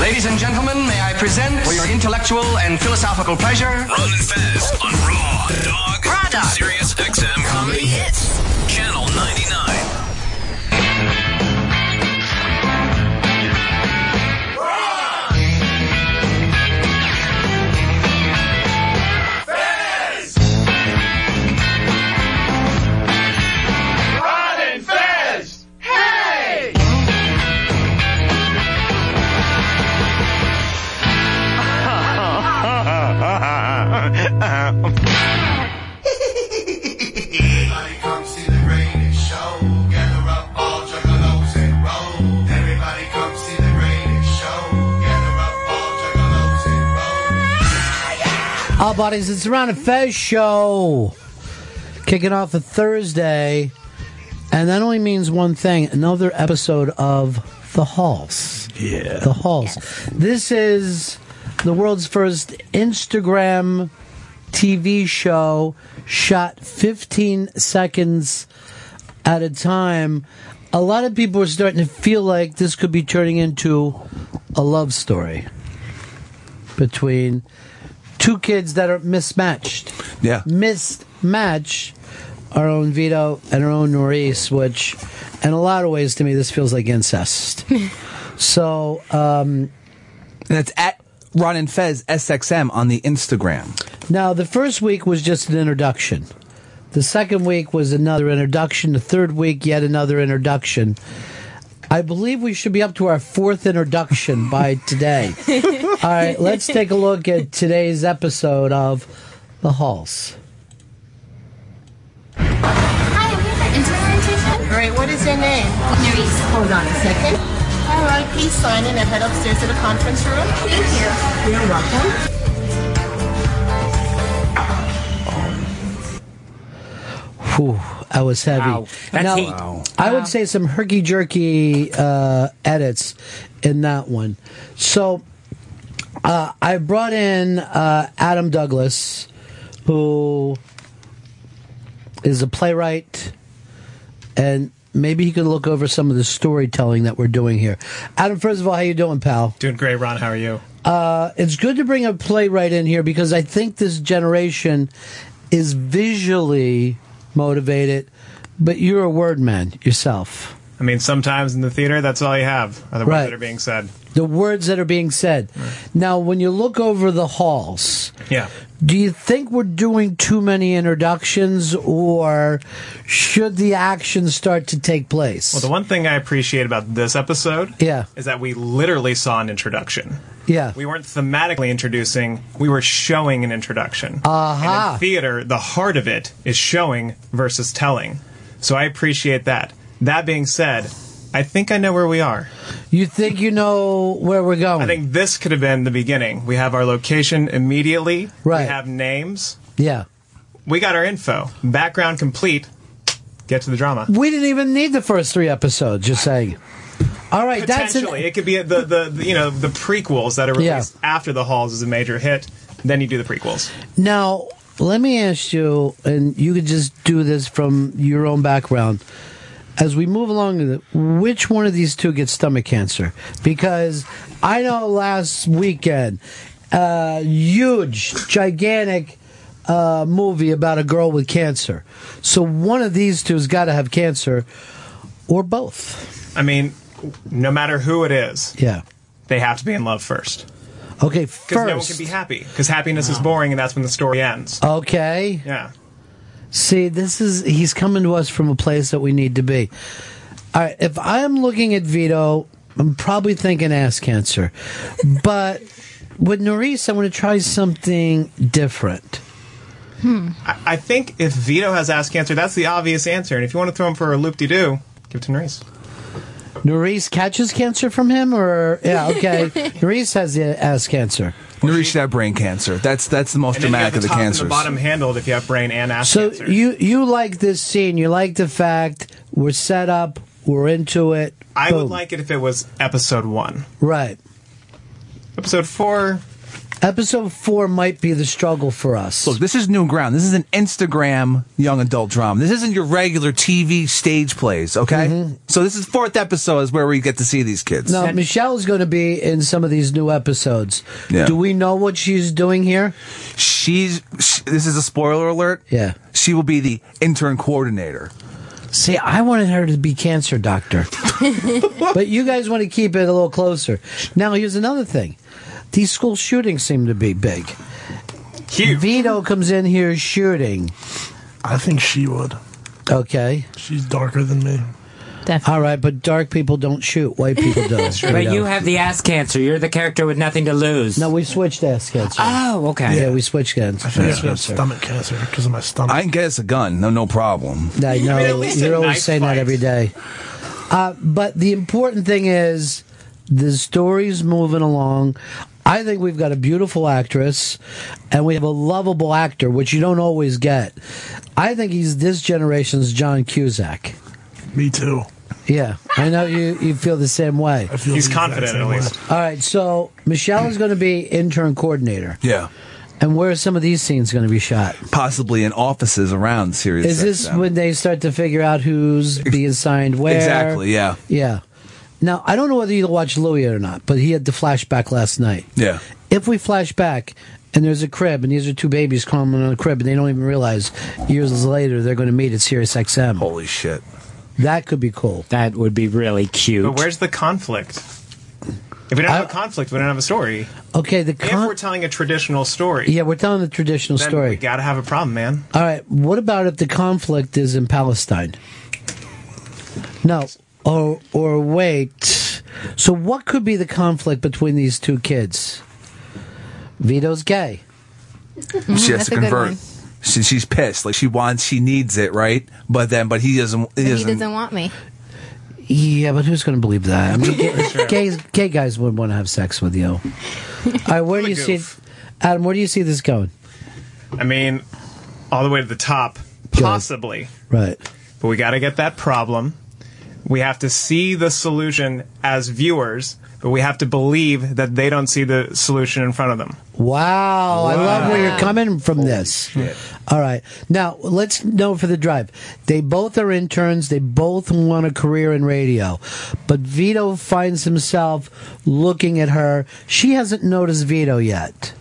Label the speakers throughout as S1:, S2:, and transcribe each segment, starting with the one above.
S1: Ladies and gentlemen, may I present for your intellectual and philosophical pleasure
S2: Ronan Fez on Raw Dog.
S3: Raw Dog.
S2: Sirius XM Comedy Hits. Channel 99.
S4: Everybody come see the greatest show. Gather up all juggalos and roll. Everybody come see the greatest show. Gather up all juggalos and roll.
S5: Our buddies, it's the Ron and Fez show. Kicking off a Thursday. And that only means one thing another episode of The Halls. Yeah. The Halls. This is the world's first Instagram TV show shot 15 seconds at a time. A lot of people are starting to feel like this could be turning into a love story between two kids that are mismatched.
S6: Yeah.
S5: Mismatch our own Vito and our own Norris, which in a lot of ways to me this feels like incest. so um,
S6: And that's at Ron and Fez SXM on the Instagram.
S5: now the first week was just an introduction. The second week was another introduction. The third week, yet another introduction. I believe we should be up to our fourth introduction by today. All right, let's take a look at today's episode of The Halls.
S7: Hi, we have an interpretation.
S8: All right, what is your name?
S7: Nerys,
S8: Hold on a second. All right, please sign in and head upstairs to the conference room.
S7: thank you.
S8: You're welcome.
S5: Whew, I was heavy.
S9: That's
S5: Now,
S9: heat.
S5: I would say some herky jerky uh, edits in that one. So uh, I brought in uh, Adam Douglas, who is a playwright, and maybe he could look over some of the storytelling that we're doing here. Adam, first of all, how you doing, pal?
S10: Doing great, Ron. How are you?
S5: Uh, it's good to bring a playwright in here because I think this generation is visually motivated, but you're a word man yourself.
S10: I mean, sometimes in the theater, that's all you have are the
S5: Right.
S10: words that are being said.
S5: The words that are being said. Now, when you look over the halls,
S10: Yeah.
S5: do you think we're doing too many introductions or should the action start to take place?
S10: Well, the one thing I appreciate about this episode
S5: Yeah.
S10: is that we literally saw an introduction.
S5: yeah.
S10: We weren't thematically introducing, we were showing an introduction. And
S5: Aha.
S10: in theater, the heart of it is showing versus telling. So I appreciate that. That being said, I think I know where we are.
S5: you think you know where we're going?
S10: I think this could have been the beginning. We have our location immediately.
S5: Right.
S10: We have names.
S5: yeah.
S10: We got our info. Background complete. Get to the drama.
S5: We didn't even need the first three episodes, just saying. All right, that's an,
S10: Potentially, it could be the, the the, you know the prequels that are
S5: Yeah.
S10: released after the halls is a major hit. Then you do the prequels.
S5: Now, let me ask you, and you could just do this from your own background. As we move along, which one of these two gets stomach cancer? Because I know last weekend, uh, huge, gigantic uh, movie about a girl with cancer. So one of these two has got to have cancer, or both.
S10: I mean, no matter who it is,
S5: Yeah.
S10: they have to be in love first
S5: Okay,
S10: because no one can
S5: first. Oh.
S10: be happy because happiness is boring and that's when the story ends.
S5: okay.
S10: yeah,
S5: See, this is he's coming to us from a place that we need to be. All right, if I'm looking at Vito, I'm probably thinking ass cancer. But with Norris, I want to try something different.
S10: I, I think if Vito has ass cancer, that's the obvious answer. And if you want to throw him for a loop de doo, give it to Nerys.
S5: Norris catches cancer from him, or yeah, okay. Norris has the ass cancer.
S6: Nourish that brain cancer. That's that's the most
S10: And then you have
S6: dramatic
S10: the
S6: of the
S10: top and
S6: cancers.
S10: the bottom handled if you have brain and ass
S5: So
S10: cancer.
S5: you you like this scene? You like the fact we're set up, we're into it.
S10: I would
S5: boom.
S10: like it if it was episode one.
S5: right.
S10: Episode four,
S5: Episode four might be the struggle for us.
S6: Look, this is new ground. This is an Instagram young adult drama. This isn't your regular TV stage plays, okay?
S5: Mm-hmm.
S6: So this is fourth episode is where we get to see these kids.
S5: now, Michelle's going to be in some of these new episodes.
S6: Yeah.
S5: Do we know what she's doing here?
S6: She's sh this is a spoiler alert.
S5: Yeah.
S6: She will be the intern coordinator.
S5: See, I wanted her to be cancer doctor. but you guys want to keep it a little closer. Now, here's another thing these school shootings seem to be big.
S10: Huge.
S5: Vito comes in here shooting.
S3: I think she would.
S5: Okay.
S3: She's darker than me.
S9: Definitely.
S5: All right, but dark people don't shoot. White people do.
S11: But you have the ass cancer. You're the character with nothing to lose.
S5: No, we switched ass cancer.
S11: Oh, okay.
S5: yeah. we switched guns.
S3: I think I should have stomach cancer because of my stomach.
S6: I can get us a gun, no no problem.
S5: I know.
S10: mean, at least a
S5: You're always
S10: knife
S5: saying
S10: fight.
S5: that every day. Uh, but the important thing is the story's moving along. I think we've got a beautiful actress and we have a lovable actor, which you don't always get. I think he's this generation's John Cusack.
S3: me too.
S5: Yeah, I know you, you feel the same way.
S3: I feel
S10: He's
S3: the exact
S10: confident,
S3: same
S10: at
S3: way.
S10: least.
S5: All right, so Michelle is going to be intern coordinator.
S6: Yeah.
S5: And where are some of these scenes going to be shot?
S6: Possibly in offices around Sirius.
S5: Is this
S6: XM.
S5: when they start to figure out who's being signed where?
S6: Exactly, yeah.
S5: Yeah. Now, I don't know whether you watch Louis or not, but he had the flashback last night.
S6: Yeah.
S5: If we flash back and there's a crib and these are two babies climbing on a crib and they don't even realize years later they're going to meet at Sirius XM.
S6: Holy shit.
S5: That could be cool.
S11: That would be really cute.
S10: But where's the conflict? If we don't have
S5: I-
S10: a conflict, we don't have a story.
S5: Okay, the
S10: if
S5: con-
S10: we're telling a traditional story,
S5: Yeah, we're telling the traditional
S10: then
S5: story.
S10: we gotta have a problem, man.
S5: All right, what about if the conflict is in Palestine? No. Or or wait. So what could be the conflict between these two kids? Vito's gay. Mm-hmm,
S6: she has
S9: that's
S6: to
S9: a good
S6: convert.
S9: one.
S6: She, she's pissed. Like she wants, she needs it, right? But then, but he doesn't. He
S9: He
S6: doesn't.
S9: doesn't want me.
S5: Yeah, but who's going to believe that? I mean, gay, gays- gay guys would want to have sex with you. All right, where do you see,
S10: goof.
S5: Adam? Where do you see this going?
S10: I mean, all the way to the top, possibly.
S5: Right.
S10: But we gotta get that problem. We have to see the solution as viewers, but we have to believe that they don't see the solution in front of them.
S5: Wow, I love where you're coming from this. All right. Now, let's know for the drive. They both are interns. They both want a career in radio. But Vito finds himself looking at her. She hasn't noticed Vito yet.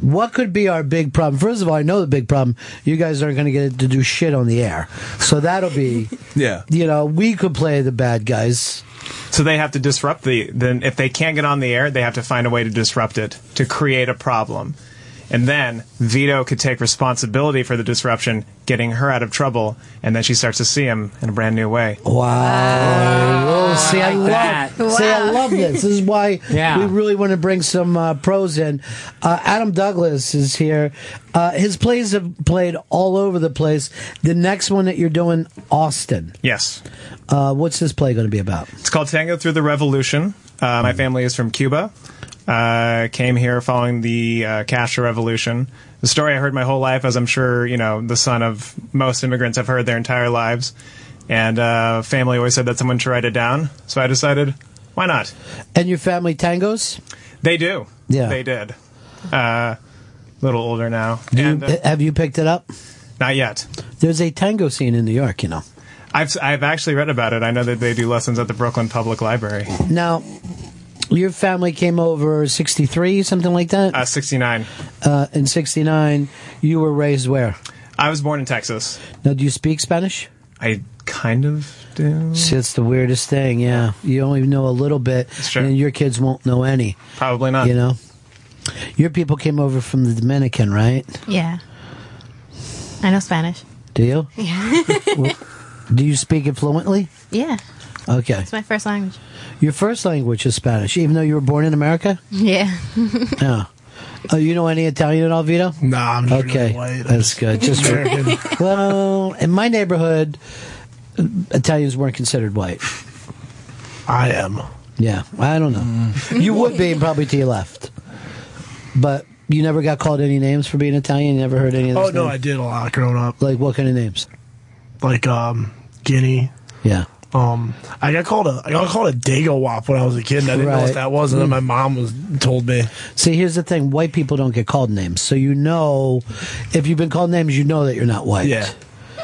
S5: What could be our big problem? First of all, I know the big problem. You guys aren't going to get to do shit on the air. So that'll be,
S6: Yeah.
S5: you know, we could play the bad guys.
S10: So they have to disrupt the. Then if they can't get on the air, they have to find a way to disrupt it to create a problem, and then Vito could take responsibility for the disruption, getting her out of trouble, and then she starts to see him in a brand new way.
S5: Wow. Oh, see, I, love
S11: that.
S5: see, I
S9: Wow.
S5: love this. This is why
S11: Yeah.
S5: we really want to bring some uh, pros in. Uh, Adam Douglas is here. Uh, his plays have played all over the place. The next one that you're doing, Austin.
S10: Yes,
S5: Uh, what's this play going to be about?
S10: it's called Tango Through the Revolution. Uh, my family is from Cuba. Uh, came here following the uh, Castro Revolution. The story I heard my whole life, as I'm sure you know, the son of most immigrants have heard their entire lives. And uh, family always said that someone should write it down. So I decided, why not?
S5: And your family tangos?
S10: They do.
S5: Yeah.
S10: They did. Uh, A little older now. and, uh,
S5: Uh, Have you picked it up?
S10: not yet.
S5: There's a tango scene in New York, you know.
S10: I've, I've actually read about it. I know that they do lessons at the Brooklyn Public Library.
S5: Now, your family came over 63, something like that?
S10: Uh, 69.
S5: Uh, in 69, you were raised where?
S10: I was born in Texas.
S5: Now, do you speak Spanish?
S10: I kind of do.
S5: See, it's the weirdest thing. Yeah, you only know a little bit,
S10: true.
S5: and your kids won't know any.
S10: Probably not.
S5: You know, your people came over from the Dominican, right?
S9: Yeah. I know Spanish.
S5: Do you?
S9: Yeah.
S5: Do you speak it fluently?
S9: yeah.
S5: Okay.
S9: It's my first language.
S5: Your first language is Spanish, even though you were born in America.
S9: Yeah.
S5: Yeah. Oh, you know any Italian at all, Vito?
S3: Nah, I'm just really
S5: Okay,
S3: white.
S5: that's good. Just
S3: American.
S5: well, in my neighborhood, Italians weren't considered white.
S3: I am.
S5: Yeah, I don't know.
S3: Mm.
S5: You would be probably to your left, but you never got called any names for being Italian. You never heard any of this.
S3: Oh no,
S5: name?
S3: I did a lot growing up.
S5: like what kind of names?
S3: Like um, Guinea,
S5: Yeah,
S3: Um, I got called a I got called a dago wop when I was a kid, and I didn't know
S5: Right.
S3: what that was. And then
S5: Mm.
S3: my mom was told me.
S5: See, here's the thing: white people don't get called names, so you know if you've been called names, you know that you're not white.
S3: Yeah.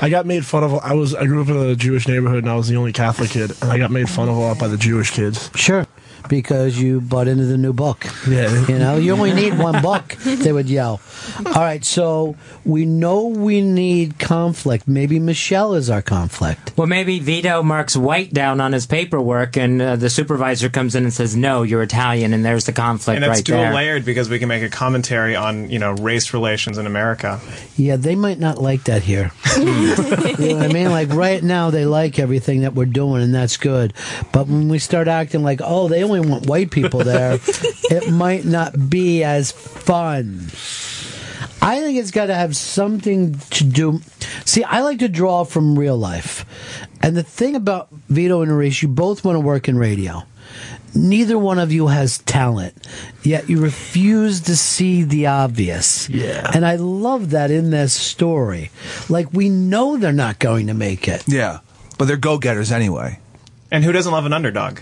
S3: I got made fun of. I was I grew up in a Jewish neighborhood, and I was the only Catholic kid, and I got made fun of a lot by the Jewish kids.
S5: Sure, because you bought into the new book. Yeah, you know, you only need one book. They would yell. All right, so we know we need conflict. Maybe Michelle is our conflict.
S11: Well, maybe Vito marks white down on his paperwork, and uh, the supervisor comes in and says, "No, you're Italian," and there's the
S10: and
S11: conflict
S10: that's
S11: right
S10: dual
S11: there.
S10: layered because we can make a commentary on you know race relations in America.
S5: Yeah, they might not like that here. you know what I mean? Like right now, they like everything that we're doing, and that's good. But when we start acting like, oh, they only want white people there, it might not be as fun. I think it's got to have something to do. See, I like to draw from real life. And the thing about Vito and Reese, you both want to work in radio. Neither one of you has talent, yet you refuse to see the obvious. Yeah. And I love that in this story. Like, we know they're not going to make it.
S6: Yeah, but they're go getters anyway.
S10: And who doesn't love an underdog?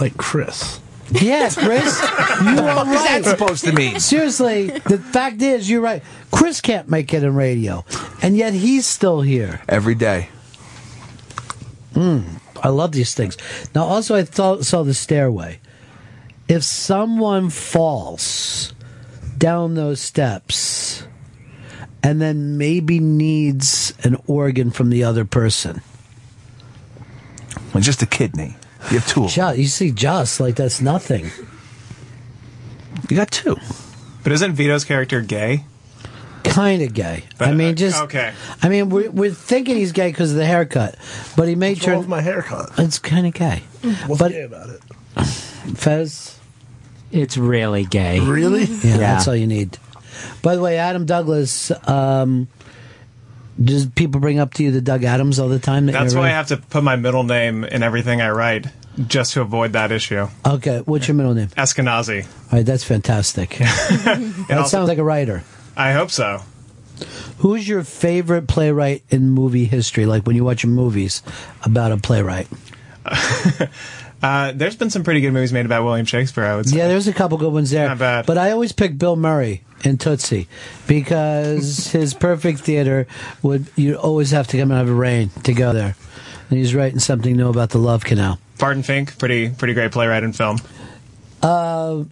S3: Like Chris.
S5: Yeah, Chris, you are
S6: What the fuck is
S5: right.
S6: that supposed to mean?
S5: Seriously, the fact is, you're right. Chris can't make it in radio, and yet he's still here.
S6: Every day.
S5: Mm, I love these things. Now, also, I thought, saw the stairway. If someone falls down those steps and then maybe needs an organ from the other person.
S6: Well, just a kidney. You have two.
S5: Just, you see, just like that's nothing.
S6: You got two.
S10: But isn't Vito's character gay?
S5: Kind of gay. I mean, just
S10: okay.
S5: I mean, we're, we're thinking he's gay because of the haircut, but he may
S3: What's
S5: turn
S3: wrong with my haircut.
S5: It's kind of gay.
S3: What's
S5: Mm. but
S3: gay about it?
S5: Fez.
S11: It's really gay.
S5: Really? Yeah,
S11: Yeah.
S5: that's all you need. By the way, Adam Douglas. Um, does people bring up to you the Doug Adams all the time? that
S10: That's
S5: you're
S10: why I
S5: writing?
S10: have to put my middle name in everything I write just to avoid that issue.
S5: Okay, what's your middle name?
S10: Eskenazi.
S5: All right, that's fantastic.
S10: And
S5: that
S10: also-
S5: sounds like a writer.
S10: I hope so.
S5: Who's your favorite playwright in movie history? Like when you watch movies about a playwright?
S10: Uh, there's been some pretty good movies made about William Shakespeare. I would say.
S5: Yeah, there's a couple good ones there.
S10: Not bad.
S5: But I always pick Bill Murray in Tootsie because his perfect theater would you always have to come out of the rain to go there. And he's writing something new about the Love Canal.
S10: Barton Fink, pretty pretty great playwright and film.
S5: Uh,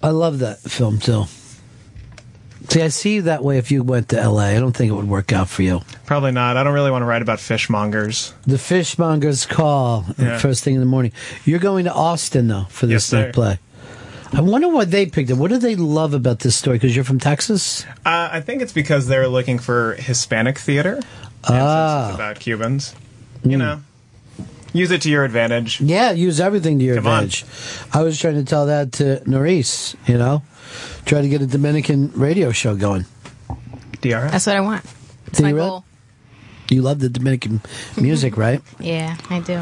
S5: I love that film too. See, I see you that way if you went to LA. I don't think it would work out for you.
S10: Probably not. I don't really want to write about fishmongers.
S5: The Fishmonger's Call,
S10: Yeah.
S5: first thing in the morning. You're going to Austin, though, for
S10: Yes,
S5: this
S10: sir.
S5: next play. I wonder what they picked up. What do they love about this story? Because you're from Texas?
S10: Uh, I think it's because they're looking for Hispanic theater. Ah. It's about Cubans.
S11: Hmm.
S10: You know, use it to your advantage.
S5: Yeah, use everything to your
S10: Come on.
S5: advantage. I was trying to tell that to Norris, you know? Try to get a Dominican radio show going.
S10: DRS?
S9: That's what I want. It's
S5: Do
S9: my
S5: you really-
S9: goal.
S5: You love the Dominican music, right?
S9: Yeah, I do.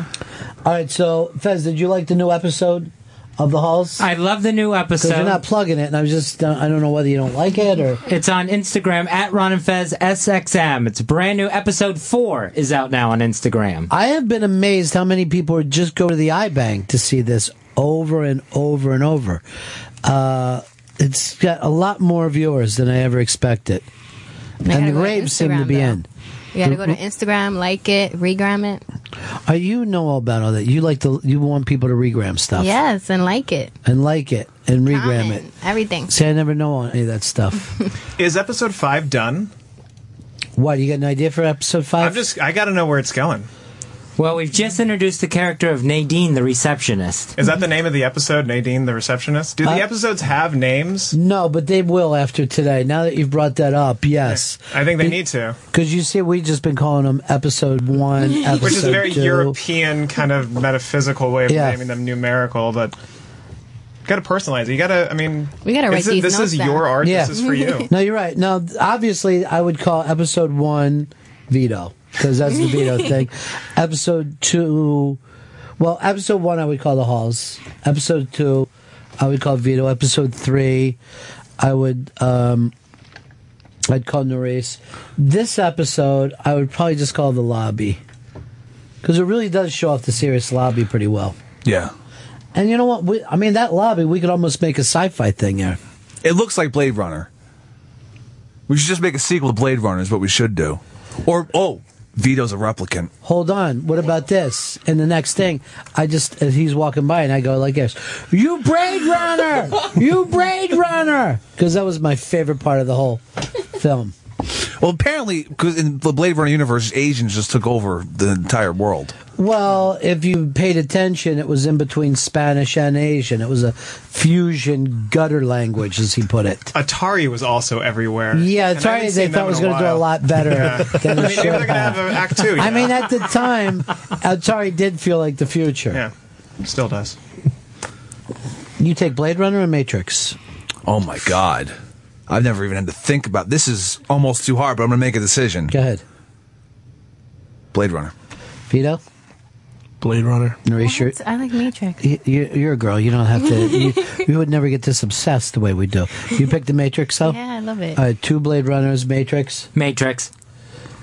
S5: All right, so Fez, did you like the new episode of The Halls?
S11: I love the new
S5: Because
S11: episode.
S5: you're not plugging it, and I was just, uh, I don't know whether you don't like it or.
S11: It's on Instagram at Ron and Fez SXM. It's brand new. Episode four is out now on Instagram.
S5: I have been amazed how many people would just go to the iBank to see this over and over and over. Uh, it's got a lot more viewers than I ever expected. And the raves seem to be in.
S9: You gotta go to Instagram, like it, regram it.
S5: Are Uh, you know all about all that? You like to you want people to regram stuff.
S9: Yes, and like it.
S5: And like it and regram it.
S9: Everything.
S5: See, I never know any of that stuff.
S10: Is episode five done?
S5: what, you got an idea for episode five?
S10: I'm just. I got to know where it's going.
S11: Well, we've just introduced the character of Nadine, the receptionist.
S10: Is that the name of the episode? Nadine, the receptionist. Do the
S5: Uh,
S10: episodes have names?
S5: no, but they will after today. Now that you've brought that up, yes.
S10: I think they need to,
S5: Because you see, we've just been calling them episode one, episode
S10: which is a very
S5: two.
S10: European kind of metaphysical way of
S5: Yeah.
S10: naming them numerical, but. Got to personalize it. You got to. I mean,
S9: We gotta write
S10: this is-
S9: these
S10: This
S9: notes
S10: is
S9: down.
S10: your art. This is for you.
S5: no, you're right. Now, th- obviously, I would call episode one veto because that's the veto thing. Episode two, well, episode one I would call the halls. Episode two, I would call veto. Episode three, I would um, I'd call Norris. This episode, I would probably just call the lobby. because it really does show off the serious lobby pretty well.
S6: Yeah.
S5: And you know what? We, I mean, that lobby we could almost make a sci-fi thing here.
S6: It looks like Blade Runner. We should just make a sequel to Blade Runner, is what we should do. Or, oh, Vito's a replicant.
S5: Hold on. What about this? And the next thing, I just as he's walking by, and I go like this: "You Braid Runner, you Braid Runner," because that was my favorite part of the whole film.
S6: Well, apparently, because in the Blade Runner universe, Asians just took over the entire world.
S5: Well, if you paid attention, it was in between Spanish and Asian. It was a fusion gutter language, as he put it.
S10: Atari was also everywhere.
S5: Yeah,
S10: And I haven't
S5: Atari they
S10: seen them
S5: thought was
S10: in
S5: going to do a
S10: while.
S5: lot better
S10: Yeah.
S5: than
S10: I
S5: it
S10: mean, they
S5: should
S10: were going to have an act two. you
S5: I
S10: know?
S5: mean, at the time, Atari did feel like the future.
S10: yeah, still does.
S5: You take Blade Runner and Matrix.
S6: Oh my God. I've never even had to think about this. Is almost too hard, but I'm going to make a decision. Go
S5: ahead.
S6: Blade Runner.
S5: Vito?
S3: Blade Runner.
S5: Nourish your,
S9: I like Matrix.
S5: you, you- you're a girl. You don't have to. You, you would never get this obsessed the way we do. You picked the Matrix, though?
S9: Yeah, I love
S5: All
S9: it.
S5: right, two Blade Runners, Matrix.
S11: Matrix.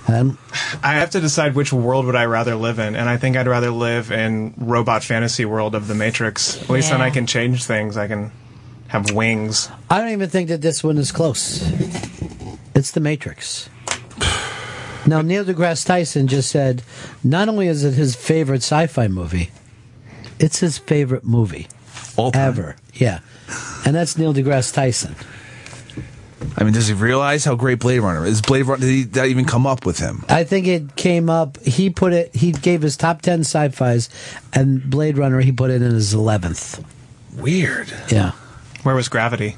S5: Um,
S10: I have to decide which world would I rather live in, and I think I'd rather live in robot fantasy world of the Matrix. At least then
S5: Yeah.
S10: I can change things. I can have wings.
S5: I don't even think that this one is close. It's the Matrix. Now, Neil deGrasse Tyson just said not only is it his favorite sci fi movie, it's his favorite movie ever. Yeah. And that's Neil deGrasse Tyson.
S6: I mean, does he realize how great Blade Runner is? Blade Runner, did, he, did that even come up with him?
S5: I think it came up, he put it, he gave his top 10 sci fis, and Blade Runner, he put it in his 11th.
S6: Weird.
S5: Yeah.
S10: Where was Gravity?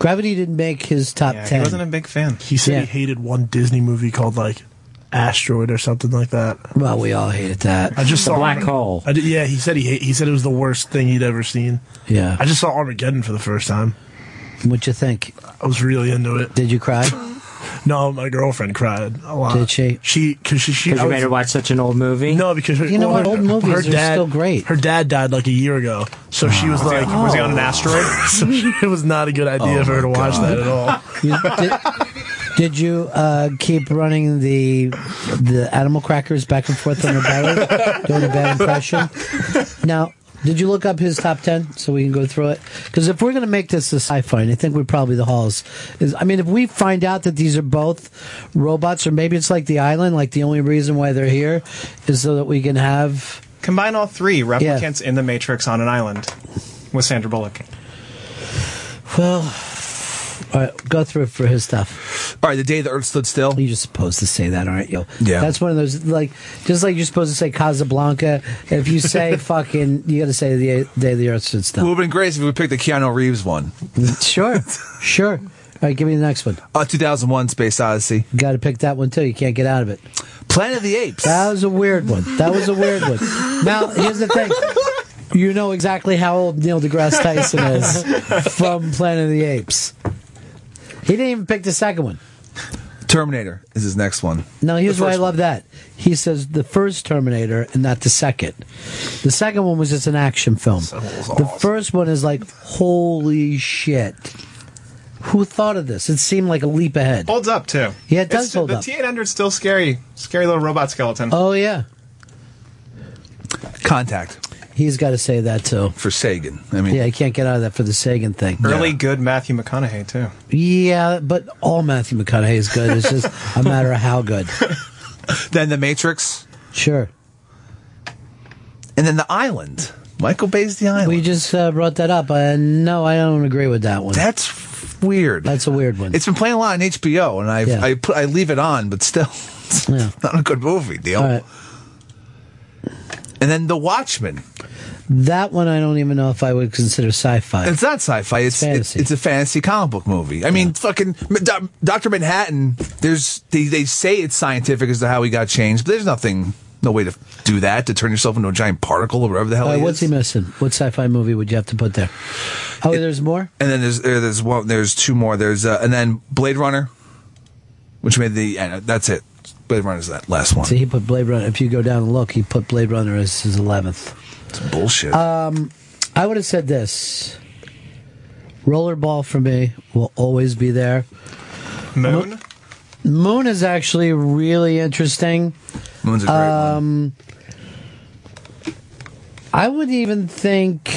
S5: Gravity didn't make his top
S10: Yeah,
S5: 10.
S10: he wasn't a big fan.
S3: He said
S5: Yeah.
S3: he hated one Disney movie called like Asteroid or something like that.
S5: Well, we all hated that.
S3: I just
S5: The
S3: saw
S5: black hole.
S3: I did, yeah, he said he hate, he said it was the worst thing he'd ever seen.
S5: Yeah.
S3: I just saw Armageddon for the first time.
S5: What'd you think?
S3: I was really into it.
S5: Did you cry?
S3: no, my girlfriend cried a lot.
S5: Did she?
S3: She because she she
S11: Because
S3: I
S11: you
S3: was-
S11: made her watch such an old movie.
S3: No, because her,
S11: You know what?
S3: her-
S11: Old movies
S3: her
S11: are
S3: dad,
S11: still
S5: great.
S3: Her dad died like a year ago, so she was
S10: Was he
S3: like,
S10: on- was he on an asteroid?
S3: so she, it was not a good idea
S5: Oh
S3: for her to
S5: my
S3: watch that
S5: God.
S3: at all.
S5: You- did, did you uh, keep running the the animal crackers back and forth on the battery, doing a bad impression? Now, did you look up his top ten so we can go through it? Because if we're going to make this a sci-fi, and I think we're probably the halls. Is I mean, if we find out that these are both robots, or maybe it's like the island, like the only reason why they're here is so that we can have.
S10: Combine all three
S5: Yeah.
S10: replicants in the Matrix on an island with Sandra Bullock.
S5: Well, all right, go through for his stuff.
S6: All right, the day the Earth stood still.
S5: You're just supposed to say that, aren't you?
S6: Yeah.
S5: That's one of those like just like you're supposed to say Casablanca. If you say fucking, you got to say the day the Earth stood
S6: It would
S5: still.
S6: have been great if we picked the Keanu Reeves one.
S5: sure, sure. All right, give me the next one.
S6: Uh, 2001 Space Odyssey.
S5: Got to pick that one too. You can't get out of it.
S6: Planet of the Apes.
S5: That was a weird one. That was a weird one. Now here's the thing. You know exactly how old Neil deGrasse Tyson is from Planet of the Apes. He didn't even pick the second one.
S6: Terminator is his next one.
S5: Now, here's
S6: The
S5: why I
S6: first
S5: love that. He says the first Terminator and not the second. The second one was just an action film. The first one is like, holy shit. Who thought of this? It seemed like a leap ahead.
S10: Holds up too.
S5: Yeah, it does
S10: It's-
S5: hold
S10: the
S5: up.
S10: T800's still scary. Scary little robot skeleton.
S5: Oh, yeah.
S6: Contact.
S5: He's got to say that, too.
S6: For Sagan. I mean,
S5: yeah, he can't get out of that for the Sagan thing.
S10: Early good Matthew McConaughey too.
S5: Yeah, but all Matthew McConaughey is good. It's just a matter of how good.
S6: Then The Matrix.
S5: Sure.
S6: And then The Island. Michael Bay's The Island.
S5: We just uh, brought that up. Uh, no, I don't agree with that one.
S6: That's weird.
S5: That's a weird one.
S6: It's been playing a lot on HBO, and I
S5: Yeah.
S6: I put I leave it on, but still, it's
S5: Yeah.
S6: not a good movie deal.
S5: All right.
S6: And then The Watchmen.
S5: That one I don't even know if I would consider sci-fi.
S6: It's not sci-fi. It's it's,
S5: fantasy.
S6: it's a fantasy comic book movie. I mean, fucking Doctor Manhattan. There's they, they say it's scientific as to how he got changed, but there's nothing, no way to do that to turn yourself into a giant particle or whatever the hell.
S5: All right,
S6: he
S5: Uh, what's
S6: is.
S5: he missing? What sci-fi movie would you have to put there? Oh, there's more.
S6: And then there's there, there's one there's two more. There's uh, and then Blade Runner, which made the and uh, that's it. Blade Runner's that last one.
S5: So he put Blade Runner. If you go down and look, he put Blade Runner as his eleventh.
S6: It's bullshit.
S5: Um, I would have said this. Rollerball for me will always be there.
S10: Moon?
S5: Moon is actually really interesting.
S6: Moon's a great
S5: um, I would even think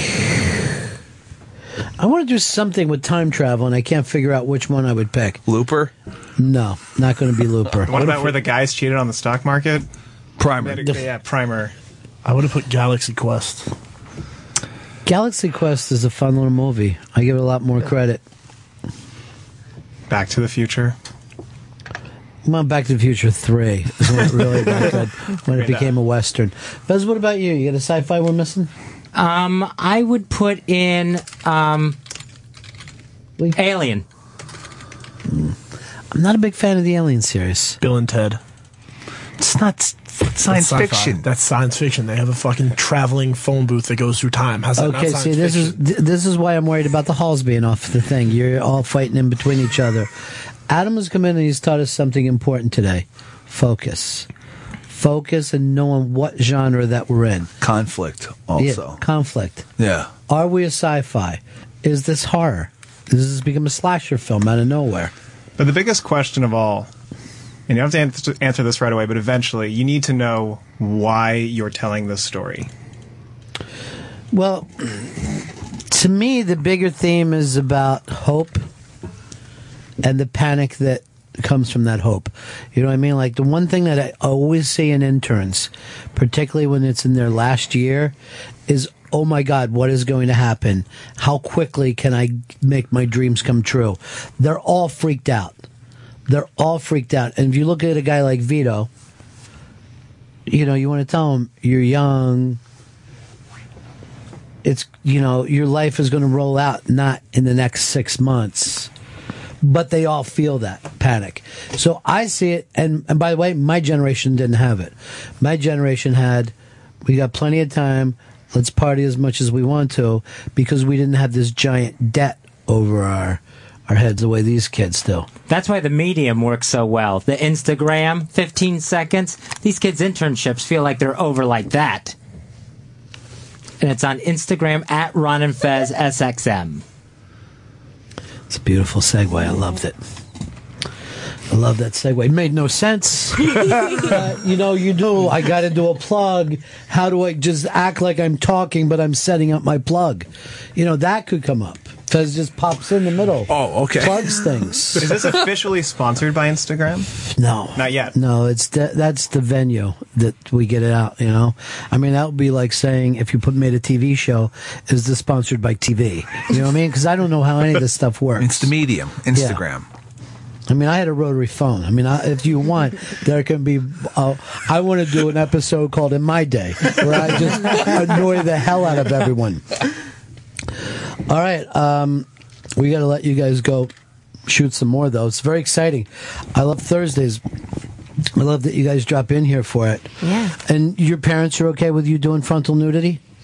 S5: I want to do something with time travel, and I can't figure out which one I would pick.
S6: Looper?
S5: No, not going to be Looper.
S10: What about where the guys cheated on the stock market?
S6: Primer.
S10: Yeah, primer.
S3: I would have put Galaxy Quest.
S5: Galaxy Quest is a fun little movie. I give it a lot more credit.
S10: Back to the Future.
S5: Well, Back to the Future Three is when it really got good when it
S11: Right on.
S5: became a western. Fez, what about you? You got a sci-fi we're missing?
S11: Um, I would put in um, Alien.
S5: I'm not a big fan of the Alien series.
S3: Bill and Ted.
S6: It's not science
S3: sci-fi.
S6: fiction.
S3: That's science fiction. They have a fucking traveling phone booth that goes through time. How's that not
S5: Okay,
S3: science
S5: see, this
S3: fiction?
S5: is th- this is why I'm worried about the halls being off the thing. You're all fighting in between each other. Adam has come in and he's taught us something important today: focus, focus, and knowing what genre that we're in.
S6: Conflict
S5: Yeah,
S6: also.
S5: conflict.
S6: Yeah.
S5: Are we a sci-fi? Is this horror? This has become a slasher film out of nowhere.
S10: But the biggest question of all, and you don't have to ans- answer this right away, but eventually you need to know why you're telling this story.
S5: Well, to me, the bigger theme is about hope and the panic that comes from that hope. You know what I mean? Like the one thing that I always see in interns, particularly when it's in their last year, is oh my God, what is going to happen? How quickly can I make my dreams come true? They're all freaked out. They're all freaked out. And if you look at a guy like Vito, you know, you want to tell him you're young, it's you know your life is going to roll out not in the next six months but they all feel that panic so i see it and and by the way my generation didn't have it my generation had we got plenty of time let's party as much as we want to because we didn't have this giant debt over our our heads the way these kids do
S11: That's why the medium works so well. The Instagram, 15 seconds. These kids' internships feel like they're over like that. And it's on Instagram at Ron and Fez SXM.
S5: It's a beautiful segue. I loved it. I love that segue. It made no sense. Uh, you know, you do. I got to do a plug. How do I just act like I'm talking, but I'm setting up my plug? You know, that could come up. Fez just pops in the middle.
S10: Oh, okay.
S5: Plugs things.
S10: Is this officially sponsored by Instagram?
S5: No,
S10: Not yet.
S5: No, it's the, that's the venue that we get it out. You know, I mean that would be like saying if you put made a TV show, is this sponsored by TV? You know what I mean? Because I don't know how any of this stuff works.
S6: It's the medium. Instagram.
S5: I mean, I had a rotary phone. I mean, I, if you want, there can be. Uh, I want to do an episode called "In My Day," where I just annoy the hell out of everyone. All right, um, we got to let you guys go shoot some more though. It's very exciting. I love Thursdays. I love that you guys drop in here for it.
S9: Yeah.
S5: And your parents are okay with you doing frontal nudity?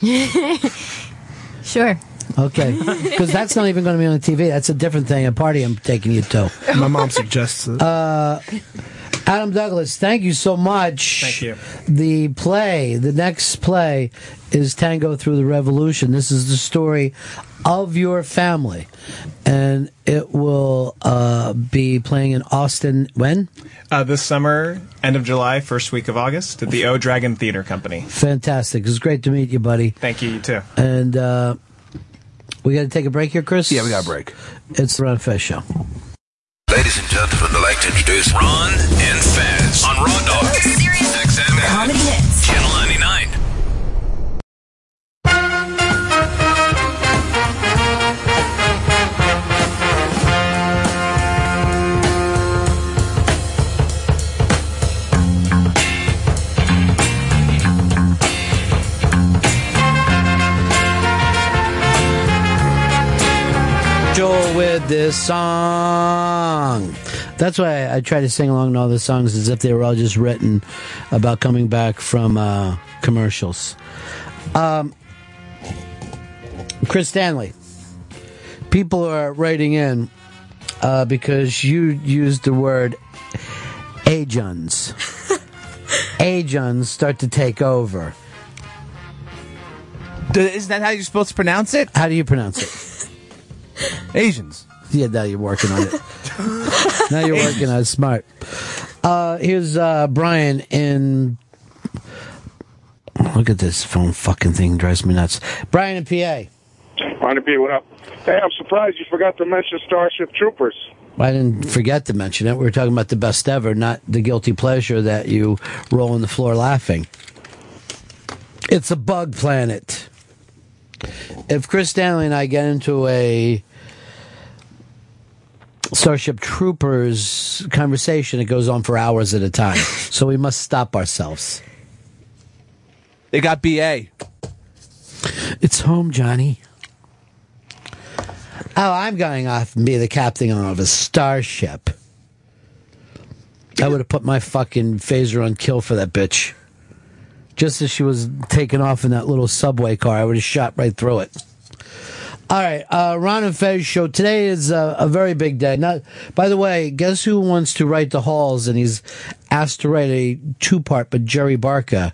S9: Sure.
S5: Okay, because that's not even going to be on the TV. That's a different thing. A party I'm taking you to.
S3: My mom suggests it.
S5: Uh, Adam Douglas, thank you so much.
S10: Thank you.
S5: The play, the next play is Tango Through the Revolution. This is the story of your family. And it will uh, be playing in Austin when?
S10: Uh, this summer, end of July, first week of August, at the O Dragon Theater Company.
S5: Fantastic. It's great to meet you, buddy.
S10: Thank you, you too.
S5: And uh, we got to take a break here, Chris?
S6: Yeah, we got a break.
S5: It's the Ron Fest Show.
S2: Ladies and gentlemen, I'd like to introduce Ron and Fez on Raw Dog. Serious XM. Comedy Hits. Channel 99.
S5: Joel with this song. That's why I, I try to sing along to all the songs as if they were all just written about coming back from uh, commercials. Um, Chris Stanley, people are writing in uh, because you used the word ajuns. ajuns start to take over.
S12: Isn't that how you're supposed to pronounce it?
S5: How do you pronounce it?
S12: Asians.
S5: Yeah, now you're working on it. now you're working on it. Smart. Uh, here's uh, Brian in Look at this phone fucking thing drives me nuts. Brian and PA.
S13: Ronnie P, what up? Hey, I'm surprised you forgot to mention Starship Troopers.
S5: I didn't forget to mention it. We were talking about the best ever, not the guilty pleasure that you roll on the floor laughing. It's a bug planet. If Chris Stanley and I get into a Starship Troopers conversation, it goes on for hours at a time. so we must stop ourselves.
S14: They got BA.
S5: It's home, Johnny. Oh, I'm going off and be the captain of a starship. I would have put my fucking phaser on kill for that bitch. Just as she was taking off in that little subway car, I would have shot right through it. All right, uh, Ron and Fez show. Today is a, a very big day. Not, by the way, guess who wants to write the halls? And he's asked to write a two part, but Jerry Barca.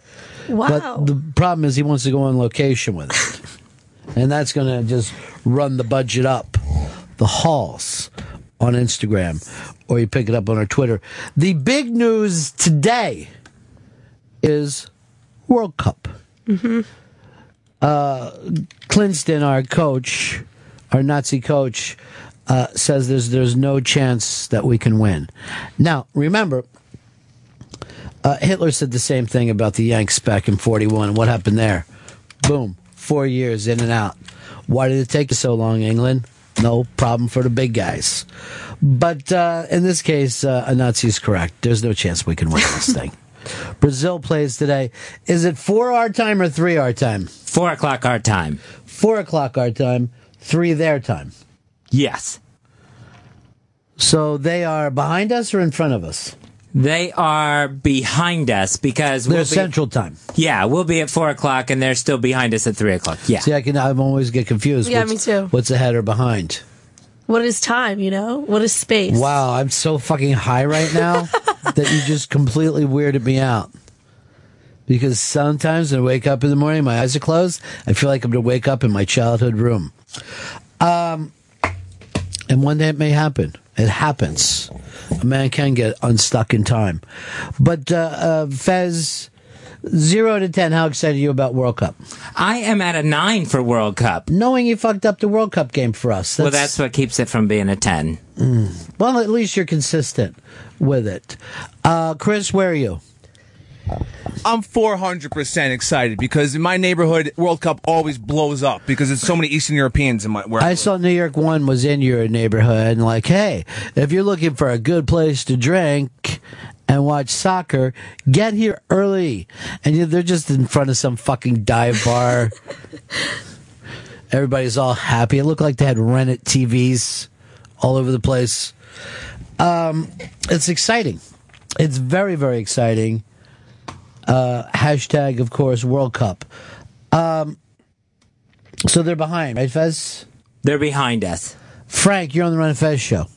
S15: Wow.
S5: But the problem is he wants to go on location with it, and that's going to just run the budget up. The halls on Instagram, or you pick it up on our Twitter. The big news today is World Cup
S15: Mm-hmm.
S5: uh, Clinston, our coach, our Nazi coach, uh, says there's there's no chance that we can win. Now remember, uh, Hitler said the same thing about the Yanks back in '41. What happened there? Boom, four years in and out. Why did it take you so long, England? No problem for the big guys. But uh, in this case, uh, a Nazi is correct. There's no chance we can win this thing. Brazil plays today. Is it four our time or three our time?
S16: Four o'clock our time.
S5: Four o'clock our time, three their time.
S16: Yes.
S5: So they are behind us or in front of us?
S16: They are behind us because
S5: They're
S16: we'll be-
S5: Central Time.
S16: Yeah, we'll be at four o'clock, and they're still behind us at three o'clock. Yeah.
S5: See, I can. I always get confused.
S15: Yeah,
S5: what's,
S15: me too.
S5: What's ahead or behind?
S15: What is time, you know? What is space?
S5: Wow, I'm so fucking high right now that you just completely weirded me out. Because sometimes when I wake up in the morning, my eyes are closed. I feel like I'm going to wake up in my childhood room. Um, and one day it may happen. It happens. A man can get unstuck in time. But uh, uh, Fez, zero to ten. How excited are you about World Cup?
S16: I am at a nine for World Cup.
S5: Knowing you fucked up the World Cup game for us.
S16: well, that's what keeps it from being a ten.
S5: Mm. Well, at least you're consistent with it. Uh, Chris, where are you?
S6: I'm 400% excited because in my neighborhood, World Cup always blows up because it's so many Eastern Europeans in my where I
S5: I saw New York One was in your neighborhood, and like, hey, if you're looking for a good place to drink and watch soccer, get here early. And you- they're just in front of some fucking dive bar. Everybody's all happy. It looked like they had rented TVs all over the place. Um, it's exciting. It's very, very exciting. Uh, hashtag, of course, World Cup. Um, so they're behind, right, Fez?
S16: They're behind us.
S5: Frank, you're on the Run and Fez show.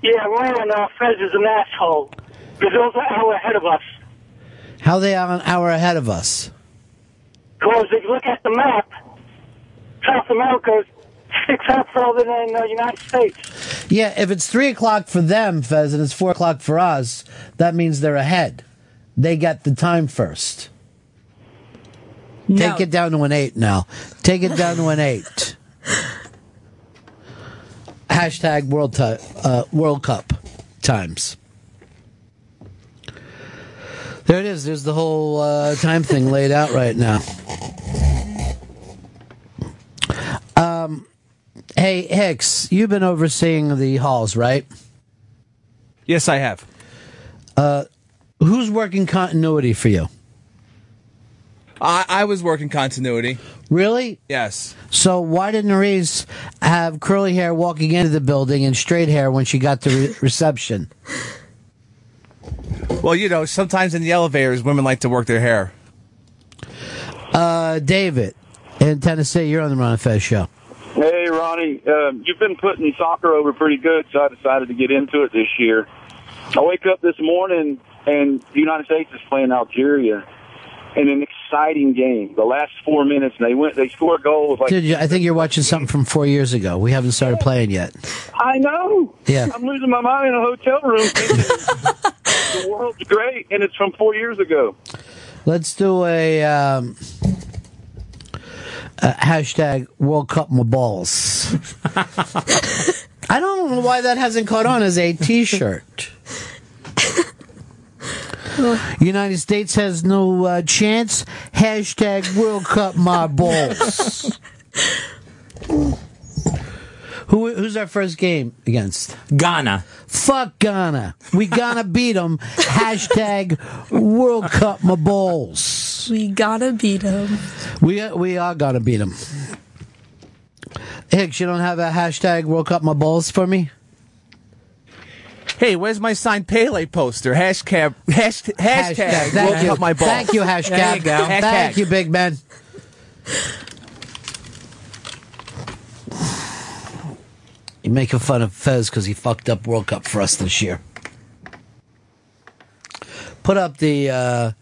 S17: Yeah, Ryan uh, Fez is an asshole. Brazil's an hour ahead of us.
S5: How they are an hour ahead of us?
S17: Because if you look at the map, South America sticks out further than the United States.
S5: Yeah, if it's three o'clock for them, Fez, and it's four o'clock for us, that means they're ahead. They got the time first. Take it down to an eight now. Take it down to an eight. Hashtag World Ti- uh, World Cup times. There it is. There's the whole uh, time thing laid out right now. Um, hey Hicks, you've been overseeing the halls, right?
S6: Yes, I have.
S5: Uh, who's working continuity for you?
S6: I, I was working continuity.
S5: Really?
S6: Yes.
S5: So why didn't Reese have curly hair walking into the building and straight hair when she got to re- reception?
S6: Well, you know, sometimes in the elevators, women like to work their hair.
S5: Uh, David in Tennessee, you're on the Ron and Fez show.
S9: Hey, Ronnie, um, you've been putting soccer over pretty good, so I decided to get into it this year. I wake up this morning and the United States is playing Algeria in an exciting game. The last four minutes, and they went, they scored goals like.
S5: Dude, you- I think you're watching something from four years ago. We haven't started playing yet.
S9: I know.
S5: Yeah.
S9: I'm losing my mind in a hotel room. thinking the world's great, and it's from four years ago.
S5: Let's do a, um, a hashtag World Cup my balls. I don't know why that hasn't caught on as a T-shirt. United States has no uh, chance. Hashtag World Cup my balls. Who, who's our first game against?
S11: Ghana.
S5: Fuck Ghana. We gonna beat them. Hashtag World Cup my balls.
S15: We gotta beat him.
S5: We are- we are gonna beat them. Hicks, you don't have a hashtag World Cup my balls for me?
S12: Hey, where's my signed Pele poster? Hashtag, hashtag, hashtag,
S5: Hashtag.
S12: World
S5: Thank you.
S12: Cup my balls.
S5: Thank you, hashtag.
S12: There you go.
S5: Thank
S12: Hashtag.
S5: you, big man. You're making fun of Fez because he fucked up World Cup for us this year. Put up the uh,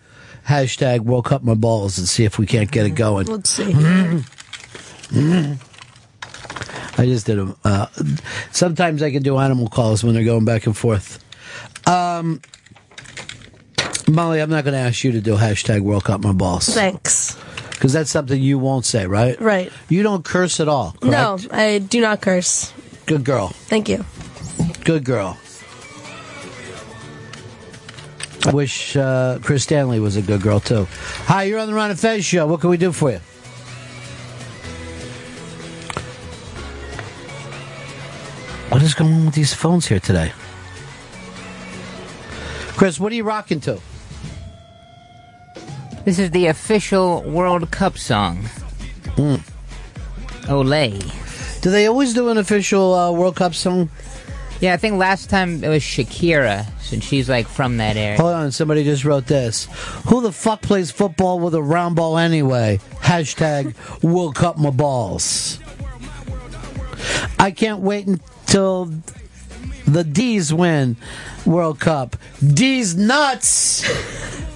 S5: hashtag World Cup my balls and see if we can't get it going.
S15: Let's see.
S5: Mm. I just did them. Uh, sometimes I can do animal calls when they're going back and forth. Um, Molly, I'm not going to ask you to do hashtag World Cup my balls.
S15: Thanks.
S5: Because that's something you won't say, right?
S15: Right.
S5: You don't curse at all. correct?
S15: No, I do not curse.
S5: Good girl.
S15: Thank you.
S5: Good girl. I wish uh, Chris Stanley was a good girl, too. Hi, you're on the Ron and Fez show. What can we do for you? What is going on with these phones here today? Chris, what are you rocking to?
S18: This is the official World Cup song. Olay.
S5: Do they always do an official uh, World Cup song?
S18: Yeah, I think last time it was Shakira, since she's like from that area.
S5: Hold on, somebody just wrote this. Who the fuck plays football with a round ball anyway? Hashtag World Cup my balls. I can't wait until the D's win World Cup. D's nuts!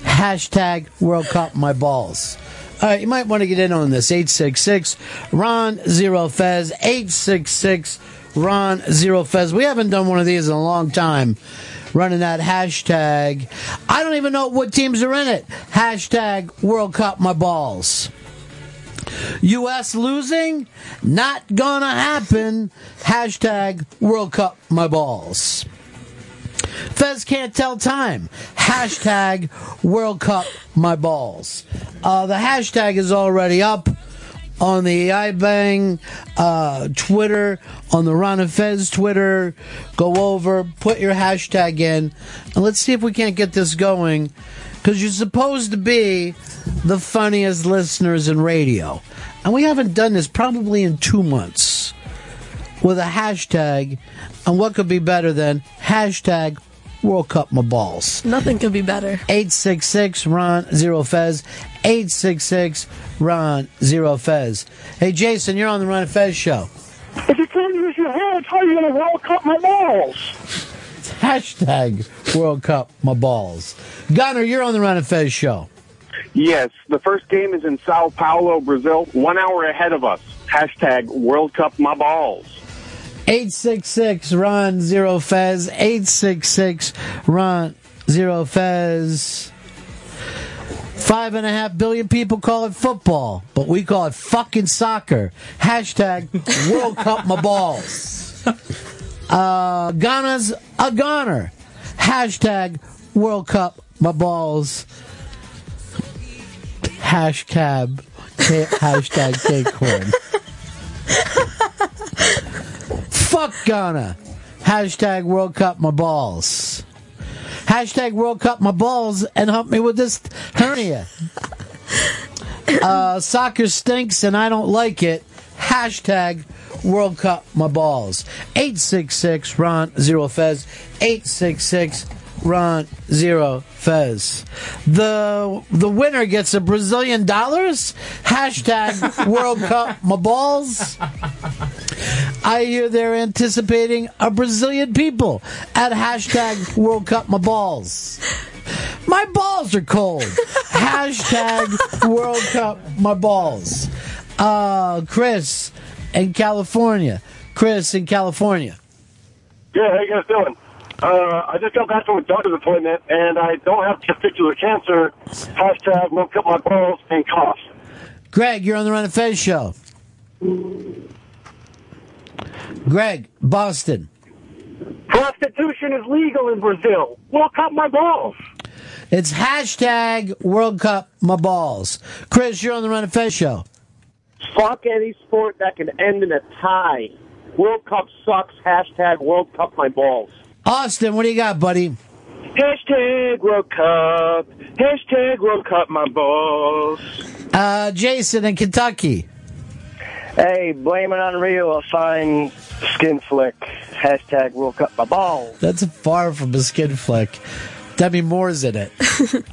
S5: Hashtag World Cup my balls. All right, you might want to get in on this. 866 Ron Zero Fez. 866 Ron Zero Fez. We haven't done one of these in a long time. Running that hashtag. I don't even know what teams are in it. Hashtag World Cup my balls. U.S. losing? Not gonna happen. Hashtag World Cup my balls. Fez can't tell time. Hashtag World Cup my balls. Uh, the hashtag is already up on the iBang uh, Twitter, on the Ron and Fez Twitter. Go over, put your hashtag in, and let's see if we can't get this going. Because you're supposed to be the funniest listeners in radio. And we haven't done this probably in two months with a hashtag, and what could be better than hashtag World Cup my balls?
S15: Nothing could be better.
S5: Eight six six Ron zero Fez, eight six six Ron zero Fez. Hey Jason, you're on the Ron and Fez show.
S17: If you can't use your hands, how are you going to World Cup my balls?
S5: Hashtag World Cup my balls. Gunner, you're on the Ron and Fez show.
S17: Yes, the first game is in Sao Paulo, Brazil, one hour ahead of us. Hashtag World Cup my balls.
S5: 866 Ron Zero Fez. 866 Ron Zero Fez. Five and a half billion people call it football, but we call it fucking soccer. Hashtag World Cup my balls. Uh, Ghana's a goner. Hashtag World Cup my balls. Hashtag, hashtag cake corn. Fuck Ghana. Hashtag World Cup my balls. Hashtag World Cup my balls and hump me with this hernia. Uh, soccer stinks and I don't like it. Hashtag World Cup my balls. 866 Ron Zero Fez. 866 Ron Zero Fez. The the winner gets a Brazilian dollars. Hashtag World Cup my balls. I hear they're anticipating a Brazilian people at hashtag World Cup my balls. My balls are cold. hashtag World Cup my balls. Uh, Chris in California. Chris in California.
S17: Yeah, how you guys doing?
S19: Uh, I just got back from a doctor's appointment, and I don't have testicular cancer. Hashtag won't cut my balls and cough.
S5: Greg, you're on the Run and Fez show. Greg, Boston.
S19: Prostitution is legal in Brazil. Won't cut my balls.
S5: It's hashtag World Cup my balls. Chris, you're on the Run and Fez show.
S20: Fuck any sport that can end in a tie. World Cup sucks. Hashtag World Cup my balls.
S5: Austin, what do you got, buddy?
S20: Hashtag World Cup. Hashtag World Cup my balls.
S5: Uh, Jason in Kentucky.
S21: Hey, blame it on Rio, a fine skin flick. Hashtag World Cup my balls.
S5: That's far from a skin flick. Demi Moore's in it.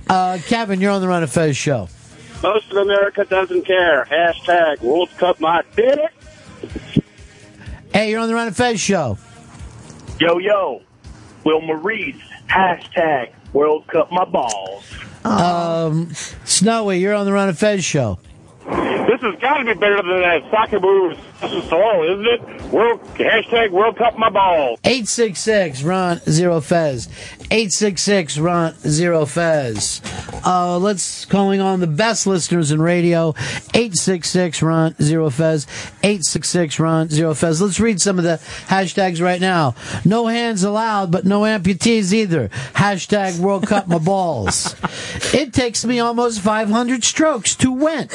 S5: uh, Kevin, you're on the Run and Fez show.
S19: Most of America doesn't care. Hashtag World Cup my did it.
S5: Hey, you're on the Run and Fez show.
S19: Yo yo, Wilma Reed. Hashtag World Cup my balls.
S5: Um, Snowy, you're on the Run and Fez show.
S17: This has got to be better than that soccer moves. This is soil, isn't it? World hashtag World Cup my balls.
S5: 866 Ron Zero Fez. 866 Ron Zero Fez. Uh, let's calling on the best listeners in radio. 866 Ron Zero Fez. 866 Ron Zero Fez. Let's read some of the hashtags right now. No hands allowed, but no amputees either. Hashtag World Cup my balls. It takes me almost 500 strokes to win.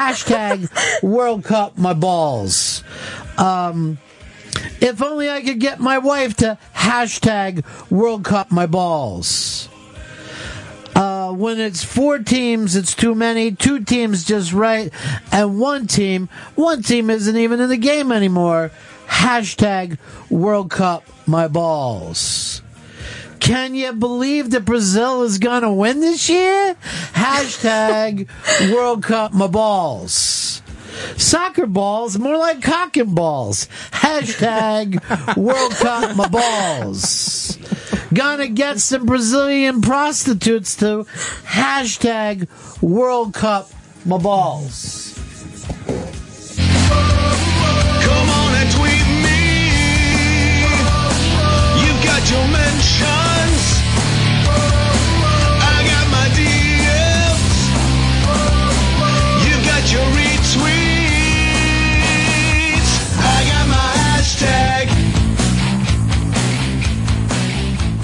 S5: Hashtag World Cup my balls. Um, if only I could get my wife to hashtag World Cup my balls. Uh, when it's four teams, it's too many. Two teams just right, and one team, one team isn't even in the game anymore. Hashtag World Cup my balls. Can you believe that Brazil is gonna win this year? Hashtag World Cup my balls. Soccer balls, more like cock and balls. Hashtag World Cup my balls. Gonna get some Brazilian prostitutes to hashtag World Cup my balls.
S4: Come on and tweet me. You've got your mentions. I got my DMs. You've got your retweets. I got my hashtag.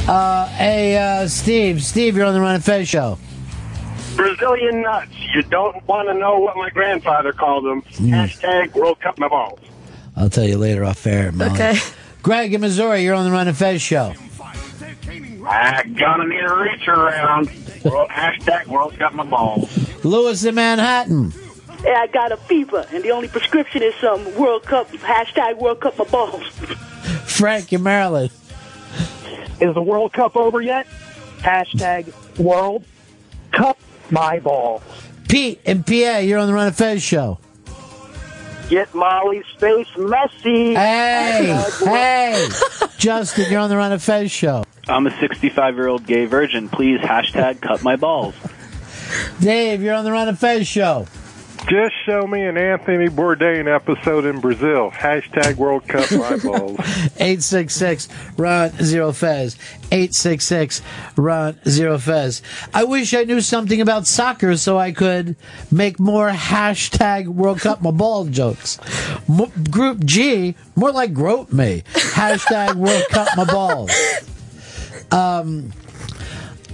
S5: Uh, hey, uh, Steve, Steve, you're on the Run and Fez show.
S19: Brazilian nuts. You don't want to know what my grandfather called them.
S5: Hmm.
S19: Hashtag World Cup my balls.
S5: I'll tell you later off air, Molly.
S19: Okay.
S5: Greg in Missouri, you're on the Run and Fez show.
S17: I gonna need a reach around. World, hashtag World Cup my balls.
S5: Lewis in Manhattan.
S22: Yeah, I got a fever, and the only prescription is some World Cup hashtag World Cup my balls.
S5: Frank in Maryland.
S19: Is the World Cup over yet? Hashtag World Cup my balls.
S5: Pete in PA, you're on the Run and Fez show.
S19: Get Molly's face messy.
S5: Hey, hey, Justin, you're on the Run and Fez show.
S23: I'm a 65 year old gay virgin. Please hashtag cut my balls.
S5: Dave, you're on the Run and Fez show.
S24: Just show me an Anthony Bourdain episode in Brazil. Hashtag World Cup my balls.
S5: 866 Ron Zero Fez. 866 Ron Zero Fez. I wish I knew something about soccer so I could make more hashtag World Cup my ball jokes. M- group G, more like grope me. Hashtag World Cup my balls. Um,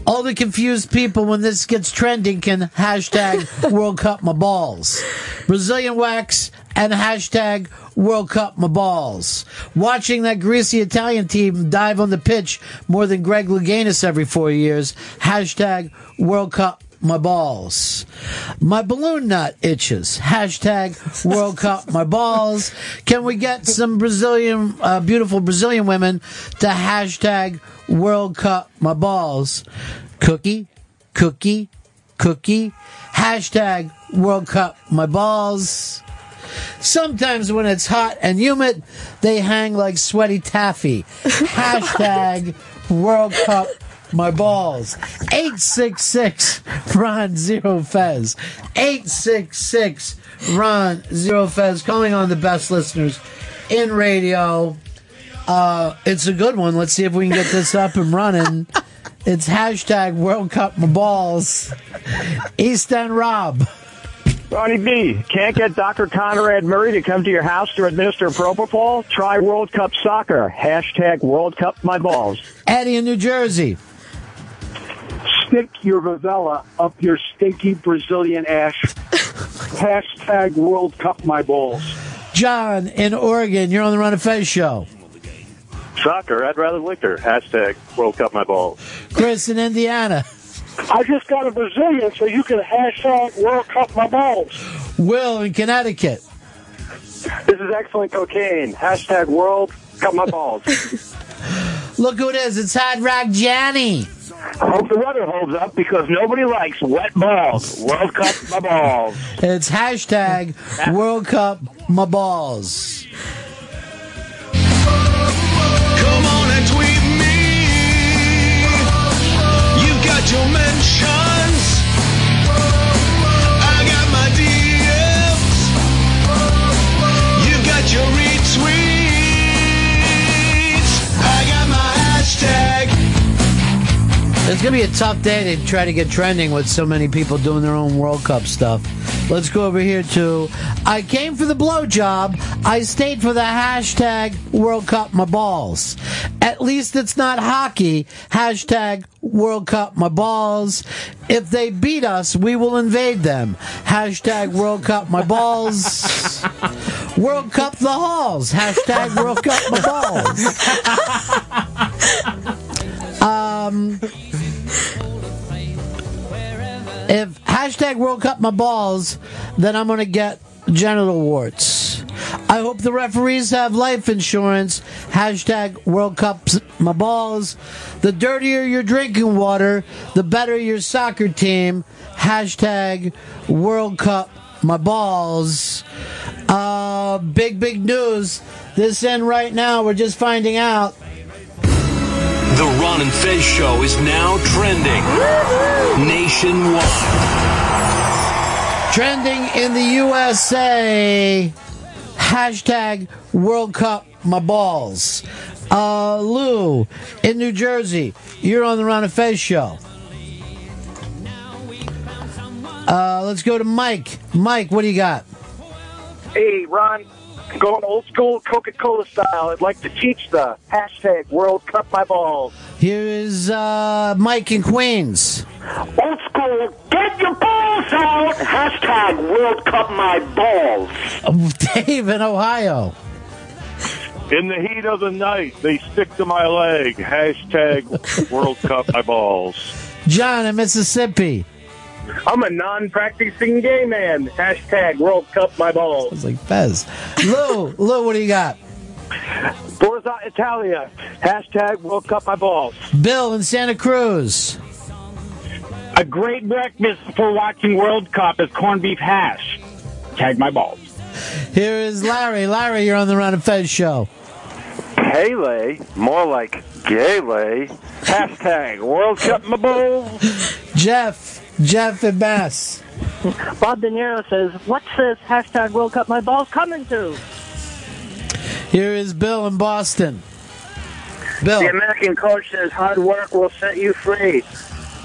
S5: all the confused people when this gets trending can hashtag World Cup my balls. Brazilian wax and hashtag World Cup my balls. Watching that greasy Italian team dive on the pitch more than Greg Louganis every four years. Hashtag World Cup my balls. My balloon nut itches. Hashtag World Cup my balls. Can we get some Brazilian, uh, beautiful Brazilian women to hashtag World Cup my balls? Cookie, cookie, cookie. Hashtag World Cup my balls. Sometimes when it's hot and humid, they hang like sweaty taffy. Hashtag World Cup my balls. 866 Ron Zero Fez. 866 Ron Zero Fez. Calling on the best listeners in radio. Uh, it's a good one. Let's see if we can get this up and running. It's hashtag World Cup my balls. East End Rob.
S1: Ronnie B, can't get Dr. Conrad Murray to come to your house to administer propofol? Try World Cup soccer. Hashtag World Cup my balls.
S5: Eddie in New Jersey.
S7: Stick your Vivella up your stinky Brazilian ash. Hashtag World Cup my balls.
S5: John in Oregon. You're on the Run of Fez show.
S13: Soccer, I'd rather liquor. Hashtag World Cup my balls.
S5: Chris in Indiana.
S7: I just got a Brazilian, so you can hashtag World Cup my balls.
S5: Will in Connecticut.
S7: This is excellent cocaine. Hashtag World Cup my balls.
S5: Look who it is. It's Hot Rock Johnny.
S7: Hope the weather holds up because nobody likes wet balls. World Cup my balls.
S5: It's hashtag World Cup my balls.
S4: Come on and tweet me. You've got your mentions. I got my DMs. You've got your retweets. I got my hashtag.
S5: It's gonna be a tough day to try to get trending with so many people doing their own World Cup stuff. Let's go over here to I came for the blowjob. I stayed for the hashtag World Cup my balls. At least it's not hockey. Hashtag World Cup my balls. If they beat us, we will invade them. Hashtag World Cup my balls. World Cup the halls. Hashtag World Cup my balls. Um, if hashtag World Cup my balls, then I'm gonna get genital warts. I hope the referees have life insurance. Hashtag World Cups my balls. The dirtier your drinking water, the better your soccer team. Hashtag World Cup my balls. Uh, big big news. This end right now. We're just finding out.
S2: The Ron and Fez Show is now trending nationwide.
S5: Trending in the USA. Hashtag World Cup my balls. Uh, Lou in New Jersey, you're on the Ron and Fez show. Uh, let's go to Mike. Mike, what do you got?
S7: Hey, Ron, going old school Coca Cola style. I'd like to teach the hashtag World Cup my balls.
S5: Here is uh, Mike in Queens.
S7: Old school, get your balls out! Hashtag World Cup my balls.
S5: Dave in Ohio.
S25: In the heat of the night, they stick to my leg. Hashtag World Cup my balls.
S5: John in Mississippi.
S7: I'm a non practicing gay man. Hashtag World Cup my balls.
S5: It's like Fez. Lou, Lou, what do you got?
S7: Forza Italia. Hashtag World Cup my balls.
S5: Bill in Santa Cruz.
S7: A great breakfast for watching World Cup is corned beef hash. Tag my balls.
S5: Here is Larry. Larry, you're on the Ron and Fez show.
S13: Pele, more like Gayle. Hashtag World Cup my balls.
S5: Jeff, Jeff and Bass.
S26: Bob De Niro says, "What's this hashtag World Cup my balls coming to?"
S5: Here is Bill in Boston. Bill.
S7: The American coach says hard work will set you free.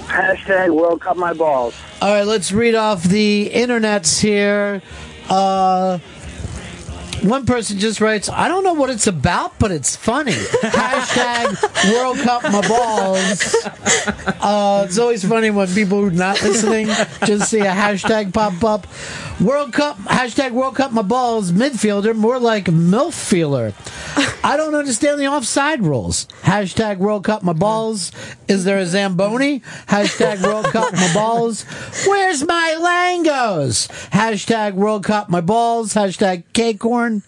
S7: Hashtag World Cup my balls.
S5: All right, let's read off the internets here. Uh, one person just writes, I don't know what it's about, but it's funny. Hashtag World Cup my balls. Uh, it's always funny when people who are not listening just see a hashtag pop up. World Cup, hashtag World Cup my balls, midfielder, more like MILF feeler. I don't understand the offside rules. Hashtag World Cup my balls. Is there a Zamboni? Hashtag World Cup my balls. Where's my langos? Hashtag World Cup my balls. Hashtag cakehorn.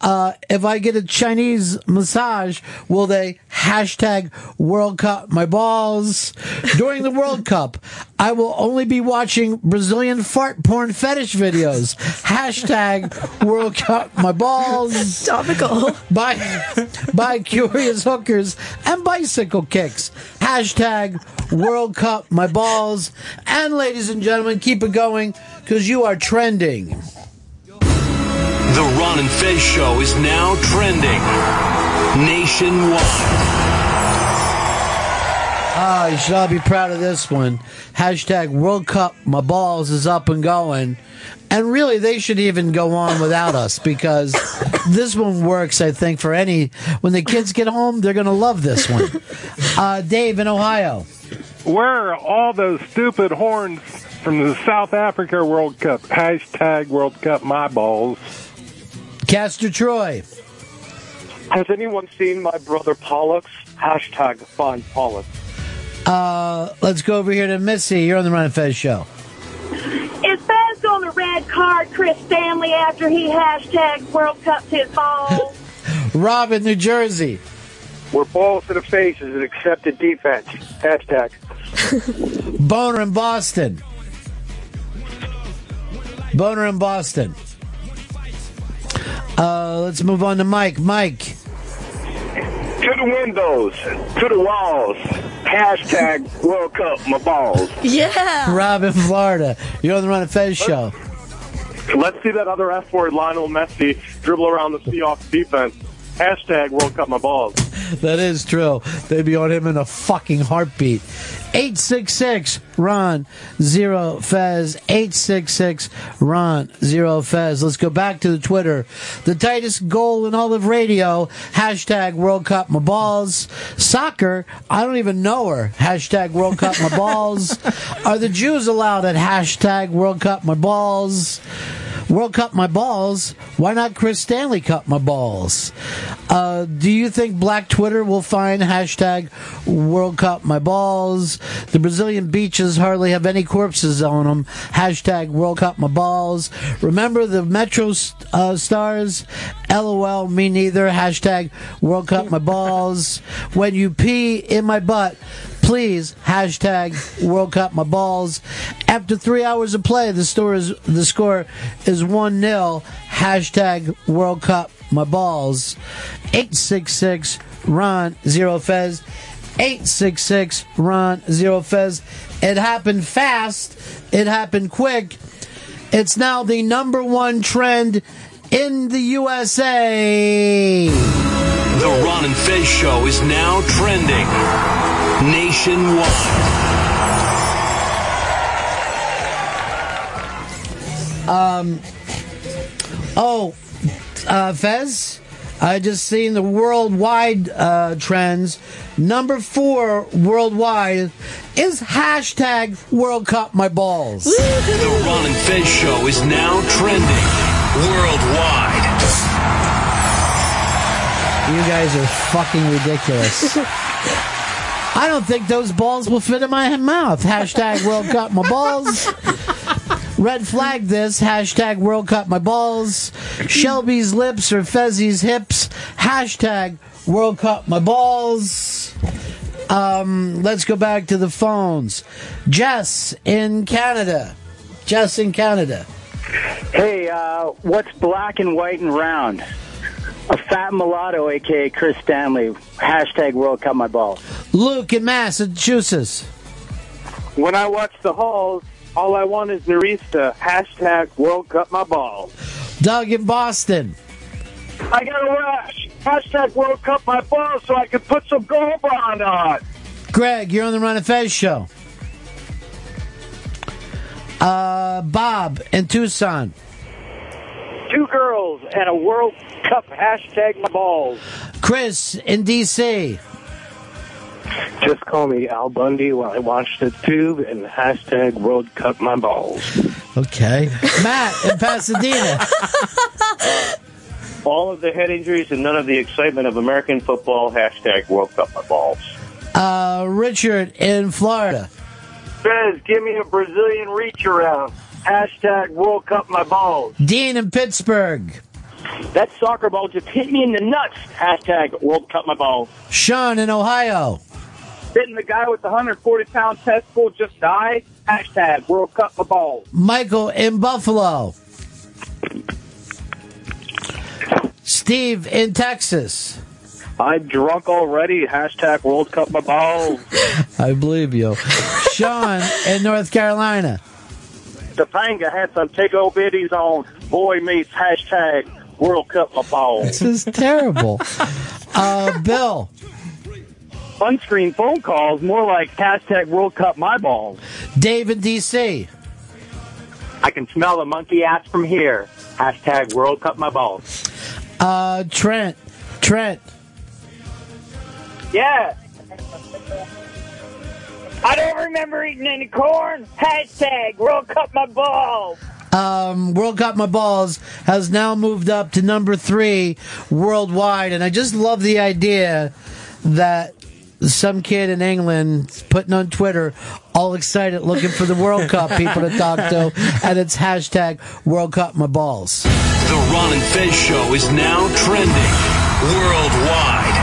S5: Uh, if I get a Chinese massage, will they hashtag World Cup my balls? During the World Cup, I will only be watching Brazilian fart porn fetish videos. Hashtag World Cup my balls.
S15: Topical.
S5: By, by curious hookers and bicycle kicks. Hashtag World Cup my balls. And ladies and gentlemen, keep it going because you are trending.
S2: The Ron and Fez Show is now trending Nationwide.
S5: Ah, you should all be proud of this one. Hashtag World Cup, my balls is up and going. And really, they should even go on without us because this one works, I think, for any. When the kids get home, they're going to love this one. Uh, Dave in Ohio.
S24: Where are all those stupid horns from the South Africa World Cup? Hashtag World Cup my balls.
S5: Caster Troy.
S3: Has anyone seen my brother Pollux? Hashtag find Pollux.
S5: Uh, let's go over here to Missy. You're on the Run and Fez show.
S6: Is Fez on the red card, Chris Stanley, after he hashtag World Cup his balls?
S5: Rob in New Jersey.
S3: We're balls to the face is an accepted defense. Hashtag.
S5: Boner in Boston. Boner in Boston. Uh, let's move on to Mike. Mike.
S13: To the windows, to the walls. Hashtag World Cup, my balls.
S5: Yeah. Rob in Florida. You're on the Run and Fez show.
S13: Let's see that other F word, Lionel Messi, dribble around the Seahawks defense. Hashtag World Cup, my balls.
S5: That is true. They'd be on him in a fucking heartbeat. 866 Ron Zero Fez. 866 Ron Zero Fez. Let's go back to the Twitter. The tightest goal in all of radio. Hashtag World Cup my balls. Soccer, I don't even know her. Hashtag World Cup my balls. Are the Jews allowed at hashtag World Cup my balls? World Cup my balls. Why not Chris Stanley Cup my balls? Uh, do you think Black Twitter will find hashtag World Cup my balls? The Brazilian beaches hardly have any corpses on them. Hashtag World Cup my balls. Remember the Metro uh, Stars? LOL, me neither. Hashtag World Cup my balls. When you pee in my butt, please hashtag World Cup my balls. After three hours of play, the score is the score is one 0 Hashtag World Cup my balls. Eight six six Ron zero Fez. Eight six six Ron zero Fez. It happened fast. It happened quick. It's now the number one trend in the USA.
S2: The Ron and Fez Show is now trending nationwide.
S5: Um. Oh, uh, Fez, I just seen the worldwide uh, trends. Number four worldwide is hashtag World Cup my balls.
S2: The Ron and Fez Show is now trending worldwide.
S5: You guys are fucking ridiculous. I don't think those balls will fit in my mouth. Hashtag World Cup my balls. Red flag this. Hashtag World Cup my balls. Shelby's lips or Fezzi's hips. Hashtag World Cup my balls. Um, let's go back to the phones. Jess in Canada. Jess in Canada.
S8: Hey, uh, what's black and white and round? A fat mulatto, aka Chris Stanley. Hashtag World Cup my balls.
S5: Luke in Massachusetts.
S13: When I watch the halls, all I want is Narista. Hashtag World Cup, my balls.
S5: Doug in Boston.
S13: I gotta rush. Hashtag World Cup, my balls, so I can put some gold bond on.
S5: Greg, you're on the Run and Fez show. Uh, Bob in Tucson.
S20: Two girls and a World Cup hashtag my balls.
S5: Chris in D.C.
S13: Just call me Al Bundy while I watch the tube and hashtag World Cup, my balls.
S5: Okay. Matt in Pasadena.
S13: All of the head injuries and none of the excitement of American football. Hashtag World Cup, my balls.
S5: Uh, Richard in Florida.
S20: Says, give me a Brazilian reach around. Hashtag World Cup my balls.
S5: Dean in Pittsburgh.
S20: That soccer ball just hit me in the nuts. Hashtag World Cup my balls.
S5: Sean in Ohio.
S20: Didn't the guy with the 140 pound testicle just die? Hashtag World Cup my balls.
S5: Michael in Buffalo. Steve in Texas.
S13: I'm drunk already. Hashtag World Cup, my balls.
S5: I believe you. Sean in North Carolina.
S13: Topanga had some tickle bitties on boy meets hashtag
S20: World Cup my balls.
S5: This is terrible. uh, Bill,
S20: Unscreened phone calls, more like hashtag World Cup my balls.
S5: David DC.
S20: I can smell the monkey ass from here. Hashtag World Cup my balls.
S5: uh, Trent, Trent.
S19: Yeah. I don't remember eating any corn. Hashtag World Cup my balls.
S5: Um, World Got My Balls has now moved up to number three worldwide, and I just love the idea that some kid in England putting on Twitter, all excited, looking for the World Cup people to talk to, and it's hashtag World Cup My Balls.
S2: The Ron and Fez Show is now trending worldwide.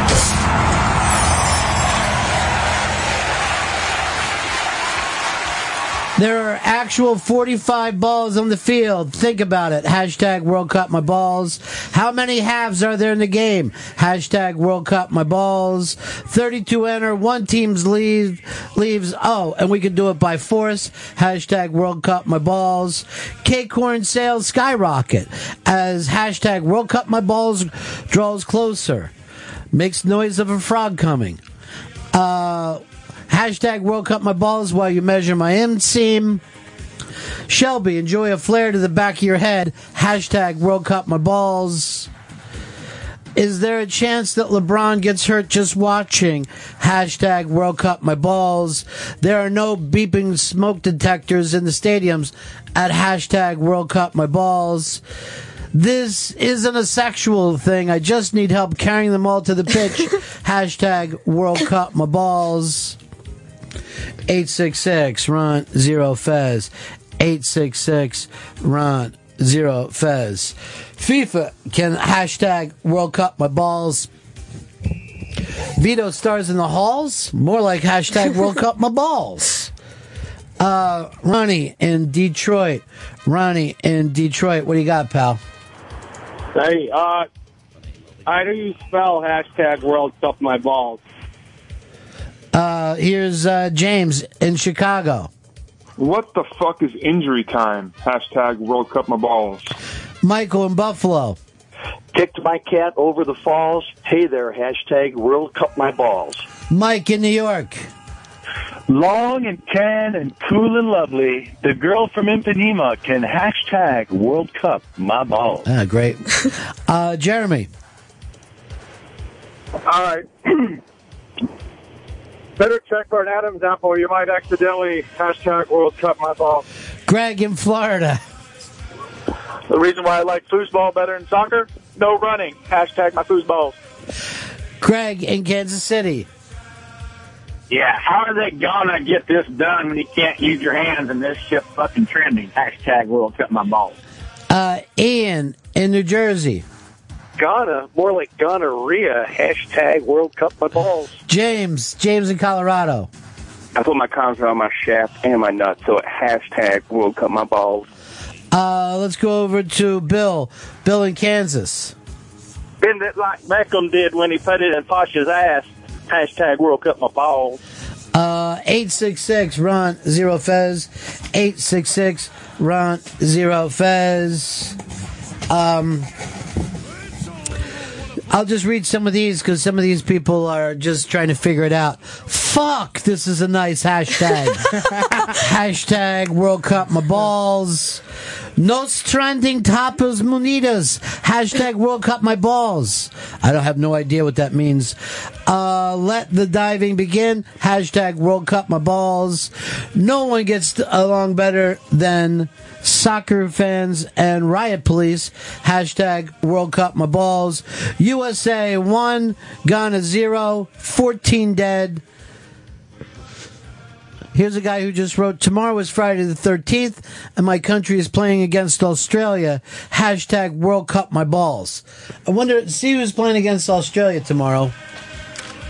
S5: There are actual 45 balls on the field. Think about it. Hashtag World Cup my balls. How many halves are there in the game? Hashtag World Cup my balls. 32 enter. One team's leave, leaves. Oh, and we can do it by force. Hashtag World Cup my balls. K-corn sales skyrocket as hashtag World Cup my balls draws closer. Makes noise of a frog coming. Uh, hashtag World Cup my balls while you measure my inseam. Shelby, enjoy a flare to the back of your head. Hashtag World Cup my balls. Is there a chance that LeBron gets hurt just watching? Hashtag World Cup my balls. There are no beeping smoke detectors in the stadiums at hashtag World Cup my balls. This isn't a sexual thing. I just need help carrying them all to the pitch. hashtag World Cup my balls. 866 Ron Zero Fez. 866 Ron Zero Fez. FIFA can hashtag World Cup my balls. Vito stars in the halls, more like hashtag World Cup my balls. Uh, Ronnie in Detroit. Ronnie in Detroit. What do you got, pal?
S3: Hey, uh, I do you spell hashtag World Cup my balls?
S5: Uh, here's uh, James in Chicago.
S9: What the fuck is injury time? Hashtag World Cup my balls.
S5: Michael in Buffalo.
S10: Kicked my cat over the falls. Hey there, hashtag World Cup my balls.
S5: Mike in New York.
S11: Long and tan and cool and lovely, the girl from Ipanema can hashtag World Cup my balls.
S5: Ah, great. Uh, Jeremy.
S12: All right. Better check for an Adam's apple. You might accidentally hashtag World Cup my ball.
S5: Greg in Florida.
S12: The reason why I like foosball better than soccer? No running. Hashtag my foosballs.
S5: Greg in Kansas City.
S27: Yeah, how are they gonna get this done when you can't use your hands and this shit fucking trending? Hashtag World Cup my balls.
S5: Uh, Ian in New Jersey.
S12: Ghana, more like gonorrhea. Hashtag World Cup my balls.
S5: James. James in Colorado.
S17: I put my condoms on my shaft and my nuts, so it hashtag will cut my balls.
S5: Uh, let's go over to Bill. Bill in Kansas.
S20: Bend it like Beckham did when he put it in Pasha's ass. Hashtag World Cup my balls.
S5: Uh, 866 Ron Zero Fez. 866 Ron Zero Fez. Um, I'll just read some of these because some of these people are just trying to figure it out. Fuck, this is a nice hashtag. hashtag World Cup my balls. Nos trending tapas munidas. Hashtag World Cup my balls. I don't have no idea what that means. Uh, let the diving begin. Hashtag World Cup my balls. No one gets along better than soccer fans and riot police. Hashtag World Cup my balls. USA one, Ghana zero, 14 dead. Here's a guy who just wrote, Tomorrow is Friday the 13th, and my country is playing against Australia. Hashtag World Cup my balls. I wonder, see who's playing against Australia tomorrow.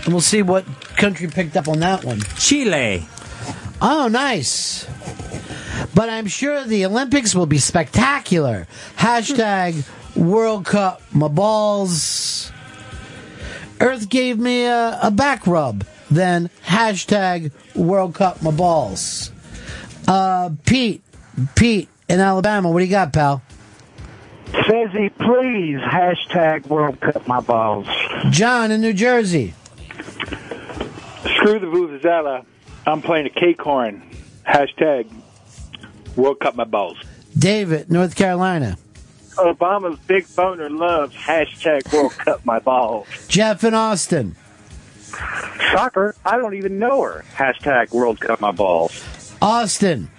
S5: And we'll see what country picked up on that one. Chile. Oh, nice. But I'm sure the Olympics will be spectacular. Hashtag World Cup my balls. Earth gave me a, a back rub. Then hashtag World Cup my balls. Uh, Pete, Pete in Alabama, what do you got, pal?
S13: Fezzy, please, hashtag World Cup my balls.
S5: John in New Jersey.
S1: Screw the Vuvuzela. I'm playing a cake horn. Hashtag World Cup my balls.
S5: David, North Carolina.
S1: Obama's big boner loves hashtag World Cup my balls.
S5: Jeff in Austin.
S1: Soccer, I don't even know her. Hashtag World Cup my balls.
S5: Austin.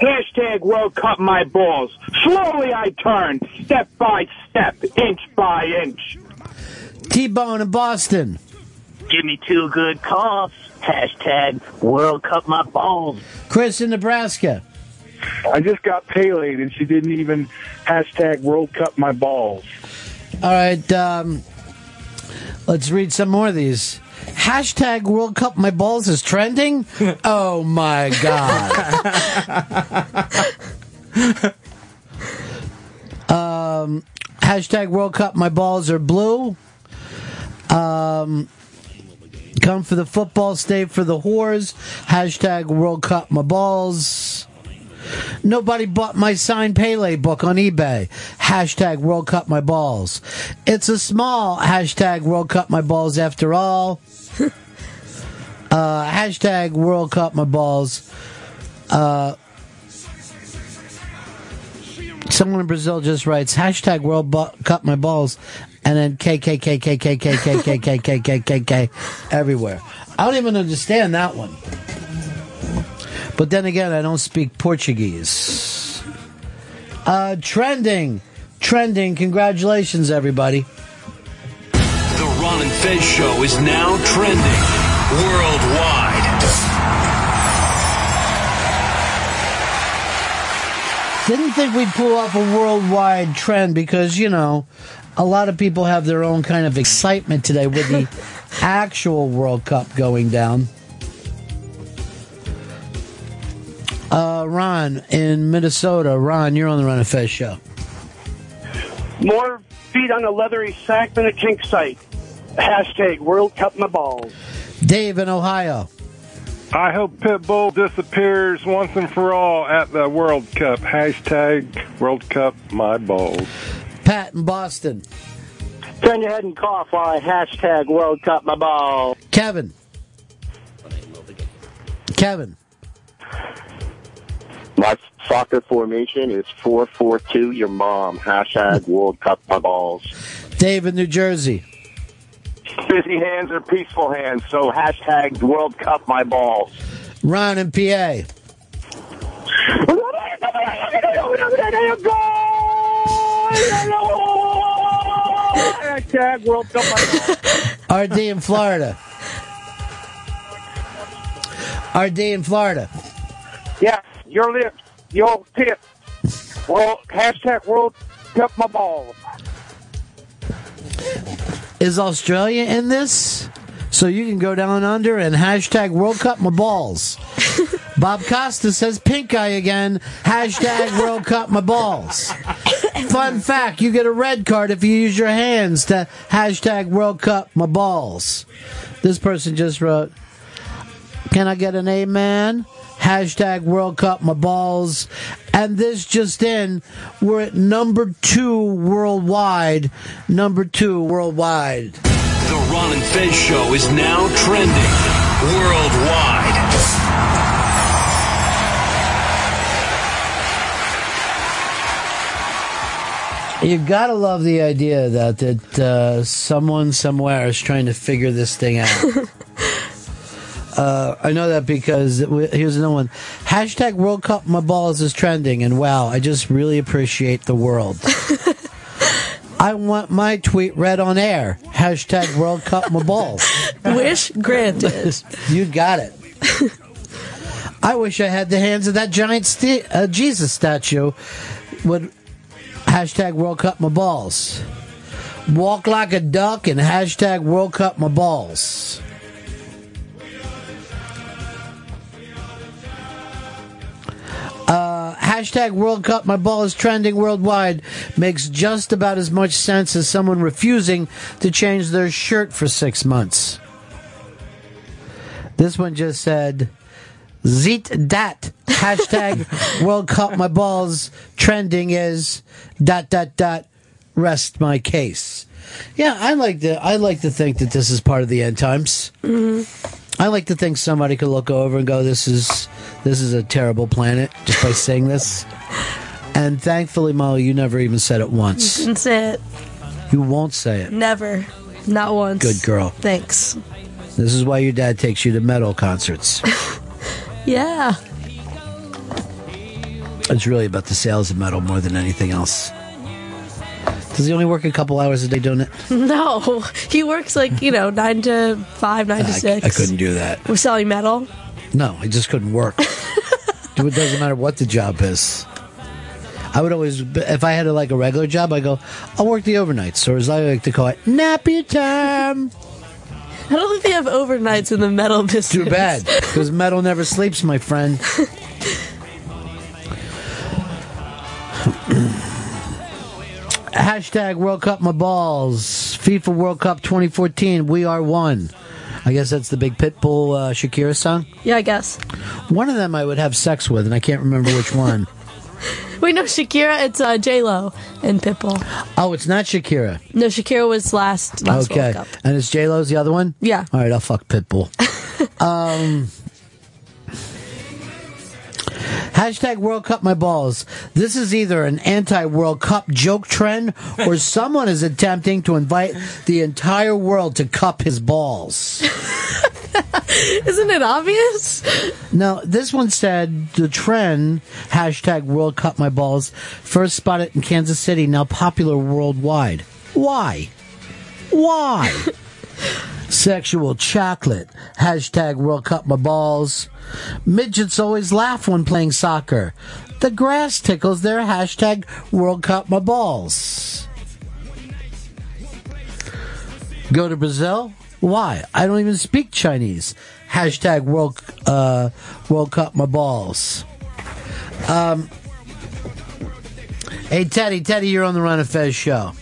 S1: Hashtag World Cup my balls.
S12: Slowly I turn, step by step, inch by inch.
S5: T Bone in Boston.
S18: Give me two good coughs. Hashtag World Cup my balls.
S5: Chris in Nebraska.
S13: I just got Paylaid and she didn't even hashtag World Cup my balls.
S5: All right, um, let's read some more of these. Hashtag World Cup My Balls is trending? Oh my God. um, hashtag World Cup My Balls are blue. Um, come for the football, stay for the whores. Hashtag World Cup My Balls. Nobody bought my signed Pele book on eBay. Hashtag World Cup my balls. It's a small hashtag World Cup my balls after all. uh, hashtag World Cup my balls. Uh, someone in Brazil just writes hashtag World Bu- Cup my balls, and then KKKKKKKKKKKKKKK everywhere. I don't even understand that one. But then again, I don't speak Portuguese. Uh, trending, trending. Congratulations, everybody.
S2: The Ron and Fez Show is now trending worldwide.
S5: Didn't think we'd pull off a worldwide trend because you know, a lot of people have their own kind of excitement today with the actual World Cup going down. Uh, Ron in Minnesota. Ron, you're on the Ron and Fez show.
S20: More feet on a leathery sack than a kink site. Hashtag World Cup my balls.
S5: Dave in Ohio.
S24: I hope Pitbull disappears once and for all at the World Cup. Hashtag World Cup my balls.
S5: Pat in Boston.
S8: Turn your head and cough while I hashtag World Cup my ball.
S5: Kevin. Kevin.
S17: My soccer formation is 442 your mom. Hashtag World Cup my balls.
S5: Dave in New Jersey.
S1: Busy hands are peaceful hands, so hashtag World Cup my balls.
S5: Ron in PA.
S20: Hashtag World Cup my balls.
S5: RD in Florida. RD in Florida.
S12: Yeah, your lips, your tip. World, hashtag World Cup my balls.
S5: Is Australia in this? So you can go down under and hashtag World Cup my balls. Bob Costa says pink eye again. Hashtag World Cup my balls. Fun fact, you get a red card if you use your hands to hashtag World Cup my balls. This person just wrote, can I get an amen? Hashtag World Cup my balls. And this just in, we're at number two worldwide. Number two worldwide.
S2: The Ron and Fez Show is now trending worldwide.
S5: You've got to love the idea that that uh, someone somewhere is trying to figure this thing out. uh, I know that because it w- here's another one. Hashtag World Cup my balls is trending, and wow, I just really appreciate the world. I want my tweet read on air. Hashtag World Cup my balls.
S15: Wish granted.
S5: you got it. I wish I had the hands of that giant sta- uh, Jesus statue. Would hashtag World Cup my balls. Walk like a duck and hashtag World Cup my balls. Uh, hashtag World Cup my ball is trending worldwide makes just about as much sense as someone refusing to change their shirt for six months. This one just said, Zit dat. Hashtag World Cup my balls trending is dot dot dot rest my case. Yeah, I like to I like to think that this is part of the end times. I like to think somebody could look over and go, "This is this is a terrible planet," just by saying this. And thankfully, Molly, you never even said it once.
S15: Didn't say it.
S5: You won't say it.
S15: Never. Not once.
S5: Good girl.
S15: Thanks.
S5: This is why your dad takes you to metal concerts.
S15: Yeah.
S5: It's really about the sales of metal more than anything else. Does he only work a couple hours a day doing it?
S15: No. He works like, you know, 9 to 5, 9 to
S5: I,
S15: 6.
S5: I couldn't do that.
S15: We're selling metal.
S5: No, I just couldn't work. Dude, it doesn't matter what the job is. I would always, if I had a, like a regular job, I go, I'll work the overnights, or as I like to call it, nappy time.
S15: I don't think they have overnights in the metal business.
S5: Too bad, because metal never sleeps, my friend. Hashtag World Cup my balls. FIFA World Cup 2014. We are one. I guess that's the big Pitbull uh, Shakira song.
S15: Yeah, I guess.
S5: One of them I would have sex with, and I can't remember which one.
S15: Wait, no, Shakira. It's uh, J Lo and Pitbull.
S5: oh, it's not Shakira.
S15: No, Shakira was last last
S5: okay,
S15: World Cup.
S5: and it's J Lo's the other one.
S15: Yeah.
S5: All right, I'll fuck Pitbull. um. Hashtag World Cup my balls. This is either an anti World Cup joke trend or someone is attempting to invite the entire world to cup his balls.
S15: Isn't it obvious?
S5: Now, this one said the trend, hashtag World Cup My Balls, first spotted in Kansas City, now popular worldwide. Why? Why? Sexual chocolate, hashtag World Cup My Balls. Midgets always laugh when playing soccer. The grass tickles their hashtag World Cup My Balls. Go to Brazil? Why? I don't even speak Chinese. Hashtag World uh, World Cup my balls. Um, hey Teddy, Teddy, you're on the Ron and Fez show.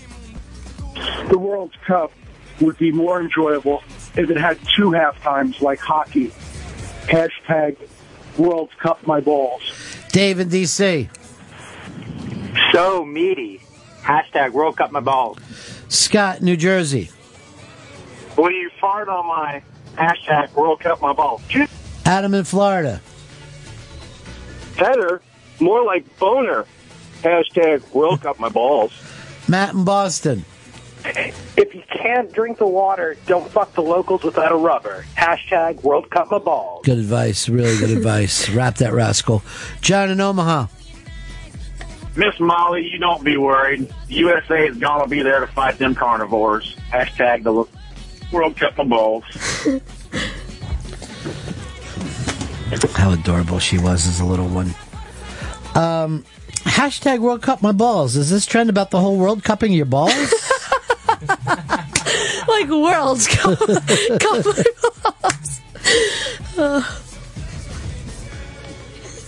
S7: The World Cup would be more enjoyable if it had two half times like hockey. Hashtag World Cup my balls.
S5: Dave in DC,
S4: So meaty. Hashtag World Cup my balls.
S5: Scott, New Jersey,
S4: Will you fart on my hashtag World Cup my balls?
S5: Adam in Florida,
S13: Header, more like boner. Hashtag World Cup my balls.
S5: Matt in Boston,
S13: If you can't drink the water, don't fuck the locals without a rubber. Hashtag World Cup my balls.
S5: good advice, really good advice. Wrap that rascal. John in Omaha,
S27: Miss Molly, you don't be worried. The USA is gonna be there to fight them carnivores. Hashtag the World Cup of Balls.
S5: how adorable she was as a little one. Um, hashtag World Cup my balls. Is this trend about the whole world cupping your balls?
S15: like worlds come, come uh,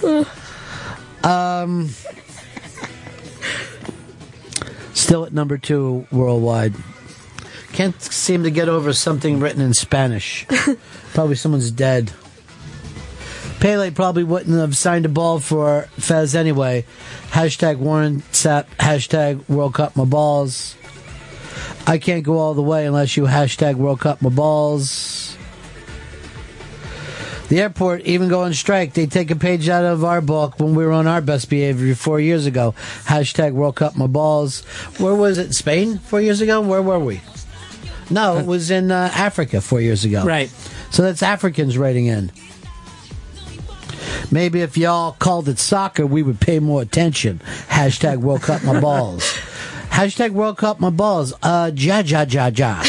S15: uh,
S5: Um, still at number two worldwide. Can't seem to get over something written in Spanish. probably someone's dead. Pele probably wouldn't have signed a ball for Fez anyway. Hashtag Warren Sapp. Hashtag World Cup my balls. I can't go all the way unless you hashtag World Cup my balls. The airport even go on strike. They take a page out of our book when we were on our best behavior four years ago. Hashtag World Cup my balls. Where was it? Spain four years ago? Where were we? No, it was in uh, Africa four years ago.
S21: Right.
S5: So that's Africans writing in. Maybe if y'all called it soccer, we would pay more attention. Hashtag World Cup my balls. Hashtag World Cup my balls. Uh, ja ja ja ja.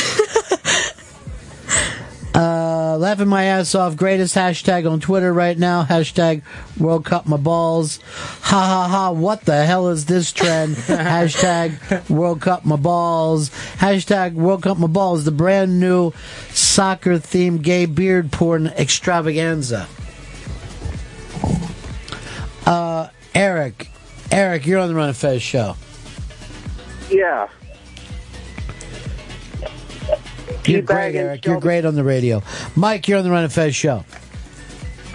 S5: Uh, laughing my ass off. Greatest hashtag on Twitter right now. Hashtag World Cup my balls. Ha ha ha. What the hell is this trend? hashtag World Cup my balls. Hashtag World Cup my balls. The brand new soccer themed gay beard porn extravaganza. Uh, Eric, Eric, you're on the Run of Fez show.
S13: Yeah.
S5: You're great, Eric. You're great on the radio. Mike, you're on the Run of Fez show.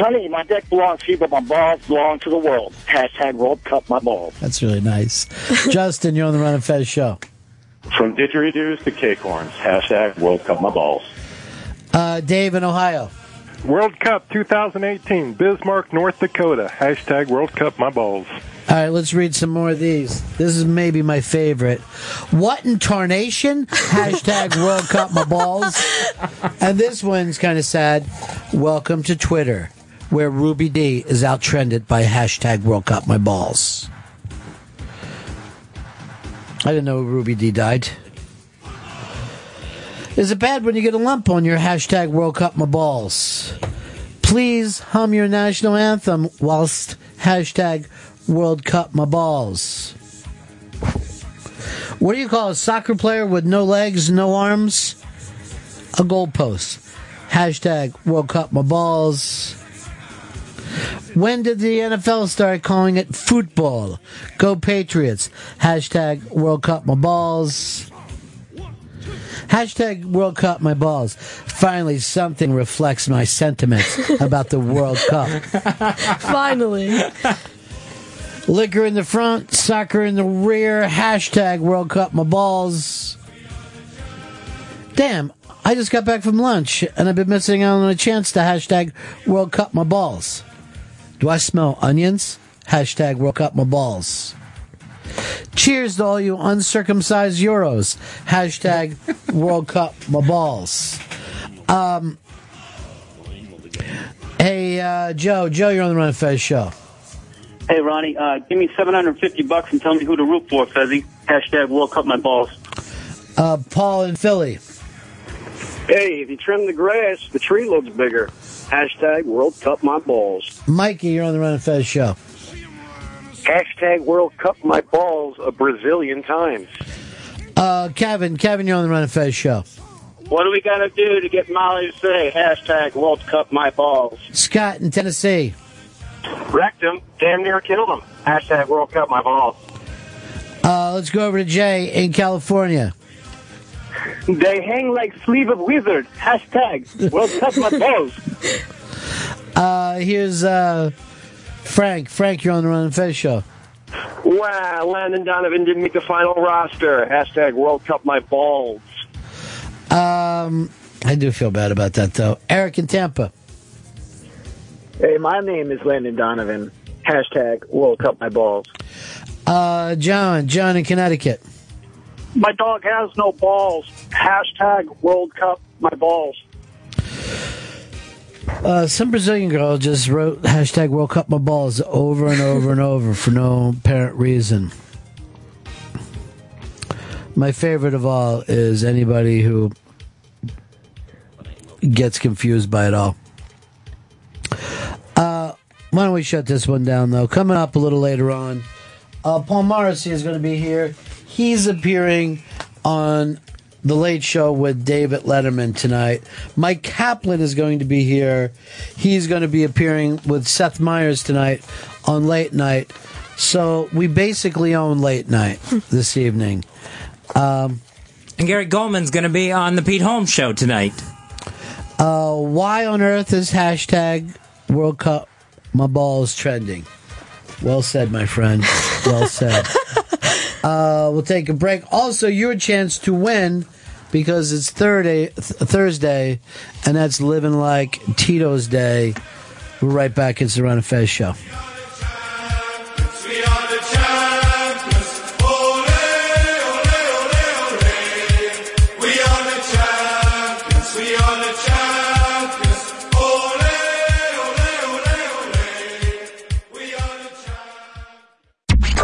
S28: Honey, my dick belongs to you, but my balls belong to the world. Hashtag World Cup my balls.
S5: That's really nice. Justin, you're on the Run and Fez show.
S29: From didgeridoos to cakehorns, hashtag World Cup my balls.
S5: Uh, Dave in Ohio.
S24: World Cup 2018, Bismarck, North Dakota. Hashtag World Cup my balls.
S5: All right, let's read some more of these. This is maybe my favorite. What in tarnation? Hashtag World Cup my balls. And this one's kind of sad. Welcome to Twitter, where Ruby D is outtrended by hashtag World Cup my balls. I didn't know Ruby D died. Is it bad when you get a lump on your hashtag World Cup my balls? Please hum your national anthem whilst hashtag World Cup my balls. What do you call a soccer player with no legs, no arms? A goalpost. Hashtag World Cup my balls. When did the NFL start calling it football? Go Patriots. Hashtag World Cup my balls. Hashtag World Cup my balls. Finally, something reflects my sentiments about the World Cup.
S15: Finally.
S5: Liquor in the front, soccer in the rear. Hashtag World Cup my balls. Damn, I just got back from lunch and I've been missing out on a chance to hashtag World Cup my balls. Do I smell onions? Hashtag World Cup my balls. Cheers to all you uncircumcised Euros. Hashtag World Cup my balls. Um, hey, uh, Joe. Joe, you're on the Run of Fez show.
S13: Hey, Ronnie, uh, give me 750 bucks and tell me who to root for, Fezzy. Hashtag World Cup my balls.
S5: Uh, Paul in Philly.
S30: Hey, if you trim the grass, the tree looks bigger. Hashtag World Cup my balls.
S5: Mikey, you're on the Run of Fez show.
S30: Hashtag World Cup my balls a Brazilian times.
S5: Uh, Kevin, Kevin, you're on the Run of Fez show.
S13: What do we got to do to get Molly to say hashtag World Cup my balls?
S5: Scott in Tennessee.
S13: Wrecked him, damn near killed him. Hashtag World Cup my balls.
S5: Uh, let's go over to Jay in California.
S13: They hang like sleeve of wizard. Hashtag World Cup my balls.
S5: Uh, here's uh, Frank. Frank, you're on the Run and Fez show.
S30: Wow, Landon Donovan didn't make the final roster. Hashtag World Cup my balls.
S5: Um, I do feel bad about that though. Eric in Tampa.
S31: Hey, my name is Landon Donovan. Hashtag World Cup my balls.
S5: Uh, John, John in Connecticut.
S32: My dog has no balls. Hashtag World Cup my balls.
S5: Uh, some Brazilian girl just wrote hashtag World Cup my balls over and over and over for no apparent reason. My favorite of all is anybody who gets confused by it all. Uh, why don't we shut this one down though? Coming up a little later on, uh, Paul Morrissey is going to be here. He's appearing on the Late Show with David Letterman tonight. Mike Kaplan is going to be here. He's going to be appearing with Seth Meyers tonight on Late Night. So we basically own Late Night this evening. Um,
S16: And Gary Goldman's going to be on the Pete Holmes show tonight.
S5: uh, why on earth is hashtag World Cup my balls trending? Well said, my friend. Well said. uh, we'll take a break. Also, your chance to win because it's Thursday, th- Thursday, and that's living like Tito's Day. We're right back. It's the Run and Fez show.
S4: We are the champions. Ole, ole, ole, ole. We are the champions. We are the champions. Ole, ole, ole, ole. We are the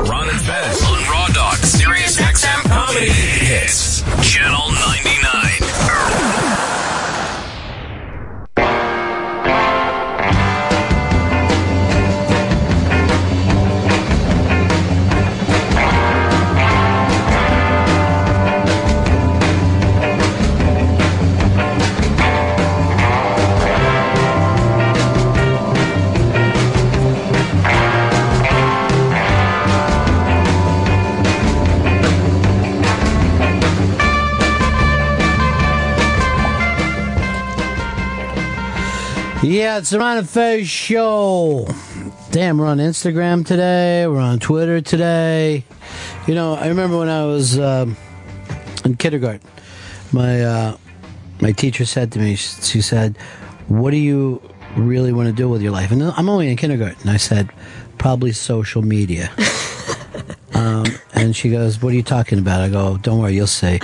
S29: Ron and Fez
S4: on Raw Dog Sirius XM Comedy Hits Channel 99.
S5: Yeah, it's the Ron and Fez show. Damn, we're on Instagram today. We're on Twitter today. You know, I remember when I was um in kindergarten, my uh, my teacher said to me, she said, "What do you really want to do with your life?" And I'm only in kindergarten. I said, "Probably social media." um, and she goes, "What are you talking about?" I go, "Don't worry, you'll see."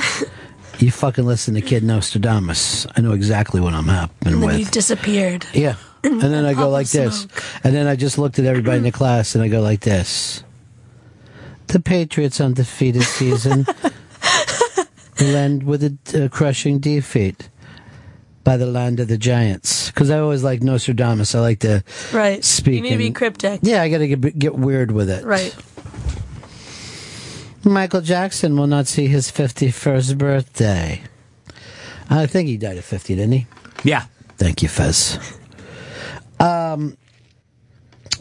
S5: You fucking listen to Kid Nostradamus. I know exactly what I'm happening
S15: And
S5: with.
S15: then you disappeared.
S5: Yeah.
S15: Mm-hmm.
S5: And then I go like this. And then I just looked at everybody in the class and I go like this. The Patriots undefeated season will end with a uh, crushing defeat by the land of the Giants. Because I always like Nostradamus. I like to
S15: Right.
S5: speak.
S15: You need to be
S5: in-
S15: cryptic.
S5: Yeah, I got to get, get weird with it.
S15: Right.
S5: Michael Jackson will not see his 51st birthday. I think he died at 50, didn't he?
S16: Yeah.
S5: Thank you, Fez. Um,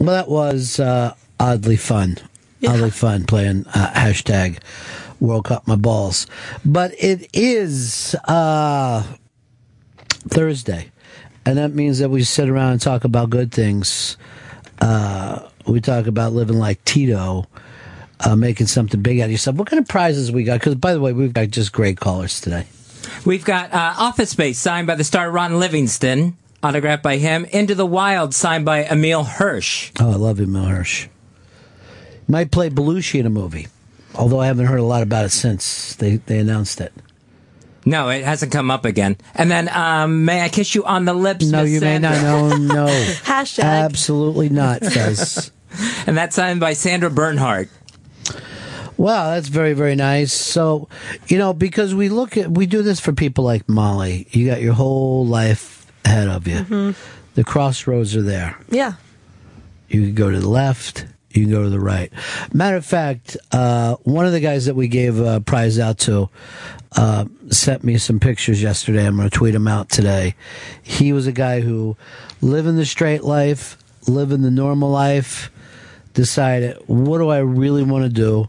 S5: well, that was uh, oddly fun. Oddly fun playing uh, hashtag World Cup My Balls. But it is uh, Thursday, and that means that we sit around and talk about good things. Uh, we talk about living like Tito. Uh, making something big out of yourself. What kind of prizes we got? Because by the way, we've got just great callers today.
S16: We've got uh, Office Space, signed by the star Ron Livingston, autographed by him. Into the Wild, signed by Emil Hirsch.
S5: Oh, I love Emil Hirsch. Might play Belushi in a movie, although I haven't heard a lot about it since they, they announced it.
S16: No, it hasn't come up again. And then, um, may I kiss you on the lips?
S5: No,
S16: Miss
S5: you may not.
S16: Sandra?
S5: No, no.
S16: Hashtag.
S5: Absolutely not, Fez.
S16: and that's signed by Sandra Bernhardt.
S5: Wow, that's very very nice. So, you know, because we look at we do this for people like Molly. You got your whole life ahead of you.
S15: Mhm.
S5: The crossroads are there.
S15: Yeah.
S5: You can go to the left. You can go to the right. Matter of fact, uh, one of the guys that we gave a prize out to uh, sent me some pictures yesterday. I'm going to tweet him out today. He was a guy who living the straight life, living the normal life, decided, what do I really want to do?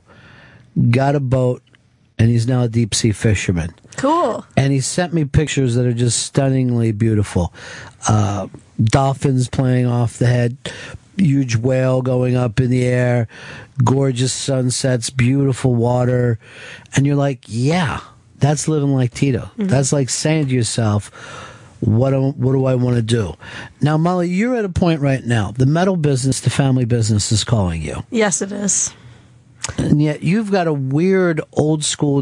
S5: Got a boat, and he's now a deep sea fisherman
S15: Cool.
S5: and he sent me pictures that are just stunningly beautiful. Uh, dolphins playing off the head, huge whale going up in the air, gorgeous sunsets, beautiful water, and you're like, yeah, that's living like Tito. That's like saying to yourself, what do, what do I want to do? Now, Molly, you're at a point right now. The metal business, the family business, is calling you.
S15: Yes, it is.
S5: And yet you've got a weird old school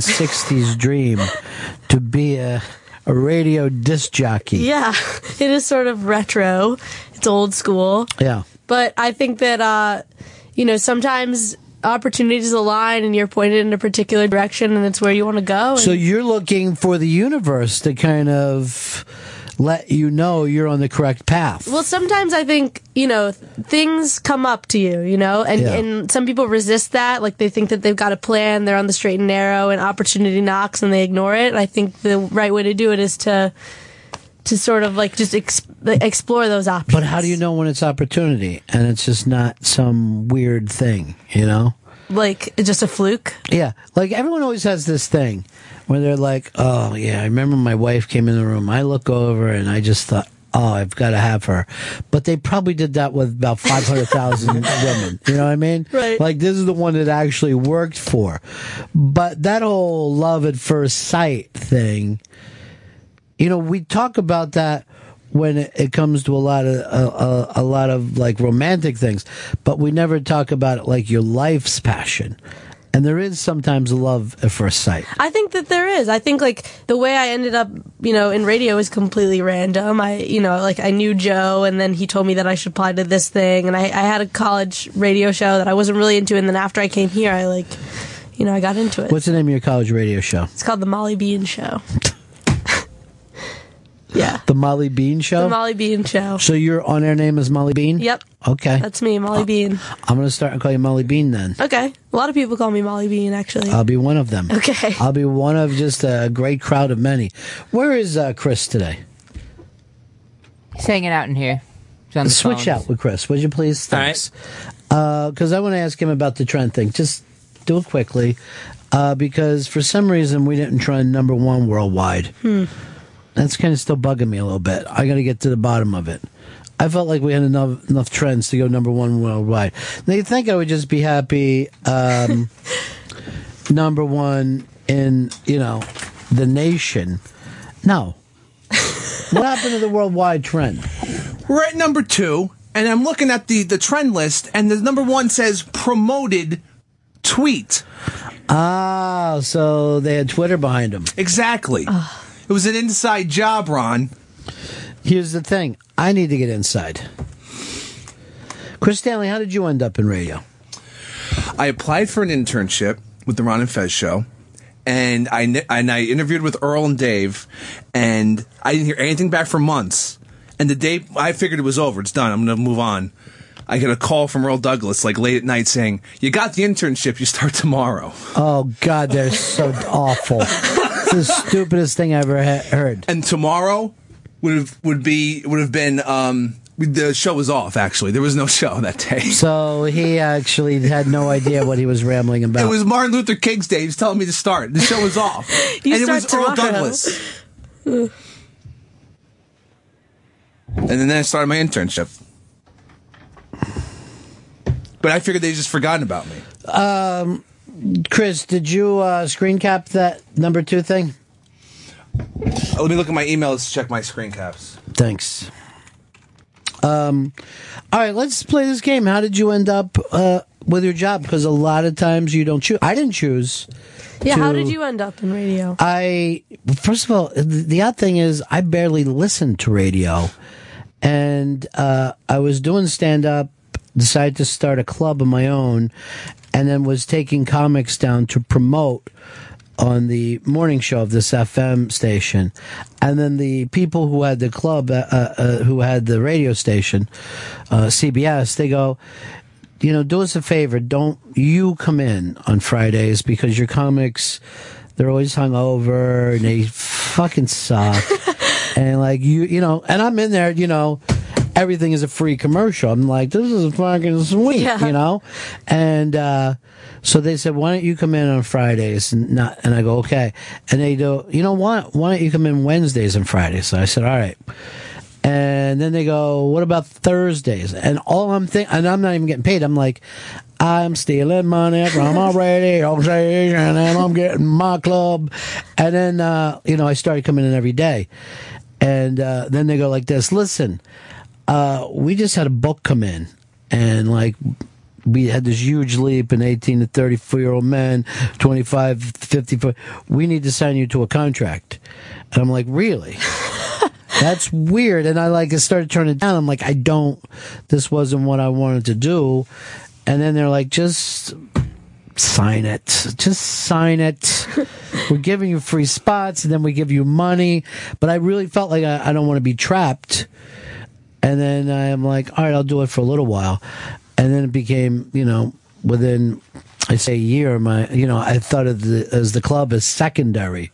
S5: 1960s dream to be a, a radio disc jockey.
S15: Yeah. It is sort of retro. It's old school.
S5: Yeah.
S15: But I think that, uh, you know, sometimes opportunities align and you're pointed in a particular direction and it's where you want to go. And
S5: So you're looking for the universe to kind of let you know you're on the correct path.
S15: Well, sometimes I think you know th- things come up to you, you know, and
S5: Yeah.
S15: and some people resist that. Like they think that they've got a plan, they're on the straight and narrow, and opportunity knocks, and they ignore it. And I think the right way to do it is to to sort of like just ex- like, explore those options.
S5: But how do you know when it's opportunity and it's just not some weird thing, you know?
S15: Like it's just a fluke.
S5: Yeah, like everyone always has this thing where they're like, "Oh yeah, I remember my wife came in the room. I look over and I just thought, oh, I've got to have her." But they probably did that with about five hundred thousand women. You know what I mean?
S2: Right.
S5: Like this is the one that actually worked for. But that whole love at first sight thing, you know, we talk about that when it it comes to a lot of a, a, a lot of like romantic things, but we never talk about it like your life's passion. And there is sometimes love at first sight.
S15: I think that there is. I think like the way I ended up, you know, in radio is completely random. I, you know, like I knew Joe and then he told me that I should apply to this thing and I, I had a college radio show that I wasn't really into and then after I came here I like, you know, I got into it.
S5: What's the name of your college radio show?
S15: It's called The Molly Bean Show. Yeah.
S5: The Molly Bean Show.
S15: The Molly Bean Show.
S5: So your on air name is Molly Bean.
S15: Yep.
S5: Okay. Uh,
S15: That's me, Molly Bean.
S5: I'm gonna start and call you Molly Bean then.
S15: Okay. A lot of people call me Molly Bean actually.
S5: I'll be one of them.
S15: Okay.
S5: I'll be one of just a great crowd of many. Where is uh, Chris today?
S3: He's hanging out in here. He's on the
S5: Switch
S3: phone.
S5: out with Chris, would you please? Thanks. Because I want to ask him about the trend thing. Just do it quickly, uh, because for some reason we didn't trend number one worldwide.
S15: Hmm.
S5: That's kind of still bugging me a little bit. I got to get to the bottom of it. I felt like we had enough enough trends to go number one worldwide. Now you think I would just be happy um, number one in you know the nation? No. what happened to the worldwide trend?
S6: We're at number two, and I'm looking at the, the trend list, and the number one says promoted tweet.
S5: Ah, so they had Twitter behind them.
S6: Exactly. It was an inside job, Ron.
S5: Here's the thing I need to get inside. Chris Stanley, how did you end up in radio?
S6: I applied for an internship with the Ron and Fez show, and I ne- and I interviewed with Earl and Dave, and I didn't hear anything back for months. And the day I figured it was over, it's done. I'm going to move on. I get a call from Earl Douglas like late at night saying, "You got the internship. You start tomorrow."
S5: Oh God, they're so awful. It's the stupidest thing I ever he- heard.
S6: And tomorrow would have would be would have been um, the show was off. Actually, there was no show that day.
S5: So he actually had no idea what he was rambling about.
S6: It was Martin Luther King's day. He was telling me to start. The show was off.
S15: You
S6: and it was
S15: start
S6: Earl
S15: tomorrow.
S6: Douglas. And then I started my internship. But I figured they just forgotten about me.
S5: Um, Chris, did you uh, screen cap that number two thing?
S6: Oh, let me look at my emails to check my screen caps.
S5: Thanks. Um, all right, let's play this game. How did you end up uh, with your job? Because a lot of times you don't choose. I didn't choose.
S15: Yeah, how
S5: to-
S15: did you end up in radio?
S5: I first of all, th- the odd thing is I barely listened to radio, and uh, I was doing stand up. Decided to start a club of my own, and then was taking comics down to promote on the morning show of this FM station, and then the people who had the club, uh, uh, uh, who had the radio station, uh, CBS, they go, you know, do us a favor. Don't you come in on Fridays because your comics, they're always hung over and they fucking suck. and like you, you know, and I'm in there, you know, everything is a free commercial. I'm like, this is fucking sweet,
S2: Yeah.
S5: you know? And, uh, so they said, why don't you come in on Fridays? And not, and I go, okay. And they do, you know what? Why don't you come in Wednesdays and Fridays? So I said, all right. And then they go, "What about Thursdays?" And all I'm thinking, and I'm not even getting paid. I'm like, I'm stealing money from a radio station, and I'm getting my club. And then, uh, you know, I started coming in every day, and uh, then they go like this: "Listen, uh, we just had a book come in, and like." We had this huge leap in 18 to 34 year old men, 25, 54. We need to sign you to a contract. And I'm like, really? That's weird. And I like I started turning it down. I'm like, I don't this wasn't what I wanted to do. And then they're like, just sign it. Just sign it. We're giving you free spots and then we give you money. But I really felt like I, I don't want to be trapped. And then I'm like, all right, I'll do it for a little while. And then it became, you know, within I say a year, my you know, I thought of the as the club as secondary.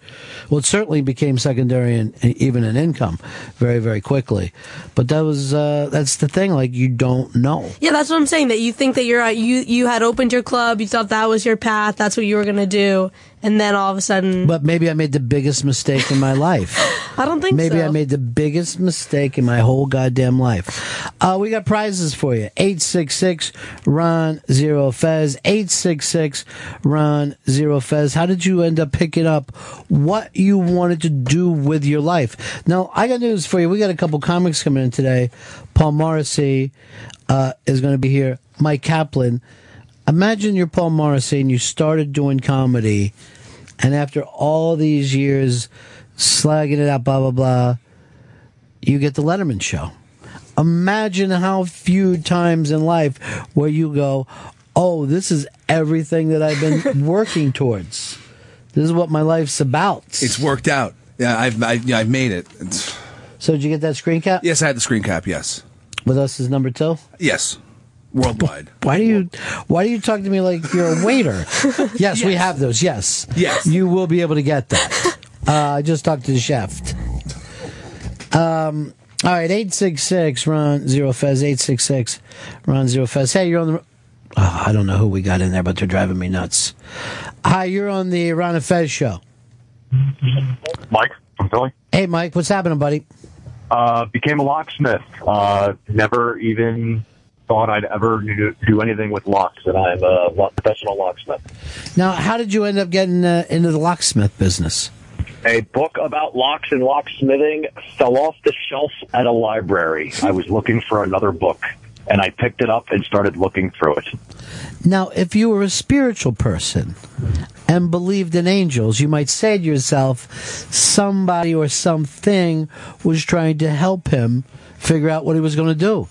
S5: Well, it certainly became secondary and even in income, very very quickly. But that was uh, that's the thing. Like you don't know.
S15: Yeah, that's what I'm saying. That you think that you're uh, you you had opened your club, you thought that was your path, that's what you were gonna do, and then all of a sudden,
S5: But maybe I made the biggest mistake in my life.
S15: I don't think
S5: Maybe
S15: so.
S5: I made the biggest mistake in my whole goddamn life. Uh, we got prizes for you. 866 Ron Zero Fez. 866 Ron Zero Fez. How did you end up picking up what you wanted to do with your life? Now, I got news for you. We got a couple comics coming in today. Paul Morrissey uh, is going to be here. Mike Kaplan. Imagine you're Paul Morrissey and you started doing comedy, and after all these years slagging it out, blah, blah, blah, you get the Letterman show. Imagine how few times in life where you go, oh, this is everything that I've been working towards. This is what my life's about.
S6: It's worked out. Yeah, I've I, yeah, I've made it. It's,
S5: So, did you get that screen cap
S6: yes, I had the screen cap. Yes,
S5: with us as number two?
S6: yes, worldwide.
S5: Why do you why do you talk to me like you're a waiter? yes, we have those. Yes. Yes. You will be able to get that. Uh, I just talked to the chef. Um all right, 866 Ron Zero Fez 866 Ron Zero Fez. Hey, you're on the oh, I don't know who we got in there, but they're driving me nuts. Hi, you're on the Ron and Fez show.
S9: Mike.
S13: from Philly.
S5: Hey, Mike, what's happening, buddy?
S13: Uh, became a locksmith. Uh, never even thought I'd ever do, do anything with locks, and I'm a lo- professional locksmith.
S5: Now, how did you end up getting uh, into the locksmith business?
S13: A book about locks and locksmithing fell off the shelf at a library. I was looking for another book, and I picked it up and started looking through it.
S5: Now, if you were a spiritual person and believed in angels, you might say to yourself, somebody or something was trying to help him figure out what he was going to do.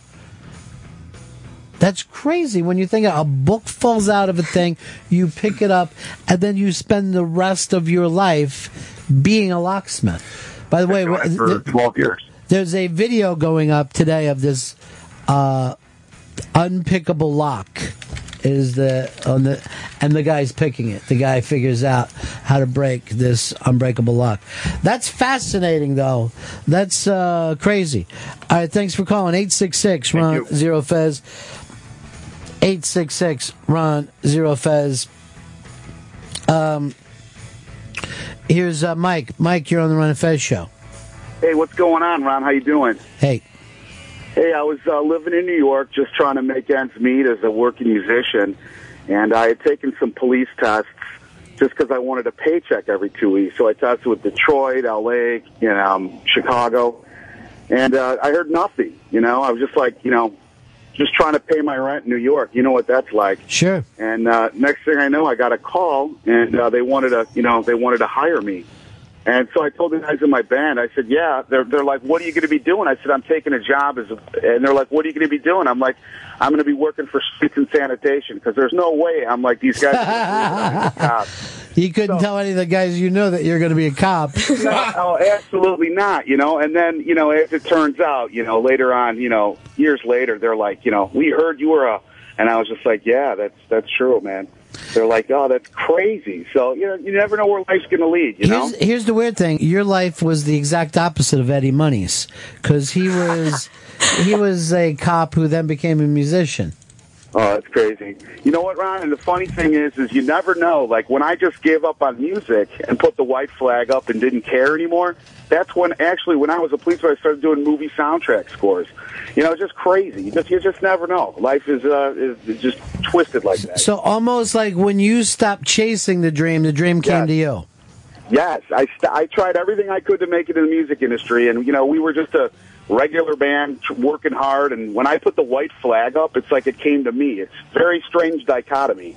S5: That's crazy when you think a book falls out of a thing, you pick it up, and then you spend the rest of your life being a locksmith. By the way,
S13: For 12 years.
S5: there's a video going up today of this uh, unpickable lock. Is the on the and the guy's picking it. The guy figures out how to break this unbreakable lock. That's fascinating, though. That's uh, crazy. All right, thanks for calling eight six six Ron Zero Fez. Eight six six Ron Zero Fez. Um, here's uh, Mike. Mike, you're on the Ron and Fez show.
S9: Hey, what's going on, Ron? How you doing?
S5: Hey,
S9: Hey, I was uh, living in New York, just trying to make ends meet as a working musician, and I had taken some police tests just because I wanted a paycheck every two weeks. So I tested with Detroit, L.A., you know, um, Chicago, and uh, I heard nothing. You know, I was just like, you know, just trying to pay my rent in New York. You know what that's like.
S5: sure.
S9: And uh, next thing I know, I got a call, and uh, they wanted to, you know, they wanted to hire me. And so I told the guys in my band, I said, "Yeah." They're they're like, "What are you going to be doing?" I said, "I'm taking a job as," a, and they're like, "What are you going to be doing?" I'm like, "I'm going to be working for streets and sanitation because there's no way." I'm like, "These guys." Are gonna
S5: You couldn't tell any of the guys you know that you're going to be a cop.
S9: no, oh, absolutely not. You know, and then you know, as it turns out, you know, later on, you know, years later, they're like, you know, we heard you were a, and I was just like, yeah, that's that's true, man. They're like, oh, that's crazy. So you know, you never know where life's going to lead. You know,
S5: Here's, here's the weird thing: your life was the exact opposite of Eddie Money's, because he was he was a cop who then became a musician.
S9: Oh, that's crazy. You know what, Ron? And the funny thing is, is you never know. Like when I just gave up on music and put the white flag up and didn't care anymore, that's when actually when I was a policeman, I started doing movie soundtrack scores. You know, it's just crazy. You just you just never know. Life is uh, is is just twisted like that.
S5: So almost like when you stopped chasing the dream, the dream came to you.
S9: Yes, I st- I tried everything I could to make it in the music industry, and you know we were just a regular band tr- working hard. And when I put the white flag up, it's like it came to me. It's a very strange dichotomy.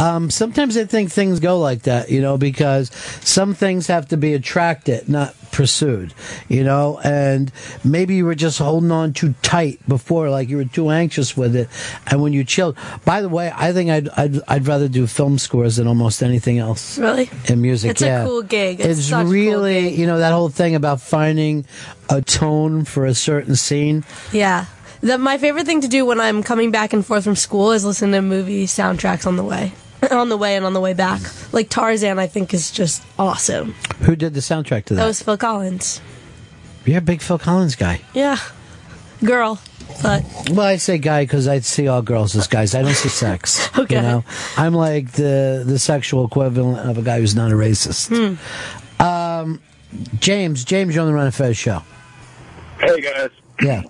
S5: Um, sometimes I think things go like that, you know, because some things have to be attracted, not pursued, you know, and maybe you were just holding on too tight before, like you were too anxious with it. And when you chilled, by the way, I think I'd, I'd, I'd rather do film scores than almost anything else.
S15: Really?
S5: In music,
S15: It's a
S5: yeah.
S15: cool gig. It's such a cool
S5: really, you know, that whole thing about finding a tone for a certain scene.
S15: Yeah. The, my favorite thing to do when I'm coming back and forth from school is listen to movie soundtracks on the way. on the way and on the way back. Like Tarzan, I think, is just awesome.
S5: Who did the soundtrack to
S15: That
S5: that?
S15: was Phil Collins.
S5: You're a big Phil Collins guy.
S15: Yeah. Girl. But
S5: Well, I say guy because I see all girls as guys. I don't see sex.
S15: Okay.
S5: You know, I'm like the the sexual equivalent of a guy who's not a racist. Um, James, James, you're on the Run and Fez show.
S19: Hey guys.
S5: Yeah.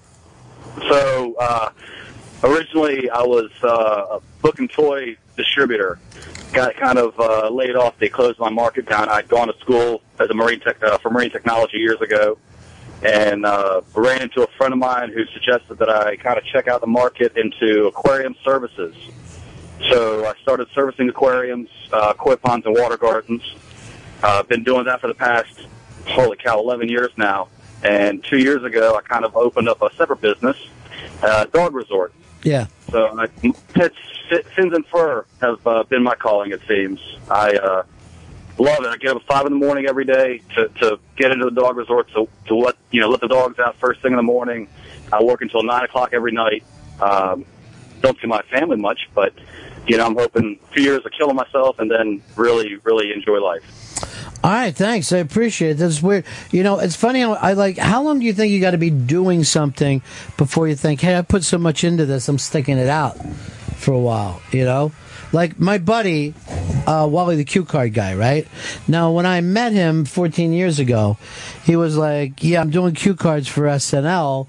S19: So uh, originally I was uh, a book and toy distributor. Got kind of uh, laid off. They closed my market down. I'd gone to school as a marine tech uh, for marine technology years ago, and uh, ran into a friend of mine who suggested that I kind of check out the market into aquarium services. So I started servicing aquariums, uh, koi ponds, and water gardens. Uh, been doing that for the past, holy cow, 11 years now. And two years ago, I kind of opened up a separate business, uh, dog resort.
S5: Yeah.
S19: So I, pets, fi- fins, and fur have uh, been my calling. It seems I uh, love it. I get up at five in the morning every day to, to get into the dog resort to to let you know let the dogs out first thing in the morning. I work until nine o'clock every night. Um, don't see my family much, but you know I'm hoping a few years of killing myself and then really really enjoy life.
S5: All right, thanks. I appreciate it. That's weird. You know, it's funny. How I like. How long do you think you got to be doing something before you think, "Hey, I put so much into this, I'm sticking it out for a while." You know, Like my buddy, uh, Wally the cue card guy, right? Now, when I met him 14 years ago, he was like, "Yeah, I'm doing cue cards for SNL."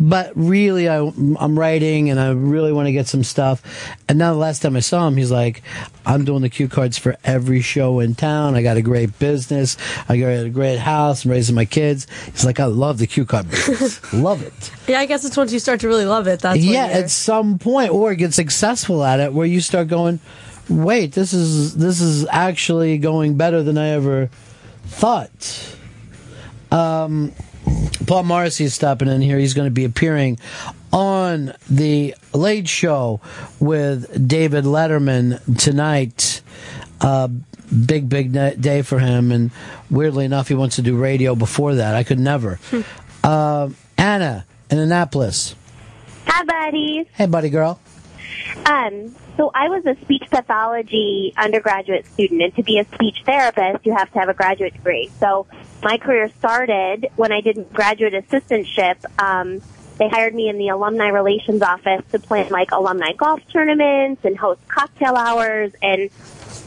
S5: But really, I, I'm writing and I really want to get some stuff. And now, the last time I saw him, he's like, I'm doing the cue cards for every show in town. I got a great business. I got a great house. I'm raising my kids. He's like, I love the cue card business. love it.
S15: Yeah, I guess it's once you start to really love it. That's when
S5: yeah,
S15: you're-
S5: at some point, or get successful at it, where you start going, wait, this is this is actually going better than I ever thought. Um, Paul Morrissey is stopping in here. He's going to be appearing on the Late Show with David Letterman tonight. Uh, big, big ni- day for him. And weirdly enough, he wants to do radio before that. I could never. Uh, Anna in Annapolis.
S1: Hi, buddies.
S5: Hey, buddy girl.
S1: Um, so I was a speech pathology undergraduate student, and to be a speech therapist, you have to have a graduate degree. So my career started when I did graduate assistantship. Um, they hired me in the alumni relations office to plan like alumni golf tournaments and host cocktail hours. And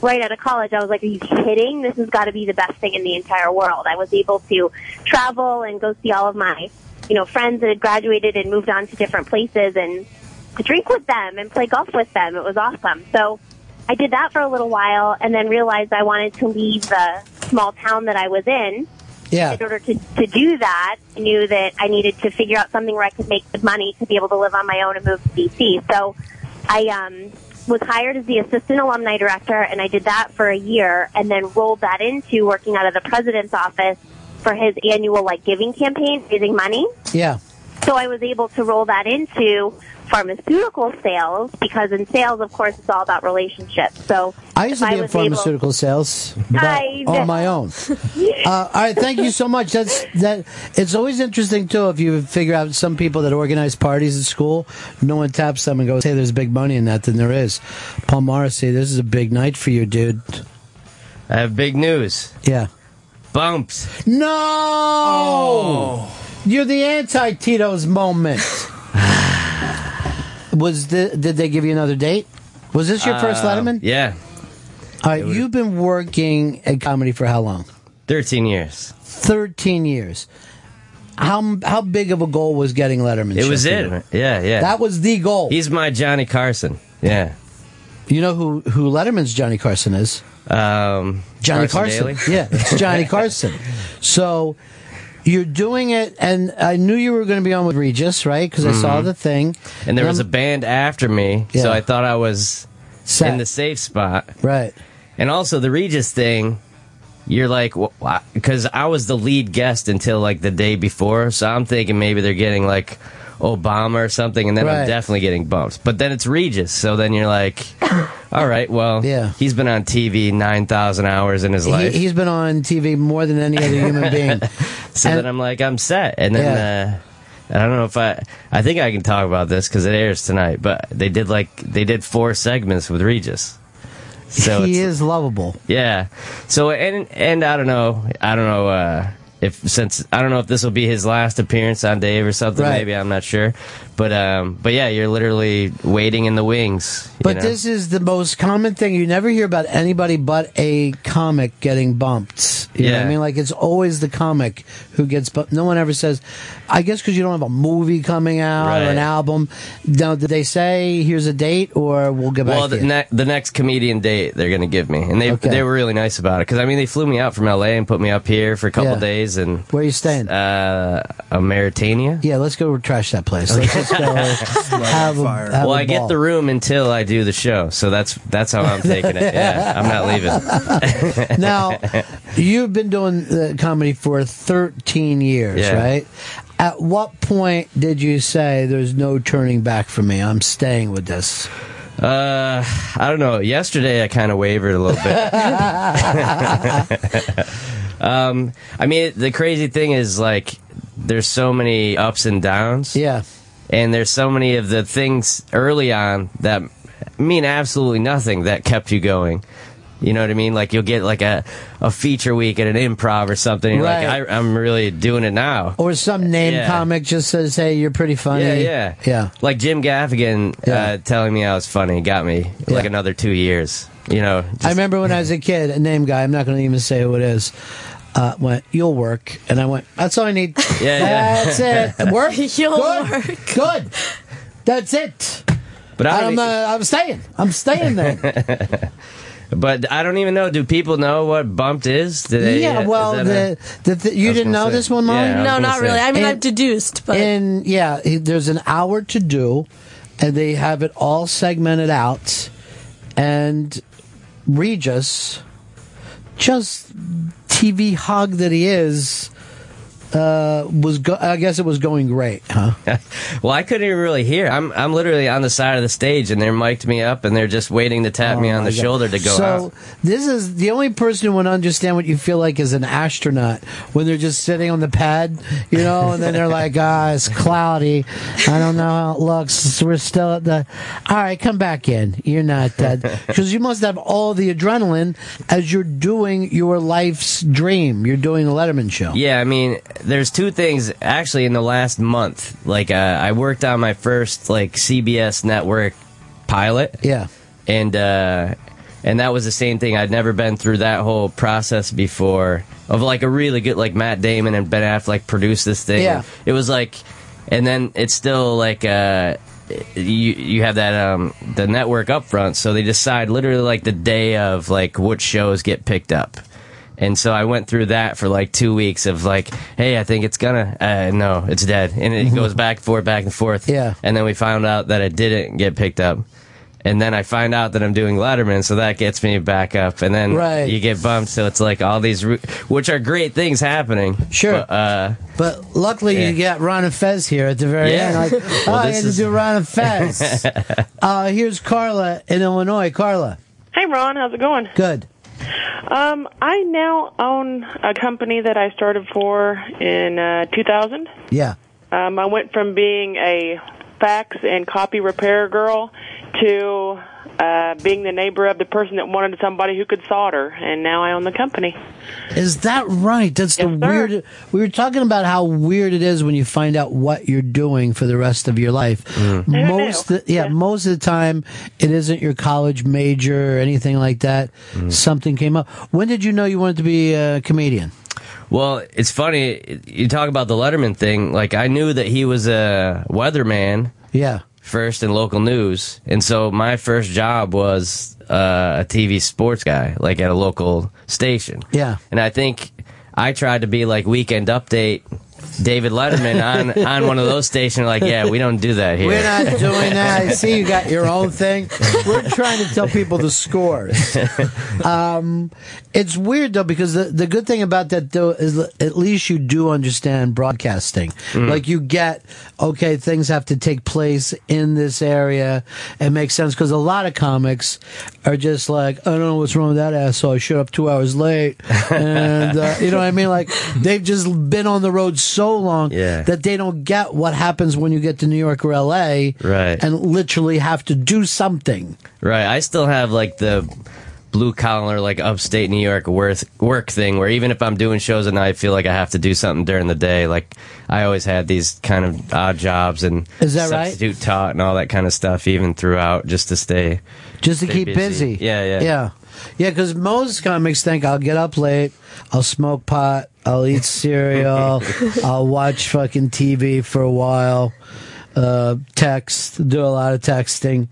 S1: right out of college, I was like, "Are you kidding? This has got to be the best thing in the entire world." I was able to travel and go see all of my, you know, friends that had graduated and moved on to different places and to drink with them and play golf with them. It was awesome. So I did that for a little while and then realized I wanted to leave the small town that I was in.
S5: Yeah.
S1: In order to, to do that, I knew that I needed to figure out something where I could make good money to be able to live on my own and move to DC. So I um, was hired as the assistant alumni director and I did that for a year and then rolled that into working out of the president's office for his annual like giving campaign, raising money.
S5: Yeah.
S1: So I was able to roll that into pharmaceutical sales because in sales, of course, it's all about relationships. So
S5: I used to
S1: if
S5: be
S1: was
S5: in
S1: able-
S5: pharmaceutical sales but
S1: I-
S5: on my own. Uh, all right, thank you so much. That's that. It's always interesting too if you figure out some people that organize parties at school. No one taps them and goes, "Hey, there's big money in that." Than there is. Paul Morrissey, this is a big night for you, dude.
S11: I have big news.
S5: Yeah.
S11: Bumps. Oh.
S5: No, you're the anti Tito's moment. Was the, did they give you another date? Was this your first
S11: Uh,
S5: Letterman?
S11: Yeah.
S5: All right, you've been working at comedy for how long?
S11: 13 years.
S5: 13 years. How how big of a goal was getting Letterman?
S11: It was it.
S5: Sheffield?
S11: Yeah, yeah.
S5: That was the goal.
S11: He's my Johnny Carson. Yeah.
S5: You know who who Letterman's Johnny Carson is?
S11: Um,
S5: Johnny Carson.
S11: Daly?
S5: Yeah, it's Johnny Carson. So you're doing it, and I knew you were going to be on with Regis, right? Because I saw
S11: Mhm.
S5: the thing.
S11: and there was a
S5: I'm-
S11: band after me, so
S5: Yeah.
S11: I thought I was
S5: Set.
S11: in the safe spot.
S5: Right.
S11: And also the Regis thing, you're like, because I was the lead guest until like the day before, so I'm thinking maybe they're getting like Obama or something, and then
S5: Right.
S11: I'm definitely getting bumps. But then it's Regis, so then you're like, all right, well, yeah, he's been on TV nine thousand hours in his
S5: he,
S11: life.
S5: he's been on TV more than any other human being.
S11: so then I'm like, I'm set. And then uh, I don't know if I, I think I can talk about this because it airs tonight. But they did like they did four segments with Regis. So
S5: he
S11: it's,
S5: is lovable.
S11: yeah. So and and I don't know, I don't know uh, if since I don't know if this will be his last appearance on Dave or something.
S5: Right.
S11: Maybe I'm not sure. But um, but yeah, you're literally waiting in the wings. you
S5: But
S11: know?
S5: this is the most common thing. You never hear about anybody but a comic getting bumped. You know what I
S11: Yeah.
S5: mean? Like, it's always the comic who gets bumped. No one ever says, I guess because you don't have a movie coming out or an
S11: Right.
S5: album. Now, did they say, here's a date or we'll get back
S11: Well,
S5: to
S11: the,
S5: you?
S11: ne- the next comedian date they're going to give me, and they they were really nice about it because I mean they flew me out from L.A. and put me up here for a couple
S5: Yeah.
S11: days, and
S5: Where are you staying?
S11: uh, a Mauritania.
S5: yeah, let's go trash that place. Let's just go have a, have
S11: well, I
S5: a
S11: get
S5: ball.
S11: the room until I do the show, so that's that's how I'm taking it. Yeah, I'm not leaving.
S5: Now, You've been doing uh, comedy for 13 years,
S11: Yeah.
S5: right? At what point did you say there's no turning back for me? I'm staying with this.
S11: uh, I don't know. Yesterday I kind of wavered a little bit. um, I mean, the crazy thing is like there's so many ups and downs.
S5: Yeah.
S11: and there's so many of the things early on that mean absolutely nothing that kept you going You know what I mean? Like you'll get like a, a feature week at an improv or something. You're
S5: Right.
S11: like, I, I'm really doing it now.
S5: Or some name
S11: Yeah.
S5: comic just says, "Hey, you're pretty funny."
S11: Yeah, yeah,
S5: yeah.
S11: Like Jim Gaffigan uh, telling me I was funny got me like another two years. You know,
S5: I remember when I was a kid, a name guy. I'm not going to even say who it is. Uh, went, "You'll work," and I went, "That's all I need."
S11: Yeah, yeah.
S5: that's it. Work. You'll good. work. Good. That's it.
S11: But I
S5: I'm,
S11: don't-
S5: uh, I'm staying. I'm staying there.
S11: but I don't even know. Do people know what bumped is? Do they,
S5: yeah,
S11: is
S5: well,
S11: that
S5: the, the, the you didn't
S11: gonna
S5: know
S11: say.
S5: this one, Molly?
S11: Yeah, I was No, gonna not say. really. I mean, I've
S5: deduced, but in yeah, he- there's an hour to do, and they have it all segmented out, and Regis, just TV hog that he is, uh, was go- I guess it was going great, huh?
S11: well, I couldn't even really hear. I'm I'm literally on the side of the stage, and they're mic'd me up, and they're just waiting to tap me on the
S5: Oh my God.
S11: shoulder to go
S5: so
S11: out.
S5: this is the only person who would understand what you feel like is an astronaut when they're just sitting on the pad, you know, and then they're like, ah, it's cloudy. I don't know how it looks. We're still at the. All right, come back in. You're not dead because you must have all the adrenaline as you're doing your life's dream. You're doing a Letterman show.
S11: Yeah, I mean, there's two things actually in the last month. Like, uh, I worked on my first like CBS network pilot.
S5: Yeah.
S11: and uh, and that was the same thing. I'd never been through that whole process before of like a really good like Matt Damon and Ben Affleck produced this thing.
S5: Yeah.
S11: it was like, and then it's still like uh, you you have that um the network up front, so they decide literally like the day of like what shows get picked up. And so I went through that for like two weeks of like, hey, I think it's gonna, uh, no, it's dead, and it goes back and forth, back and forth. Yeah. And then we found out that it didn't get picked up, and then I find out that I'm doing Letterman, so that gets me back up, and then
S5: Right.
S11: you get bumped. So it's like all these, ru- which are great things happening. Sure. But, uh,
S5: But luckily, you
S11: Yeah.
S5: got Ron and Fez here at the very
S11: Yeah.
S5: end. Like,
S11: Well,
S5: oh, I
S11: this
S5: had
S11: is-
S5: to do Ron and Fez. uh, here's Carla in Illinois. Carla,
S7: Hey Ron, how's it going?
S5: good.
S7: Um, I now own a company that I started for in uh, 2000.
S5: Yeah.
S7: Um, I went from being a fax and copy repair girl to uh, being the neighbor of the person that wanted somebody who could solder, and now I own the company.
S5: Is that right? That's the weird. We were talking about how weird it is when you find out what you're doing for the rest of your life.
S7: knew?
S5: Most, yeah, most of the time, it isn't your college major or anything like that. Something came up. When did you know you wanted to be a comedian?
S11: Well, it's funny. You talk about the Letterman thing. Like I knew that he was a weatherman.
S5: Yeah.
S11: First in local news, and so my first job was uh, a TV sports guy, like at a local station.
S5: Yeah.
S11: And I think I tried to be like Weekend Update, David Letterman on on one of those stations. Like, yeah, we don't do that here.
S5: We're not doing that. I see you got your own thing. We're trying to tell people the scores. Um, it's weird though because the, the good thing about that though is l- at least you do understand broadcasting.
S12: Mm.
S5: Like you get okay, things have to take place in this area. It makes sense because a lot of comics are just like, I don't know what's wrong with that asshole. I showed up two hours late, and uh, you know what I mean. Like they've just been on the road so long
S11: Yeah.
S5: that they don't get what happens when you get to New York or L.A.
S11: Right.
S5: and literally have to do something.
S11: Right. I still have like the blue collar, like upstate New York work work thing, where even if I'm doing shows at night, I feel like I have to do something during the day. Like I always had these kind of odd jobs and
S5: Is that right?
S11: substitute taught and all that kind of stuff, even throughout, just to stay,
S5: just to
S11: stay
S5: keep busy.
S11: Yeah, yeah,
S5: yeah, yeah. Because most comics think I'll get up late, I'll smoke pot, I'll eat cereal, I'll watch fucking TV for a while, uh, text, do a lot of texting,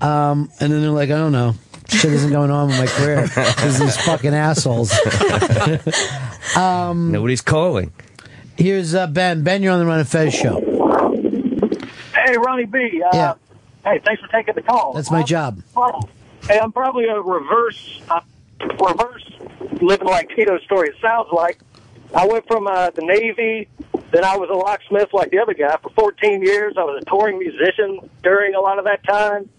S5: um, and then they're like, I don't know, shit isn't going on with my career because these fucking assholes. um,
S11: Nobody's calling.
S5: Here's uh, Ben. Ben, you're on the Run and Fez show.
S17: Hey, Ronnie B. Uh,
S5: Yeah.
S17: Hey, thanks for taking the call. Uh,
S5: That's my job.
S17: Well, hey, I'm probably a reverse, uh, reverse living like Tito's story. It sounds like I went from uh, the Navy, then I was a locksmith like the other guy for 14 years. I was a touring musician during a lot of that time,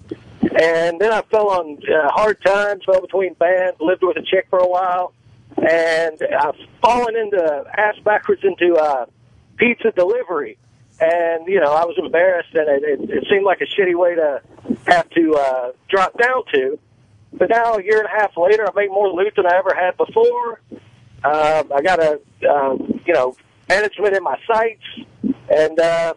S17: and then I fell on uh, hard times, fell between bands, lived with a chick for a while, and I've fallen into ass backwards into uh, pizza delivery. And you know, I was embarrassed, and it, it, it seemed like a shitty way to have to uh, drop down to. But now, a year and a half later, I make more loot than I ever had before. Uh, I got a, um, you know, management in my sights, and uh,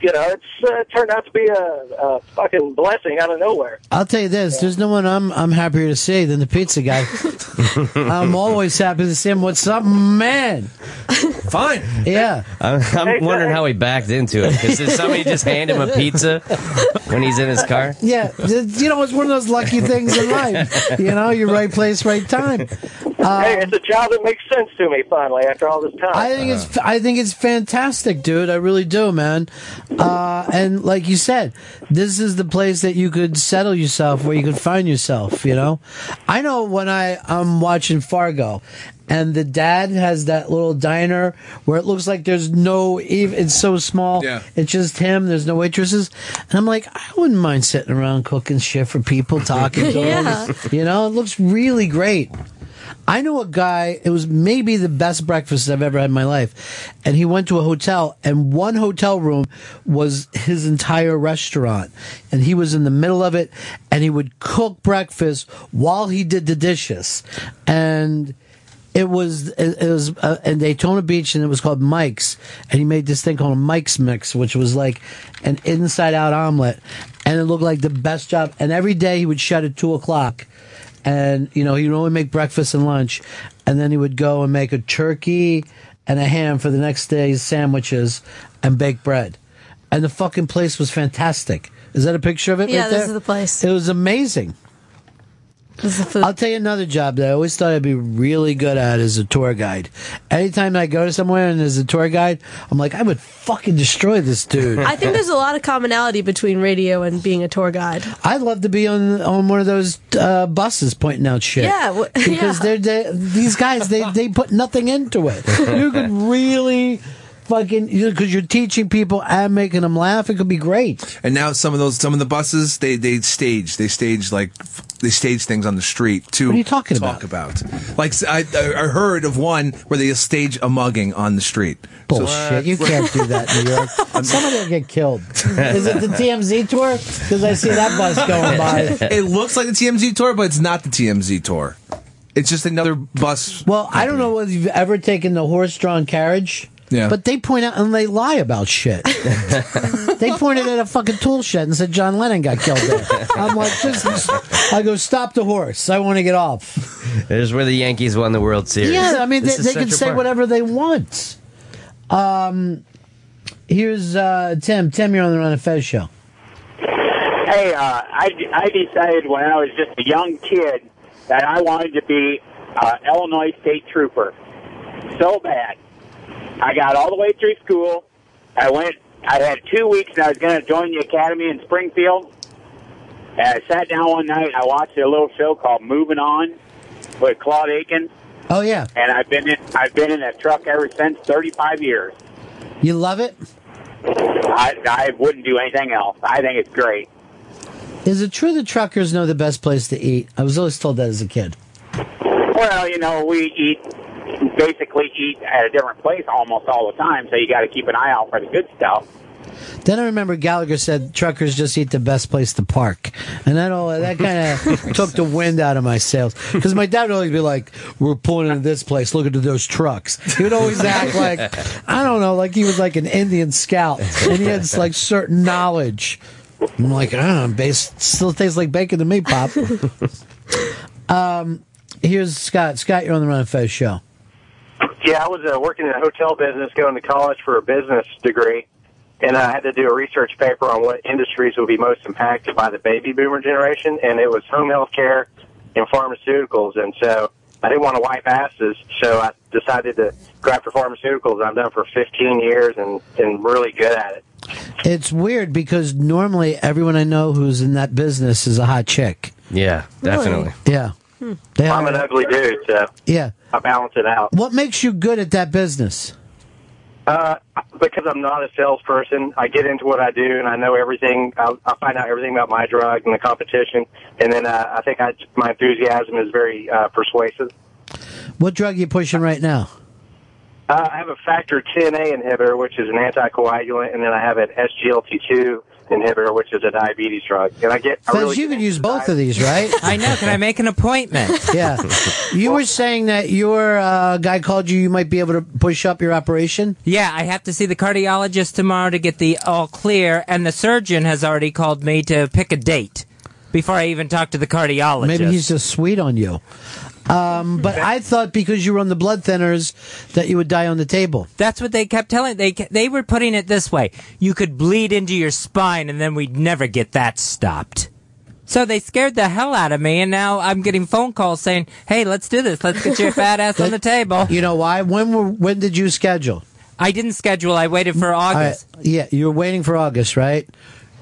S17: you know, it's uh, turned out to be a, a fucking blessing out of nowhere.
S5: I'll tell you this: there's no one I'm I'm happier to see than the pizza guy. I'm always happy to see him. What's up, man?
S6: Fine.
S5: Yeah.
S11: I'm, I'm wondering how he backed into it because did somebody just hand him a pizza when he's in his car?
S5: Yeah, you know, it's one of those lucky things in life. You know, your right place, right time.
S17: hey, it's a job that makes sense to me. Finally, after all this time,
S5: I think it's I think it's fantastic, dude. I really do, man. Uh, and like you said, this is the place that you could settle yourself, where you could find yourself. You know, I know when I I'm watching Fargo, and the dad has that little diner where it looks like there's no even it's so small
S2: Yeah.
S5: it's just him there's no waitresses and i'm like i wouldn't mind sitting around cooking shit for people talking to
S2: Yeah.
S5: them you know it looks really great i knew a guy it was maybe the best breakfast i've ever had in my life and he went to a hotel and one hotel room was his entire restaurant and he was in the middle of it and he would cook breakfast while he did the dishes and it was it it was uh, in Daytona Beach, and it was called Mike's. And he made this thing called a Mike's Mix, which was like an inside-out omelet, and it looked like the best job. And every day he would shut at two o'clock, and you know he would only make breakfast and lunch, and then he would go and make a turkey and a ham for the next day's sandwiches and bake bread. And the fucking place was fantastic. Is that a picture of it?
S15: Yeah,
S5: right
S15: this
S5: there?
S15: is the place.
S5: It was amazing. I'll tell you another job that I always thought I'd be really good at is a tour guide. Anytime I go to somewhere and there's a tour guide, I'm like, I would fucking destroy this dude.
S15: I think there's a lot of commonality between radio and being a tour guide.
S5: I'd love to be on on one of those uh, buses pointing out shit.
S15: Yeah, w-
S5: because
S15: yeah.
S5: they're, they these guys they they put nothing into it. You could really fucking because you're teaching people and making them laugh. It could be great.
S6: And now some of those, some of the buses, they they stage, they stage like they stage things on the street to
S5: What are you talking
S6: talk about. Like I, I heard of one where they stage a mugging on the street.
S5: Bullshit! you can't do that in New York. Somebody will get killed. Is it the TMZ tour? Because I see that bus going by.
S6: it looks like the TMZ tour, but it's not the TMZ tour. It's just another bus.
S5: Well, I don't know whether you've ever taken the horse-drawn carriage.
S6: Yeah.
S5: But they point out and they lie about shit. they pointed at a fucking tool shed and said John Lennon got killed there. I'm like, this is, I go, stop the horse. I want to get off.
S11: This is where the Yankees won the World Series.
S5: Yeah, I mean, they,
S11: This is
S5: they can
S11: Central
S5: say
S11: Park.
S5: whatever they want. Um, here's uh, Tim. Tim, you're on the Run of Fez show.
S21: Hey, uh, I, I decided when I was just a young kid that I wanted to be uh, Illinois State Trooper. So bad. I got all the way through school. I went, I had two weeks and I was going to join the academy in Springfield. And I sat down one night and I watched a little show called Moving On with Claude Aiken.
S5: Oh yeah,
S21: And I've been in, I've been in that truck ever since, 35 years.
S5: you love it.
S21: I, I wouldn't do anything else. I think it's great.
S5: Is it true that truckers know the best place to eat? I was always told that as a kid.
S21: Well, you know, we eat basically eat at a different place almost all the time, so you got to keep an eye out for the good stuff.
S5: Then I remember Gallagher said truckers just eat the best place to park, and that all that kind of took the wind out of my sails because my dad would always be like, "We're pulling into this place. Look at those trucks." He would always act like I don't know, like he was like an Indian scout, and he had like certain knowledge. I'm like, I don't know, base still tastes like bacon to me, Pop. um, here's Scott. Scott, you're on the Run and Fez show.
S12: Yeah, I was uh, working in the hotel business, going to college for a business degree, and I had to do a research paper on what industries would be most impacted by the baby boomer generation, and it was home health care and pharmaceuticals. And so I didn't want to wipe asses, so I decided to go after pharmaceuticals. I've done for 15 years and, and really good at it.
S5: It's weird because normally everyone I know who's in that business is a hot chick.
S11: Yeah, definitely.
S5: Yeah. They
S12: I'm an ugly dude, so
S5: Yeah.
S12: I balance it out.
S5: What makes you good at that business?
S12: Uh, because I'm not a salesperson, I get into what I do and I know everything. I, I find out everything about my drug and the competition, and then uh, I think I, my enthusiasm is very uh, persuasive.
S5: What drug you pushing right now?
S12: Uh, I have a factor 10A inhibitor, which is an anticoagulant, and then I have an SGLT2 inhibitor, which is a diabetes drug. And I get, I
S5: Fez,
S12: really
S5: you could use both of these, right?
S16: I know. Can I make an appointment?
S5: yeah. You were saying that your uh, guy called you. You might be able to push up your operation.
S16: Yeah, I have to see the cardiologist tomorrow to get the all clear, and the surgeon has already called me to pick a date before I even talk to the cardiologist.
S5: Maybe he's just sweet on you. Um, but I thought because you were on the blood thinners that you would die on the table.
S16: That's what they kept telling. They ke- they were putting it this way: you could bleed into your spine, and then we'd never get that stopped. So they scared the hell out of me, and now I'm getting phone calls saying, "Hey, let's do this. Let's get your fat ass on the table."
S5: You know why? When were, when did you schedule?
S16: I didn't schedule. I waited for August.
S5: All right. yeah, you were waiting for August, right?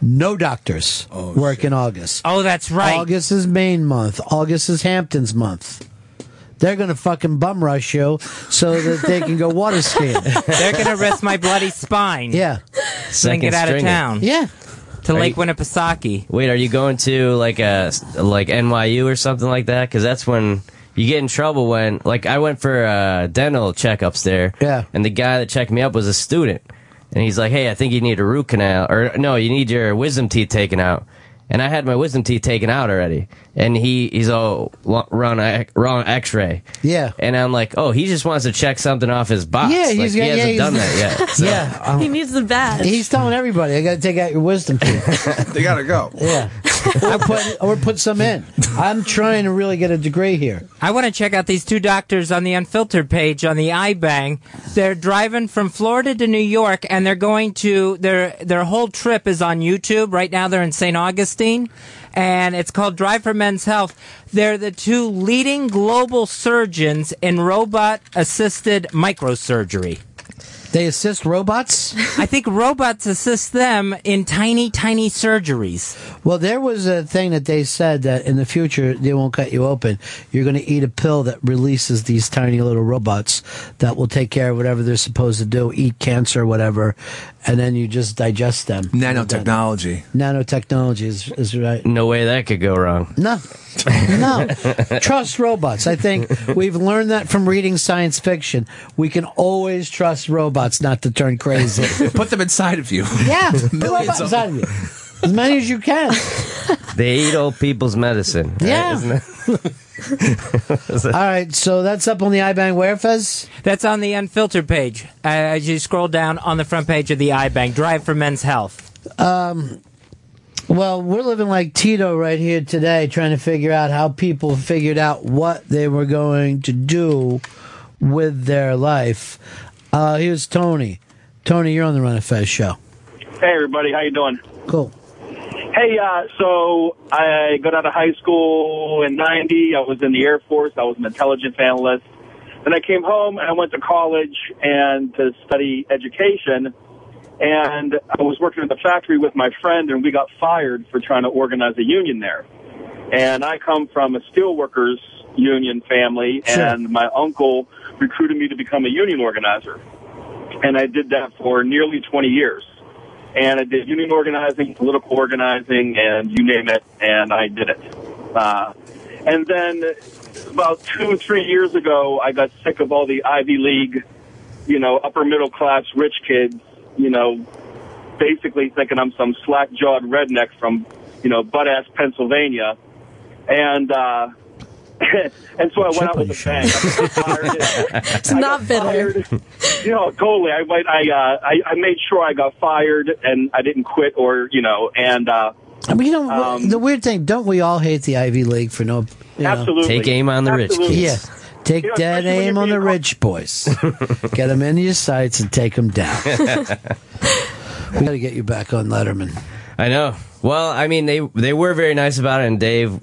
S5: No doctors work in August.
S16: Oh, that's right.
S5: August is Maine month. August is Hamptons month. They're gonna fucking bum rush you so that they can go water skiing.
S16: They're gonna risk my bloody spine.
S5: Yeah.
S16: then
S11: Second
S16: get out of
S11: stringer.
S16: town.
S5: Yeah.
S16: To
S11: Are
S16: Lake
S11: you-
S16: Winnipesaukee.
S11: Wait, are you going to like a like NYU or something like that? Because that's when you get in trouble. When like I went for uh, dental checkups there,
S5: yeah,
S11: and the guy that checked me up was a student, and he's like, "Hey, I think you need a root canal, or no, you need your wisdom teeth taken out." And I had my wisdom teeth taken out already, and he he's all "Lo- wrong e- wrong X-ray.
S5: Yeah.
S11: and I'm like, oh, he just wants to check something off his box.
S5: Yeah,
S11: Like,
S5: he's
S11: he
S5: got- yeah,
S11: hasn't
S5: he's-
S11: done that yet. So.
S5: Yeah. um,
S15: he needs the badge.
S5: He's telling everybody, I got to take out your wisdom teeth.
S6: they got to go.
S5: Yeah. or, put, or put some in. I'm trying to really get a degree here.
S16: I want to check out these two doctors on the unfiltered page on the iBang. They're driving from Florida to New York, and they're going to their their whole trip is on YouTube right now. They're in St. Augustine, and it's called Drive for Men's Health. They're the two leading global surgeons in robot assisted microsurgery.
S5: They assist robots?
S16: I think robots assist them in tiny, tiny surgeries.
S5: Well, there was a thing that they said that in the future they won't cut you open. You're going to eat a pill that releases these tiny little robots that will take care of whatever they're supposed to do, eat cancer, whatever, and then you just digest them.
S6: Nanotechnology.
S5: Nanotechnology is, is right.
S11: No way that could go wrong.
S5: No, no. trust robots. I think we've learned that from reading science fiction. We can always trust robots not to turn crazy.
S6: Put them inside of you.
S5: Yeah, put
S6: Millions
S5: robots
S6: of
S5: inside of you. As many as you can.
S11: They eat old people's medicine. right?
S5: Yeah.
S11: Isn't it?
S5: All right, so that's up on the iBang Warefez.
S16: That's on the unfiltered page. Uh, as you scroll down on the front page of the iBank, Drive for Men's Health.
S5: Um, well, we're living like Tito right here today, trying to figure out how people figured out what they were going to do with their life. Uh, here's Tony. Tony, you're on the Run of Fez show.
S19: Hey everybody, how you doing?
S5: Cool.
S19: Hey, uh, so I got out of high school in '90. I was in the Air Force. I was an intelligence analyst. Then I came home and I went to college and to study education. And I was working at the factory with my friend, and we got fired for trying to organize a union there. And I come from a steelworkers union family,
S27: Sure.
S19: and my uncle recruited me to become a union organizer. And I did that for nearly 20 years and I did union organizing, political organizing, and you name it, and I did it. Uh, and then about two or three years ago, I got sick of all the Ivy League, you know, upper middle class rich kids, you know, basically thinking I'm some slack jawed redneck from, you know, butt ass Pennsylvania. And, uh, and so I went out with a bang. it's
S15: not bitter.
S19: you know, totally. I went, I, uh, I I made sure I got fired and I didn't quit or you know and uh,
S5: I mean, you know,
S19: Um,
S5: the weird thing, don't we all hate the Ivy League for no? You know-
S19: Absolutely. Take aim on the rich Absolutely. kids.
S5: Yeah. Take that aim on the rich boys. get them into your sights and take them down. we got to get you back on Letterman.
S11: I know. Well, I mean, they they were very nice about it, and Dave,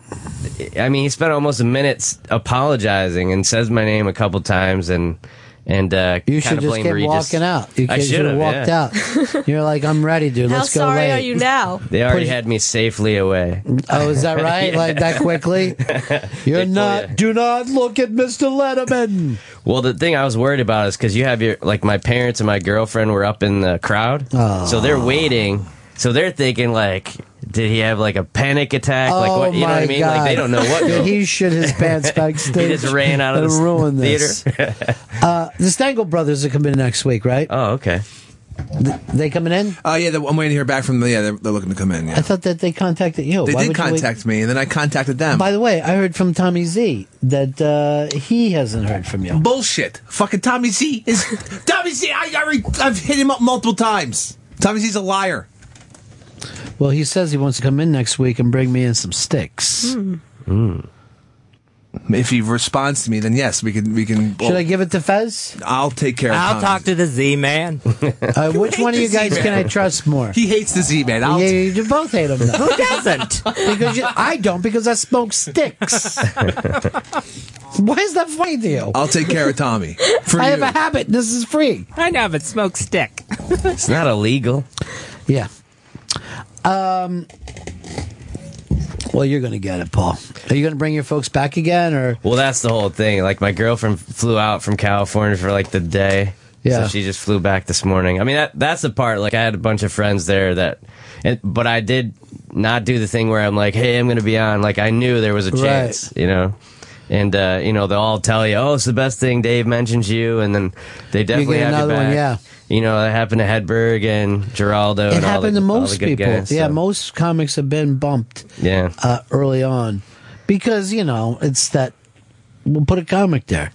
S11: I mean, he spent almost a minute s- apologizing and says my name a couple times, and and uh,
S5: You should just get walking out. You
S11: I
S5: kids
S11: should
S5: should've
S11: have
S5: walked
S11: yeah.
S5: out. You're like, I'm ready, dude.
S15: How
S5: Let's go.
S15: sorry
S5: late.
S15: are you now?
S11: They already
S5: Push-
S11: had me safely away.
S5: Oh, is that right? Like that quickly? You're not. Do not look at Mr. Letterman.
S11: Well, the thing I was worried about is because you have your like my parents and my girlfriend were up in the crowd, so they're waiting. So they're thinking like, did he have like a panic attack? like
S5: oh
S11: what, you know
S5: my
S11: what I mean?
S5: god!
S11: Like they don't know what.
S5: Did he shit his pants
S11: he
S5: backstage?
S11: just ran out of
S5: and
S11: the s-
S5: ruined this.
S11: theater.
S5: Uh, the Stangle brothers are coming next week, right?
S11: Oh, okay.
S5: They coming in?
S6: Uh, yeah, the, I'm waiting to hear back from them. Yeah, they're, they're looking to come
S5: I
S6: in. Yeah.
S5: thought that they contacted you.
S6: they
S5: Why would
S6: did
S5: you wait-
S6: contact me, and then I contacted them.
S5: By the way, I heard from Tommy Z that uh, he hasn't heard from you.
S6: Bullshit. Fucking Tommy Z is Tommy Z. I, I re- I've hit him up multiple times. Tommy Z's a liar.
S5: Well, he says he wants to come in next week and bring me in some sticks.
S15: Hmm.
S6: If he responds to me, then yes, we can. We can.
S5: Should I give it to Fez?
S6: I'll take care. of
S16: I'll talk to the Z man.
S5: Uh, which one of you guys can I trust more?
S6: He hates the Z man.
S5: Yeah, you do both hate him. Though.
S16: Who doesn't?
S5: because you, I don't because I smoke sticks. Why is that funny to you?
S6: I'll take care of Tommy.
S5: I have a habit. This is free.
S16: I know, but smoke stick.
S11: It's not illegal.
S5: Yeah. Um. Well, you're going to get it, Paul. Are you going to bring your folks back again, or
S11: Well, that's the whole thing. Like my girlfriend flew out from California for like the day.
S5: Yeah.
S11: So she just flew back this morning. I mean, that that's the part. Like I had a bunch of friends there that, and, but I did not do the thing where I'm like, hey, I'm gonna be on. Like I knew there was a
S5: Right.
S11: chance, you know. And uh, you know they'll all tell you, "Oh, it's the best thing." Dave mentions you, and then they definitely
S5: get
S11: have
S5: another
S11: you
S5: one,
S11: back.
S5: yeah.
S11: You know that happened to Hedberg and Geraldo.
S5: it
S11: and all
S5: happened
S11: the-
S5: to
S11: all the
S5: most
S11: good
S5: people?
S11: guys, so-
S5: yeah, most comics have been bumped
S11: yeah.
S5: uh, early on because you know it's that we'll put a comic there.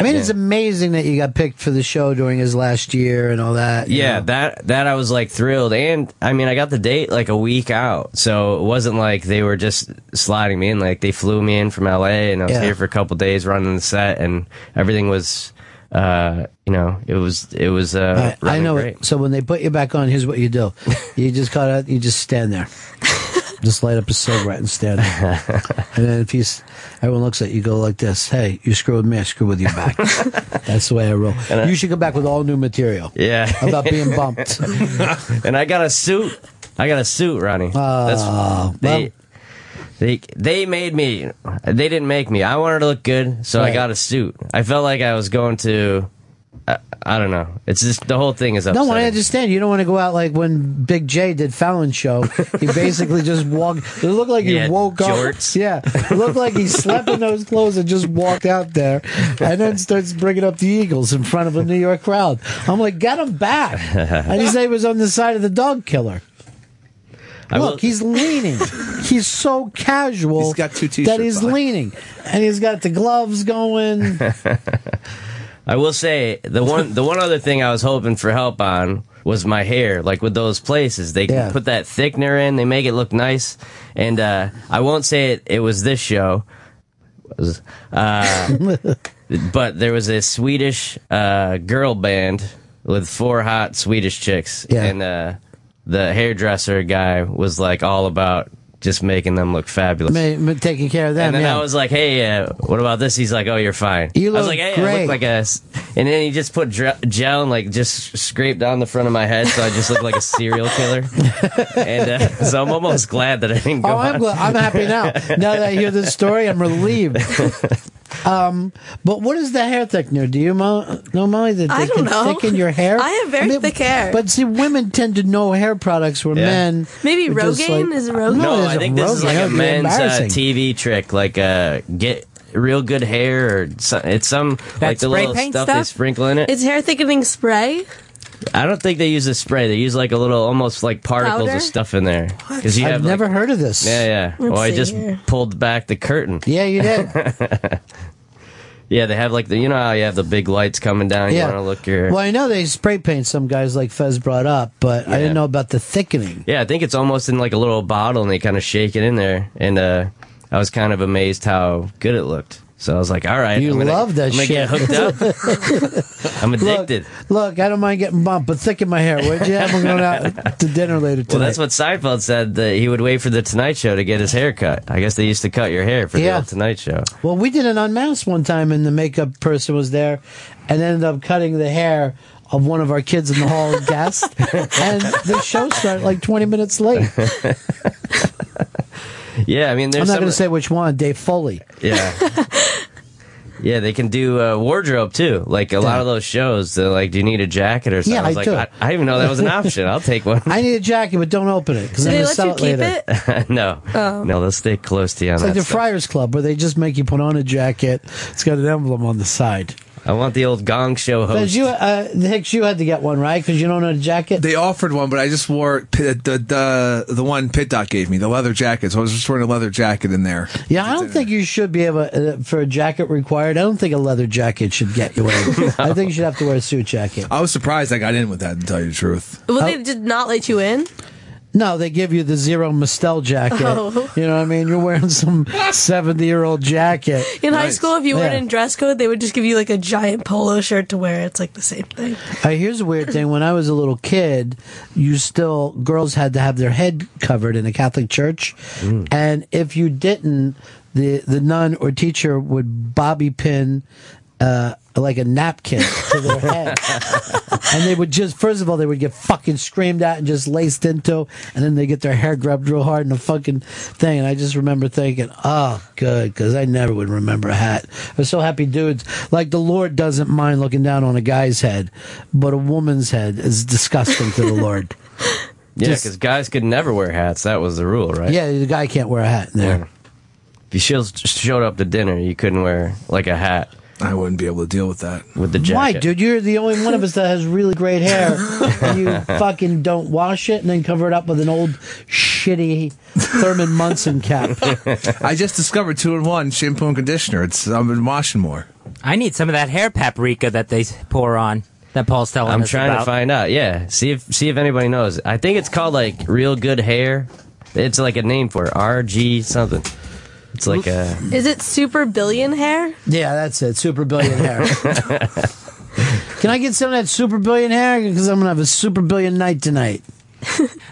S5: I mean, it's
S11: Yeah.
S5: amazing that you got picked for the show during his last year and all that. you
S11: yeah,
S5: know.
S11: that that I was like thrilled, and I mean, I got the date like a week out, so it wasn't like they were just sliding me in. Like they flew me in from LA, and I was
S5: Yeah.
S11: here for a couple days running the set, and everything was, uh, you know, it was it was. Uh,
S5: I, I
S11: running
S5: know
S11: great.
S5: it. So when they put you back on, here's what you do: you just cut out, you just stand there, just light up a cigarette and stand there. and then if you, s- everyone looks at you, go like this: Hey, you screw with me, I screw with you back. That's the way I roll. you should go back with all new material.
S11: Yeah,
S5: About being bumped.
S11: and I got a suit. I got a suit, Ronnie.
S5: Oh,
S11: they, they they made me. They didn't make me. I wanted to look good, so I
S5: Right.
S11: got a suit. I felt like I was going to. I, I don't know. It's just the whole thing is upsetting.
S5: No, I understand. You don't want to go out like when Big J did Fallon show. He basically just walked. It looked like he
S11: Yeah,
S5: woke
S11: jorts.
S5: up. Yeah, it looked like he slept in those clothes and just walked out there, and then starts bringing up the Eagles in front of a New York crowd. I'm like, get him back! I just say he was on the side of the dog killer.
S11: I
S5: Look,
S11: will-
S5: he's leaning. he's so casual.
S6: He's got two
S5: that
S6: t-shirts
S5: he's
S6: on.
S5: leaning, and he's got the gloves going.
S11: I will say the one the one other thing I was hoping for help on was my hair. Like with those places, they
S5: Yeah.
S11: can put that thickener in. They make it look nice. And uh, I won't say it. It was this show. It was, uh, but there was a Swedish uh, girl band with four hot Swedish chicks,
S5: Yeah.
S11: and uh, the hairdresser guy was like all about just making them look fabulous.
S5: Ma- ma- taking care of them.
S11: And then
S5: yeah.
S11: I was like, "Hey, uh, what about this?" He's like, "Oh, you're fine."
S5: You
S11: I was
S5: look
S11: like, "Hey, I
S5: great."
S11: look like a," s-" and then he just put dr- gel and like just scraped on the front of my head, so I just look like a serial killer. And uh, so I'm almost glad that I didn't go.
S5: Oh, I'm
S11: on.
S5: glad. I'm happy now. Now that I hear this story, I'm relieved. Um, but what is the hair thickener? Do you mo- know, Molly, that they
S15: I don't
S5: can
S15: know.
S5: thicken your hair?
S15: I have very thick hair.
S5: But see, women tend to know hair products where
S11: Yeah.
S5: men.
S15: Maybe
S5: are just
S15: Rogaine?
S5: like- uh,
S15: Is it Rogaine?
S5: No, it
S11: No, I
S5: isn't
S11: think this is
S5: Rogaine.
S11: like
S5: That
S11: a
S5: would be
S11: men's uh,
S5: embarrassing.
S11: TV trick, like uh, get real good hair, or so, it's some like the
S15: spray
S11: little
S15: paint
S11: stuff, they
S15: stuff?
S11: sprinkle in it.
S15: It's hair thickening spray.
S11: I don't think they use a spray. They use like a little, almost like particles
S15: Powder?
S11: of stuff in there because you
S5: I've
S11: have.
S5: never heard of this.
S11: yeah, yeah.
S5: Let's
S11: well, I
S5: see
S11: just
S5: here.
S11: pulled back the curtain.
S5: Yeah, you did.
S11: Yeah, they have like the you know how you have the big lights coming down. You
S5: Yeah.
S11: want to look your
S5: Well, I know they spray paint some guys like Fez brought up, but I didn't know about the thickening.
S11: yeah. I think it's almost in like a little bottle, and they kind of shake it in there. And uh, I was kind of amazed how good it looked. So I was like, all right,
S5: You
S11: I'm gonna,
S5: love that
S11: I'm gonna get
S5: shit.
S11: hooked up. I'm addicted.
S5: Look, I don't mind getting bumped, but thicken my hair, would you? I'm going out to dinner later tonight.
S11: well, that's what Seinfeld said that he would wait for the Tonight Show to get his hair cut. I guess they used to cut your hair for
S5: Yeah.
S11: the old Tonight Show.
S5: Well, we did an unmasked one time, and the makeup person was there, and ended up cutting the hair of one of our kids in the hall of guests, and the show started like twenty minutes late.
S11: Yeah, I mean,
S5: I'm
S11: there's
S5: not
S11: some,
S5: going to say which one. Dave Foley.
S11: Yeah. Yeah, they can do uh, wardrobe too. Like a lot of those shows, they're like, "Do you need a jacket or something?"
S5: Yeah,
S11: I was
S5: I
S11: like,
S5: do.
S11: I, I didn't even know that was an option. I'll take one.
S5: I need a jacket, but don't open it because
S15: Do
S5: I'm
S15: they let
S5: going to sell
S15: you
S5: it
S15: keep
S5: later.
S15: it?
S11: no,
S15: Oh.
S11: no, they'll stay close to you on
S5: It's like
S11: that.
S5: the
S11: stuff.
S5: Friars Club where they just make you put on a jacket. It's got an emblem on the side.
S11: I want the old gong show
S5: Because
S11: host.
S5: you, uh, Hicks, you had to get one, right? Because you don't own a jacket.
S6: They offered one, but I just wore pi- the the the one Pit Doc gave me, the leather jacket. So I was just wearing a leather jacket in there.
S5: Yeah, I don't think you should be able uh, for a jacket required. I don't think a leather jacket should get you in. I think you should have to wear a suit jacket.
S6: I was surprised I got in with that. To tell you the truth,
S15: Well,
S5: Oh.
S15: they did not let you in.
S5: No, they give you the zero Mustel jacket.
S15: Oh.
S5: You know what I mean? You're wearing some seventy-year-old jacket.
S15: In high school, if you
S5: Yeah.
S15: weren't in dress code, they would just give you like a giant polo shirt to wear. It's like the same thing.
S5: Uh, here's a weird thing. When I was a little kid, you still girls had to have their head covered in a Catholic church, and if you didn't, the the nun or teacher would bobby pin. Uh, like a napkin to their head. and they would just, first of all, they would get fucking screamed at and just laced into, and then they get their hair grabbed real hard in a fucking thing. And I just remember thinking, oh, good, because I never would remember a hat. I was so happy dudes. Like the Lord doesn't mind looking down on a guy's head, but a woman's head is disgusting to the Lord.
S11: yeah, because guys could never wear hats. That was the rule, right?
S5: Yeah, the guy can't wear a hat in there.
S11: If you shows- showed up to dinner, you couldn't wear like a hat.
S6: I wouldn't be able to deal with that.
S11: With the jacket.
S5: Why, dude? You're the only one of us that has really great hair. and you fucking don't wash it and then cover it up with an old shitty Thurman Munson cap.
S6: I just discovered two in one shampoo and conditioner. It's I've been washing more.
S16: I need some of that hair paprika that they pour on that Paul's telling
S11: I'm
S16: us
S11: trying
S16: about.
S11: to find out. Yeah, see if see if anybody knows. I think it's called like real good hair. It's like a name for it. RG something. It's like a
S15: Is it super billion hair?
S5: Yeah, that's it. Super billion hair. Can I get some of that super billion hair? Because I'm going to have a super billion night tonight.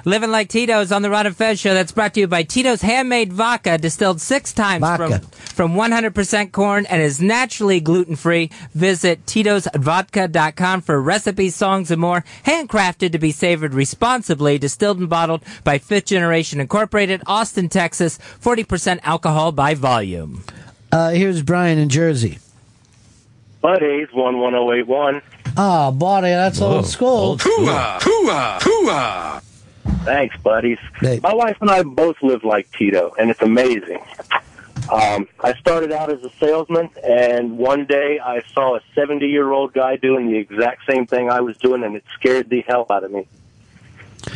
S16: Living Like Tito's on the Ron and Fez show. That's brought to you by Tito's Handmade Vodka, distilled six times from, from 100% corn and is naturally gluten free. Visit Tito'sVodka.com for recipes, songs, and more. Handcrafted to be savored responsibly, distilled and bottled by Fifth Generation Incorporated, Austin, Texas. 40% alcohol by volume.
S5: Uh, here's Brian in Jersey.
S27: Buddies, 11081.
S5: Ah, buddy, that's old school.
S27: Hooah! Hooah! Thanks, buddies.
S5: Hey.
S27: My wife and I both live like Tito, and it's amazing. Um, I started out as a salesman, and one day I saw a 70 year old guy doing the exact same thing I was doing, and it scared the hell out of me.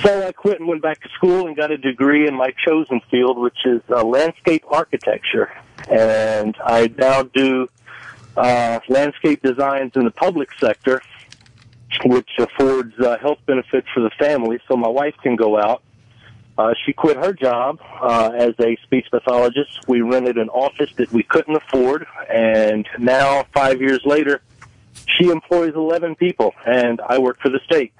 S27: So I quit and went back to school and got a degree in my chosen field, which is uh, landscape architecture. And I now do uh, landscape designs in the public sector, which affords uh, health benefits for the family, so my wife can go out. Uh, she quit her job uh, as a speech pathologist. We rented an office that we couldn't afford, and now, five years later, she employs 11 people, and I work for the state.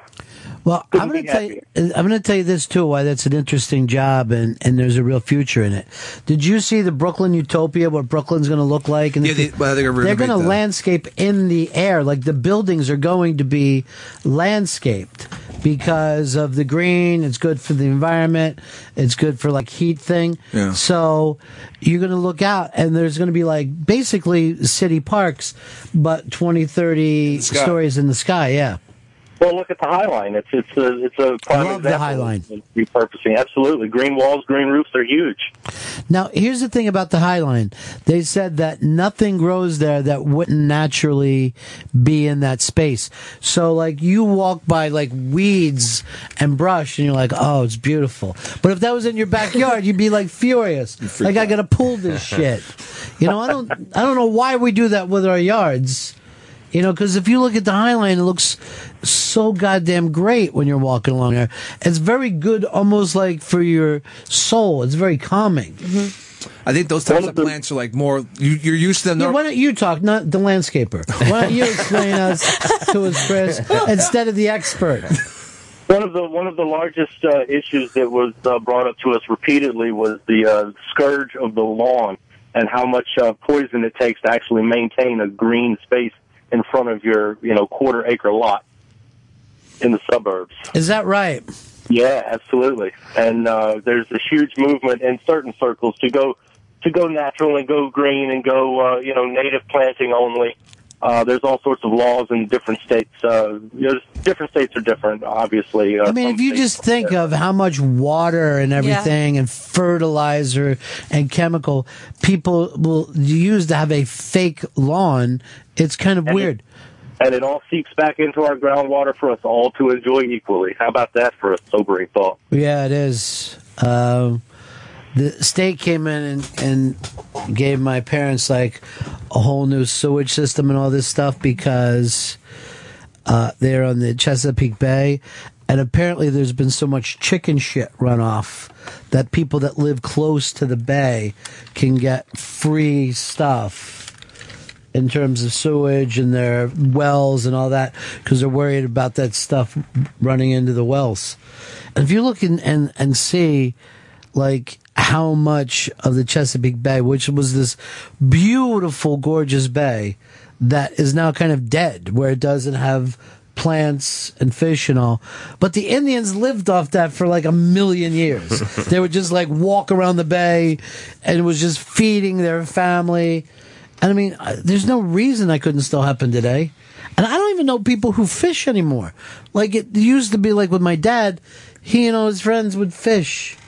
S5: Well, I'm going to tell you, I'm going to tell you this too. Why that's an interesting job, and, and there's a real future in it. Did you see the Brooklyn Utopia? What Brooklyn's going to look like? And
S6: Yeah, they- well, they're gonna
S5: they're going to
S6: renovate the-
S5: landscape in the air. Like the buildings are going to be landscaped because of the green. It's good for the environment. It's good for like heat thing.
S2: Yeah.
S5: So you're going to look out, and there's going to be like basically city parks, but 20, 30
S27: sky.
S5: stories in the sky. Yeah.
S27: Well, look at the High Line. It's it's a it's a prime
S5: Love
S27: example.
S5: the High Line.
S27: of repurposing. Absolutely, green walls, green roofs are huge.
S5: Now, here's the thing about the High Line. They said that nothing grows there that wouldn't naturally be in that space. So, like, you walk by, like, weeds and brush, and you're like, oh, it's beautiful. But if that was in your backyard, you'd be, like, furious. Like, I gotta pull this shit. You know, I don't, I don't know why we do that with our yards. You know, because if you look at the High Line, it looks so goddamn great when you're walking along there. It's very good, almost like for your soul. It's very calming.
S6: I think those types of plants are like more. You, you're used to them.
S5: Yeah, why don't you talk, not the landscaper? Why don't you explain us to us, Chris, instead of the expert?
S27: One of the one of the largest uh, issues that was uh, brought up to us repeatedly was the uh, scourge of the lawn and how much uh, poison it takes to actually maintain a green space in front of your you know quarter acre lot in the suburbs.
S5: Is that right?
S27: Yeah, absolutely. And uh, there's a huge movement in certain circles to go to go natural and go green and go uh, you know native planting only. Uh, there's all sorts of laws in different states. Uh, you know, different states are different, obviously. Uh,
S5: I mean,
S27: some
S5: if you
S27: states-
S5: just think of how much water and everything and fertilizer and chemical people will use to have a fake lawn, it's kind of weird.
S27: and it all seeps back into our groundwater for us all to enjoy equally. How about that for a sobering thought?
S5: Yeah, it is. Um, the state came in and, and gave my parents like a whole new sewage system and all this stuff because uh, they're on the Chesapeake Bay, and apparently there's been so much chicken shit runoff that people that live close to the bay can get free stuff in terms of sewage and their wells and all that because they're worried about that stuff running into the wells. And if you look in, and and see like how much of the Chesapeake Bay, which was this beautiful, gorgeous bay that is now kind of dead, where it doesn't have plants and fish and all. But the Indians lived off that for like a million years. they would just like walk around the bay and it was just feeding their family. And I mean, I- there's no reason that couldn't still happen today. And I don't even know people who fish anymore. Like it used to be like with my dad, he and all his friends would fish.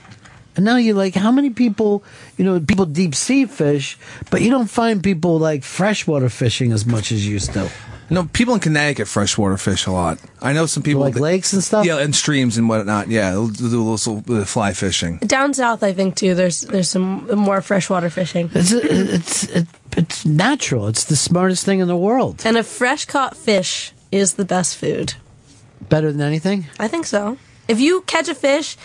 S5: And now you're like, how many people, you know, people deep sea fish, but you don't find people like freshwater fishing as much as you used to.
S6: No, people in Connecticut freshwater fish a lot. I know some people like
S5: lakes and stuff.
S6: Yeah, and streams and whatnot. Yeah, they'll do a little uh, fly fishing.
S15: Down south, I think too. There's there's some more freshwater fishing.
S5: It's it's it, it's natural. It's the smartest thing in the world.
S15: And a fresh caught fish is the best food.
S5: Better than anything.
S15: I think so. If you catch a fish,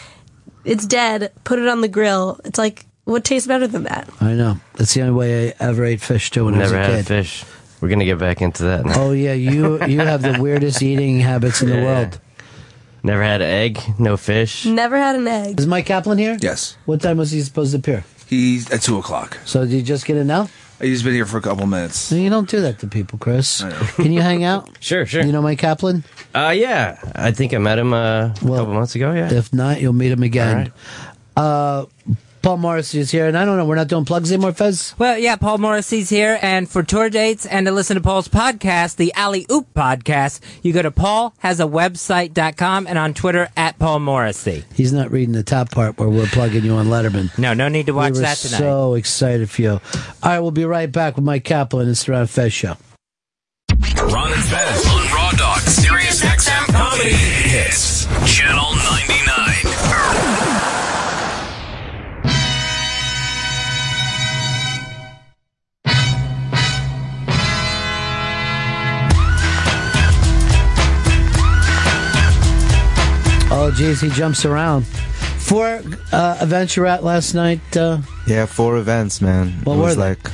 S15: it's dead. Put it on the grill. It's like what tastes better than that?
S5: I know. That's the only way I ever ate fish too when
S11: Never
S5: I was a
S11: had
S5: kid.
S11: a fish. We're gonna get back into that. Now.
S5: Oh yeah, you you have the weirdest eating habits in the world.
S11: Never had an egg, no fish.
S15: Never had an egg.
S5: Is Mike Kaplan here?
S6: Yes.
S5: What time was he supposed to appear?
S6: He's at two o'clock.
S5: So did you just get in now?
S6: He's been here for a couple minutes.
S5: No, you don't do that to people, Chris. Can you hang out?
S11: Sure, sure.
S5: You know Mike Kaplan?
S11: Uh, yeah, I think I met him uh, a couple months ago. Yeah,
S5: If not, you'll meet him again. Uh, Paul Morrissey is here, and I don't know. We're not doing plugs anymore, Fez.
S16: Well, yeah, Paul Morrissey's here, and for tour dates and to listen to Paul's podcast, the Alley Oop podcast, you go to paulhasawebsite.com and on Twitter at Paul Morrissey.
S5: He's not reading the top part where we're plugging you on Letterman.
S16: No, no need to watch
S5: we were
S16: that tonight.
S5: So excited for you! All right, we'll be right back with Mike Kaplan. It's the Ron Fez show.
S2: Ron and Fez on Raw Dog. Serious XM Comedy Hits. Channel 99.
S5: Oh, geez, he jumps around. Four uh, events you're at last night. Uh,
S18: Yeah, four events, man.
S5: What
S18: it was
S5: were they?
S18: like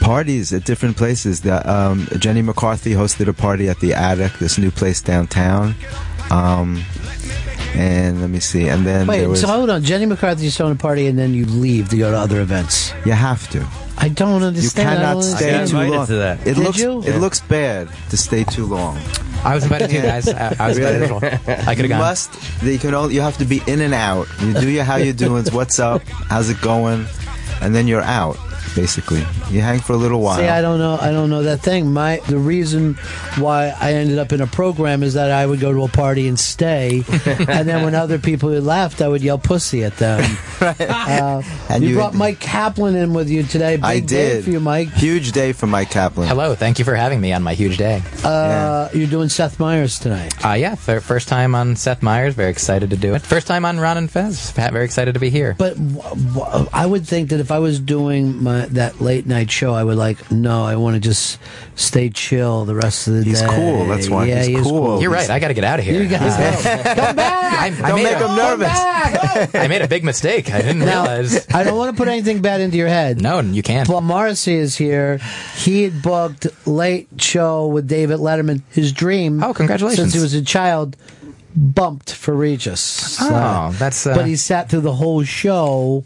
S18: parties at different places. The, um, Jenny McCarthy hosted a party at the Attic, this new place downtown. Um, and let me see. And then
S5: wait,
S18: there was
S5: so hold on. Jenny McCarthy's throwing a party, and then you leave to go to other events.
S18: you have to.
S5: I don't
S18: You
S5: understand. I don't
S18: cannot stay
S5: understand.
S18: too long. It
S5: Did
S18: looks
S5: you?
S18: it looks bad to stay too long.
S20: I was invited too, guys. I- I was invited as well. I could've
S18: You
S20: gone.
S18: must. You can only. You have to be in and out. You do your how you doing. What's up? How's it going? And then you're out. Basically, you hang for a little while.
S5: See, I don't know. I don't know that thing. My the reason why I ended up in a program is that I would go to a party and stay, and then when other people laughed, I would yell "pussy" at them. Uh,
S18: And
S5: you,
S18: you-
S5: brought Mike Kaplan in with you today. Big
S18: I
S5: Day
S18: did.
S5: for you, Mike.
S18: Huge day for Mike Kaplan.
S20: Hello, thank you for having me on my huge day.
S5: Uh, You're doing Seth Meyers tonight.
S20: Uh, yeah, fir- first time on Seth Meyers. Very excited to do it. First time on Ron and Fez. fa- Very excited to be here.
S5: But w- w- I would think that if I was doing my that late night show, I would like no, I want to just stay chill the rest of the
S20: He's
S5: day.
S20: cool, that's why.
S5: Yeah,
S20: He's
S5: he is
S20: cool. You're right, I gotta get outta here.
S5: You gotta
S20: He's-
S5: go. Come back.
S20: I made a- I made a big mistake. I didn't
S5: Now,
S20: realize.
S5: I don't want to put anything bad into your head.
S20: No, you can't.
S5: Paul Morrissey is here. He had booked late show with David Letterman. His dream. Oh,
S20: congratulations.
S5: Since he was a child, bumped for Regis.
S20: Oh, that's, uh,
S5: but he sat through the whole show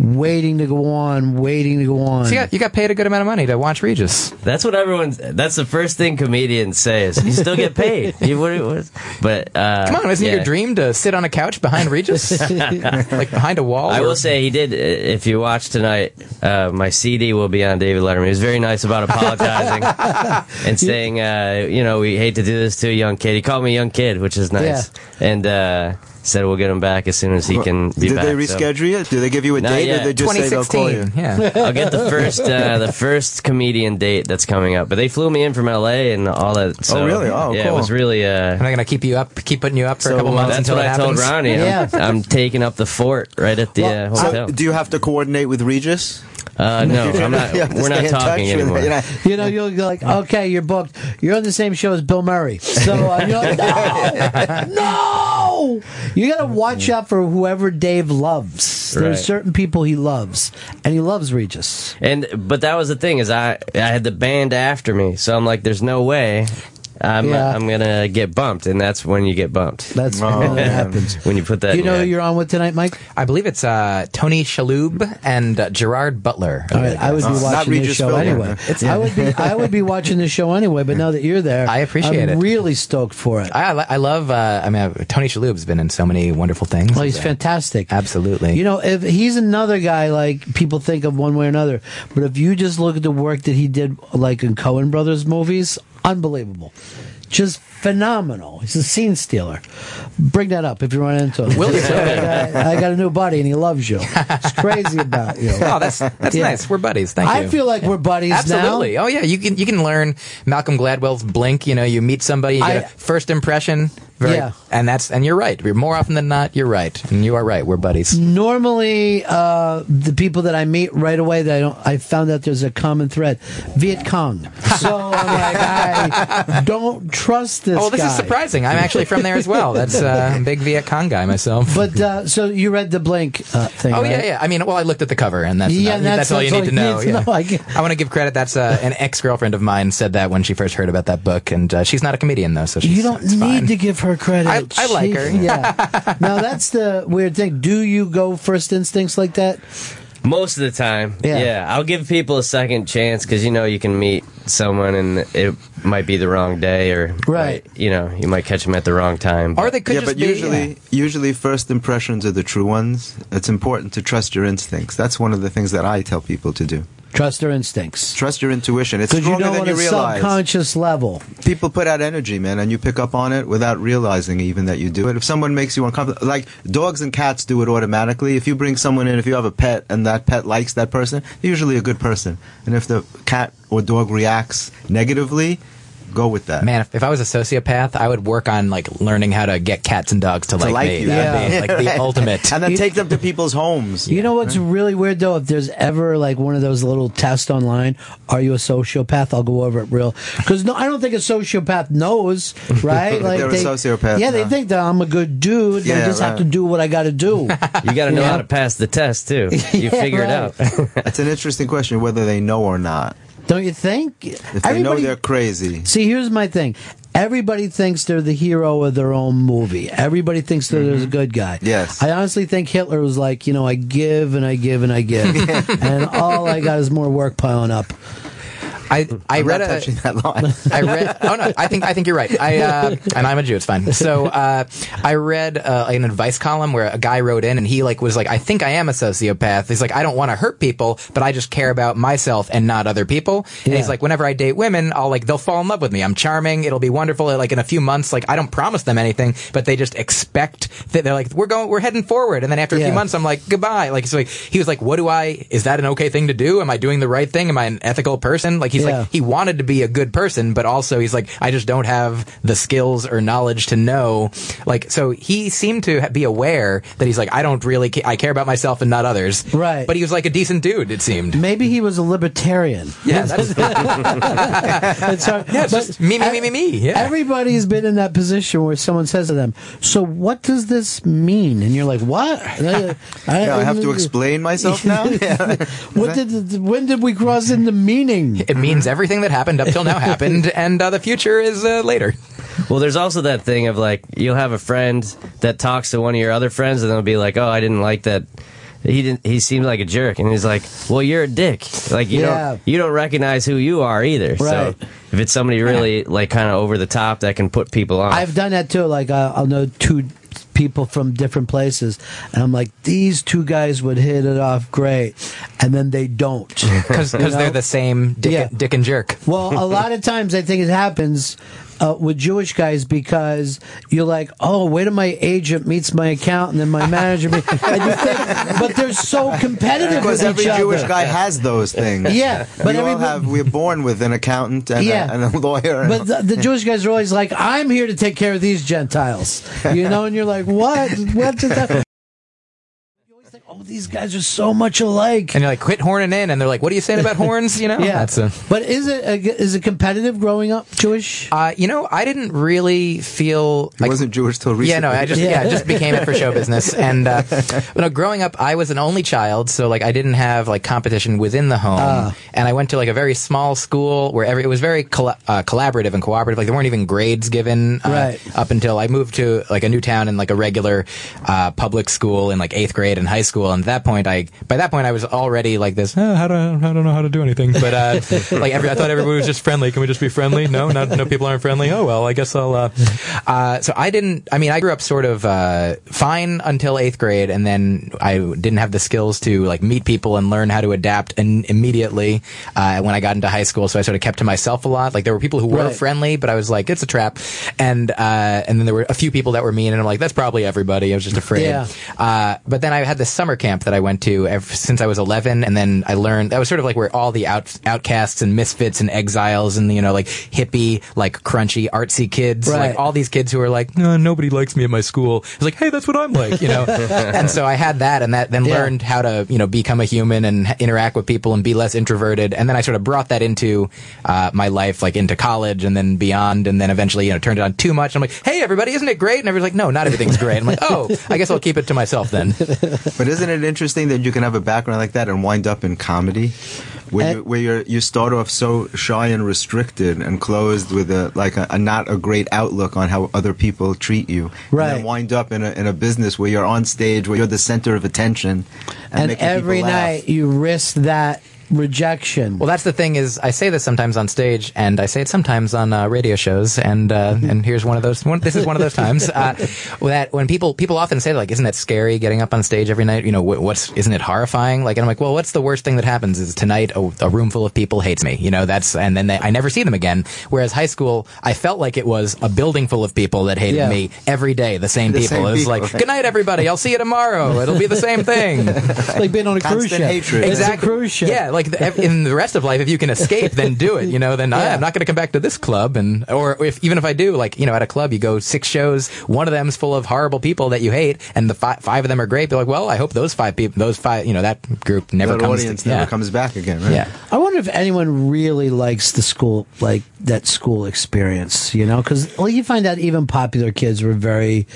S5: waiting to go on, waiting to go on.
S20: So you got, you got paid a good amount of money to watch Regis.
S11: That's what everyone. That's the first thing comedians say is you still get paid. you what, what, But uh,
S20: Come on, isn't
S11: yeah.
S20: it your dream to sit on a couch behind Regis? like behind a wall?
S11: I
S20: or-
S11: will say he did. uh, If you watch tonight, uh, my CD will be on David Letterman. He was very nice about apologizing and saying, uh, you know, we hate to do this to a young kid. He called me a young kid, which is nice, and uh, said we'll get him back as soon as he can be
S18: Did
S11: back.
S18: they
S11: so-
S18: reschedule it? Do they give you a
S11: Not
S18: date,
S11: yet.
S18: or they just say they'll call you?
S11: I'll get the first uh, the first comedian date that's coming up. But they flew me in from LA and all that. So,
S20: really? Oh,
S11: yeah,
S20: cool.
S11: it was really. Uh,
S20: Am I going to keep you up, keep putting you up for a couple months
S11: that's
S20: until
S11: what
S20: it
S11: I told
S20: happens?
S11: Ronnie. I'm- I'm, taking up the fort right at the uh,
S18: So,
S11: hotel.
S18: do you have to coordinate with Regis?
S11: Uh, no, I'm not-
S18: You have to
S11: we're not
S18: stay in touch
S11: talking
S18: with-
S11: anymore.
S18: you know,
S5: You know, you'll go like, okay, you're booked. You're on the same show as Bill Murray. So, uh, you know, no! No! You
S18: Mm-hmm.
S5: got to watch out for whoever Dave loves. There's
S11: Right.
S5: certain people he loves, and he loves Regis.
S11: and but that was the thing is I I had the band after me, so I'm like, there's no way. I'm,
S5: Yeah.
S11: I'm gonna get bumped, and that's when you get bumped.
S5: That's Oh, when it man. happens.
S11: when you put that.
S5: you know
S11: in
S5: who you're on with tonight, Mike?
S20: I believe it's uh, Tony Shalhoub and uh, Gerard Butler.
S5: All right, I would be watching this show anyway. I would be I would be watching this show anyway. But now that you're there, I
S20: appreciate
S5: I'm
S20: it.
S5: Really stoked for it.
S20: I, I, li- I love. Uh, I mean, uh, Tony Shalhoub's been in so many wonderful things.
S5: Well, he's fantastic.
S20: Absolutely.
S5: You know, if he's another guy like people think of one way or another, but if you just look at the work that he did, like in Cohen Brothers movies, unbelievable, just phenomenal. He's a scene stealer. Bring that up if you run into him.
S20: Will
S5: Just
S20: do.
S5: say, I, I got a new buddy and he loves you. He's crazy about you.
S20: oh, that's that's
S5: Yeah.
S20: nice. We're buddies. Thank
S5: I
S20: you.
S5: feel like we're buddies now.
S20: Absolutely. Oh yeah, you can you can learn Malcolm Gladwell's blink. You know, you meet somebody, you get
S5: I-
S20: a first impression. Very,
S5: Yeah.
S20: And that's and you're right. More often than not, you're right, and you are right. We're buddies.
S5: normally uh, the people that I meet right away that I don't I found out there's a common thread Viet Cong so I'm like I don't trust this
S20: oh, well, this is
S5: guy.
S20: surprising. I'm actually from there as well. That's uh, I'm a big Viet Cong guy myself.
S5: but uh, so you read the blank uh, thing
S20: oh yeah,
S5: right?
S20: yeah. I mean, well, I looked at the cover, and that's
S5: Yeah,
S20: not-
S5: that's-
S20: that's, all you
S5: that's
S20: need
S5: all
S20: to
S5: you
S20: know.
S5: need
S20: yeah.
S5: to know, I guess.
S20: I want to give credit. That's uh, an ex girlfriend of mine said that when she first heard about that book, and uh, she's not a comedian though, so she's
S5: you don't need to give her credit
S20: I- I like
S5: She-
S20: her.
S5: yeah now that's the weird thing do you go first instincts like that
S11: Most of the time,
S5: Yeah.
S11: yeah. I'll give people a second chance because you know you can meet someone and it might be the wrong day or
S5: Right.
S11: You know, you might catch them at the wrong time.
S20: Or they could
S18: yeah,
S20: just
S18: but
S20: be-
S18: usually, usually first impressions are the true ones. It's important to trust your instincts. That's one of the things that I tell people to do.
S5: Trust their instincts.
S18: Trust your intuition. It's
S5: because you
S18: stronger
S5: know
S18: than
S5: on
S18: you
S5: a
S18: realize.
S5: subconscious level
S18: people put out energy, man, and you pick up on it without realizing even that you do it. If someone makes you uncomfortable, like dogs and cats do it automatically. If you bring someone in, if you have a pet and that pet likes that person, they're usually a good person. And if the cat or dog reacts negatively, go with that.
S20: Man, if, if I was a sociopath, I would work on like learning how to get cats and dogs to,
S18: To
S20: like,
S18: like
S20: me.
S18: you.
S20: That'd
S18: Yeah.
S20: be like
S18: Right.
S20: the ultimate.
S18: And then take them to people's homes.
S5: You know what's really weird though? If there's ever like one of those little tests online, are you a sociopath? I'll go over it real because no, I don't think a sociopath knows, right?
S18: That they're a sociopath,
S5: Yeah, they
S18: no.
S5: think that I'm a good dude. They
S11: Yeah,
S5: just have
S11: right.
S5: to do what I got to do.
S11: You got to know
S5: Yeah.
S11: how to pass the test too. You
S5: Yeah,
S11: figure
S5: right.
S11: it out.
S18: That's an interesting question, whether they know or not.
S5: Don't you think?
S18: If they know
S5: Everybody-
S18: they're crazy.
S5: See, here's my thing. Everybody thinks they're the hero of their own movie. Everybody thinks they're there's a good guy.
S18: Yes.
S5: I honestly think Hitler was like, you know, I give and I give and I give, and all I got is more work piling up.
S20: I I
S5: I'm
S20: read
S5: not
S20: a-
S5: touching
S18: that line.
S20: I read. Oh no, I think I think you're right. I uh, and I'm a Jew. It's fine. So uh, I read uh, an advice column where a guy wrote in and he like was like, I think I am a sociopath. He's like, I don't want to hurt people, but I just care about myself and not other people. And
S5: Yeah.
S20: he's like, whenever I date women, I'll like they'll fall in love with me. I'm charming. It'll be wonderful. Like in a few months, like I don't promise them anything, but they just expect that they're like, we're going, we're heading forward. And then after a
S5: Yeah.
S20: few months, I'm like, goodbye. Like so, like, he was like, what do I? Is that an okay thing to do? Am I doing the right thing? Am I an ethical person? Like he's
S5: Yeah.
S20: like he wanted to be a good person, but also he's like, I just don't have the skills or knowledge to know. Like, so he seemed to ha- be aware that he's like, I don't really, ca- I care about myself and not others. Right. But he was like a decent dude, it seemed.
S5: Maybe he was a libertarian.
S20: Yeah. That's,
S5: Sorry,
S20: yeah, it's
S5: but-
S20: just me, me, me, me, me. Yeah.
S5: Everybody's been in that position where someone says to them, "So what does this mean?" And you're like, "What? I,
S18: Yeah, I have to explain myself now?
S5: what did? When did we cross into meaning?
S20: It means everything that happened up till now happened, and uh, the future is uh, later.
S11: Well, there's also that thing of like you'll have a friend that talks to one of your other friends and they'll be like, "Oh, I didn't like that he didn't. He seemed like a jerk, and he's like, "Well, you're a dick. Like you
S5: Yeah.
S11: don't you don't recognize who you are either. So
S5: Right.
S11: if it's somebody really like kind of over the top that can put people
S18: Oh.
S11: on,
S5: I've done that too. Like I I'll know two people from different places, and I'm like, these two guys would hit it off great, and then they don't
S20: because
S5: You know?
S20: they're the same dick, dick and jerk.
S5: Well, a lot of times I think it happens uh, with Jewish guys because you're like, oh, wait till my agent meets my accountant and my manager. meet-" and you think, but they're so competitive
S18: because
S5: with
S18: every
S5: each
S18: Jewish
S5: other.
S18: guy has those things.
S5: Yeah, but
S18: but we all
S5: everybody-
S18: have. We're born with an accountant and,
S5: Yeah.
S18: a, and a lawyer. And
S5: But the, the Jewish guys are always like, I'm here to take care of these Gentiles. You know, and you're like, what? What just happened? Oh, these guys are so much alike.
S20: And you're like, quit horning in. And they're like, what are you saying about horns? You know?
S5: Yeah.
S20: That's a,
S5: But is it is it competitive growing up Jewish?
S20: Uh, you know, I didn't really feel.
S18: I wasn't Jewish till recently.
S20: Yeah, no, I just yeah, I just became it for show business. And uh, you know, growing up, I was an only child, so like I didn't have like competition within the home.
S18: Ah.
S20: And I went to like a very small school where every it was very colla uh, collaborative and cooperative. Like there weren't even grades given uh,
S5: Right.
S20: up until I moved to like a new town and like a regular uh, public school in like eighth grade and high school. And at that point, I by that point I was already like this. "Oh, how do I, I don't know how to do anything, but uh, like every I thought everybody was just friendly. Can we just be friendly? No, not, no people aren't friendly. Oh well, I guess I'll. Uh, uh, so I didn't. I mean, I grew up sort of uh, fine until eighth grade, and then I didn't have the skills to like meet people and learn how to adapt. And immediately uh, when I got into high school, so I sort of kept to myself a lot. Like there were people who were
S5: Right.
S20: friendly, but I was like, it's a trap. And uh, and then there were a few people that were mean, and I'm like, that's probably everybody. I was just afraid.
S5: Yeah.
S20: Uh, but then I had this summer camp that I went to ever, since I was 11, and then I learned that was sort of like where all the out, outcasts and misfits and exiles and you know like hippie, like crunchy, artsy kids,
S5: Right.
S20: like all these kids who are like, no, Uh, nobody likes me at my school. It's like, hey, that's what I'm like, you know. and so I had that, and that then
S5: Yeah.
S20: learned how to you know become a human and h- interact with people and be less introverted. And then I sort of brought that into uh, my life, like into college and then beyond, and then eventually you know turned it on too much. I'm like, hey, everybody, isn't it great? And everybody's like, no, not everything's great. I'm like, oh, I guess I'll keep it to myself then.
S18: But isn't it interesting that you can have a background like that and wind up in comedy, where you, where you're, you start off so shy and restricted and closed with a like a, a not a great outlook on how other people treat you,
S5: Right.
S18: And then wind up in a in a business where you're on stage, where you're the center of attention, and,
S5: And,
S18: making
S5: every
S18: people laugh.
S5: night you risk that rejection.
S20: Well, that's the thing is, I say this sometimes on stage, and I say it sometimes on uh, radio shows, and uh, and here's one of those. One, this is one of those times uh, that when people people often say like, "Isn't that scary getting up on stage every night? You know, what, what's isn't it horrifying?" Like, and I'm like, "Well, what's the worst thing that happens is tonight a, a room full of people hates me. You know, that's and then they, I never see them again. Whereas high school, I felt like it was a building full of people that hated
S5: Yeah.
S20: me every day, the same
S5: The
S20: people.
S5: same
S20: it was
S5: people.
S20: like, "Good night, everybody. I'll see you tomorrow. It'll be the same thing."
S5: It's like being on a cruise ship. It's a
S20: Exactly.
S5: cruise ship.
S20: Yeah, like the, ev- in the rest of life, if you can escape, then do it. You know, then "Ah, I'm not going to come back to this club, and or if even if I do, like you know, at a club, you go six shows, one of them's full of horrible people that you hate, and the fi- five of them are great. They're like, well, I hope those five people, those five, you know, that group never
S18: That
S20: comes.
S18: audience
S20: to,
S18: never
S20: yeah.
S18: comes back again, right?
S20: Yeah.
S5: I wonder if anyone really likes the school, like that school experience, you know? Because well, you find out even popular kids were very,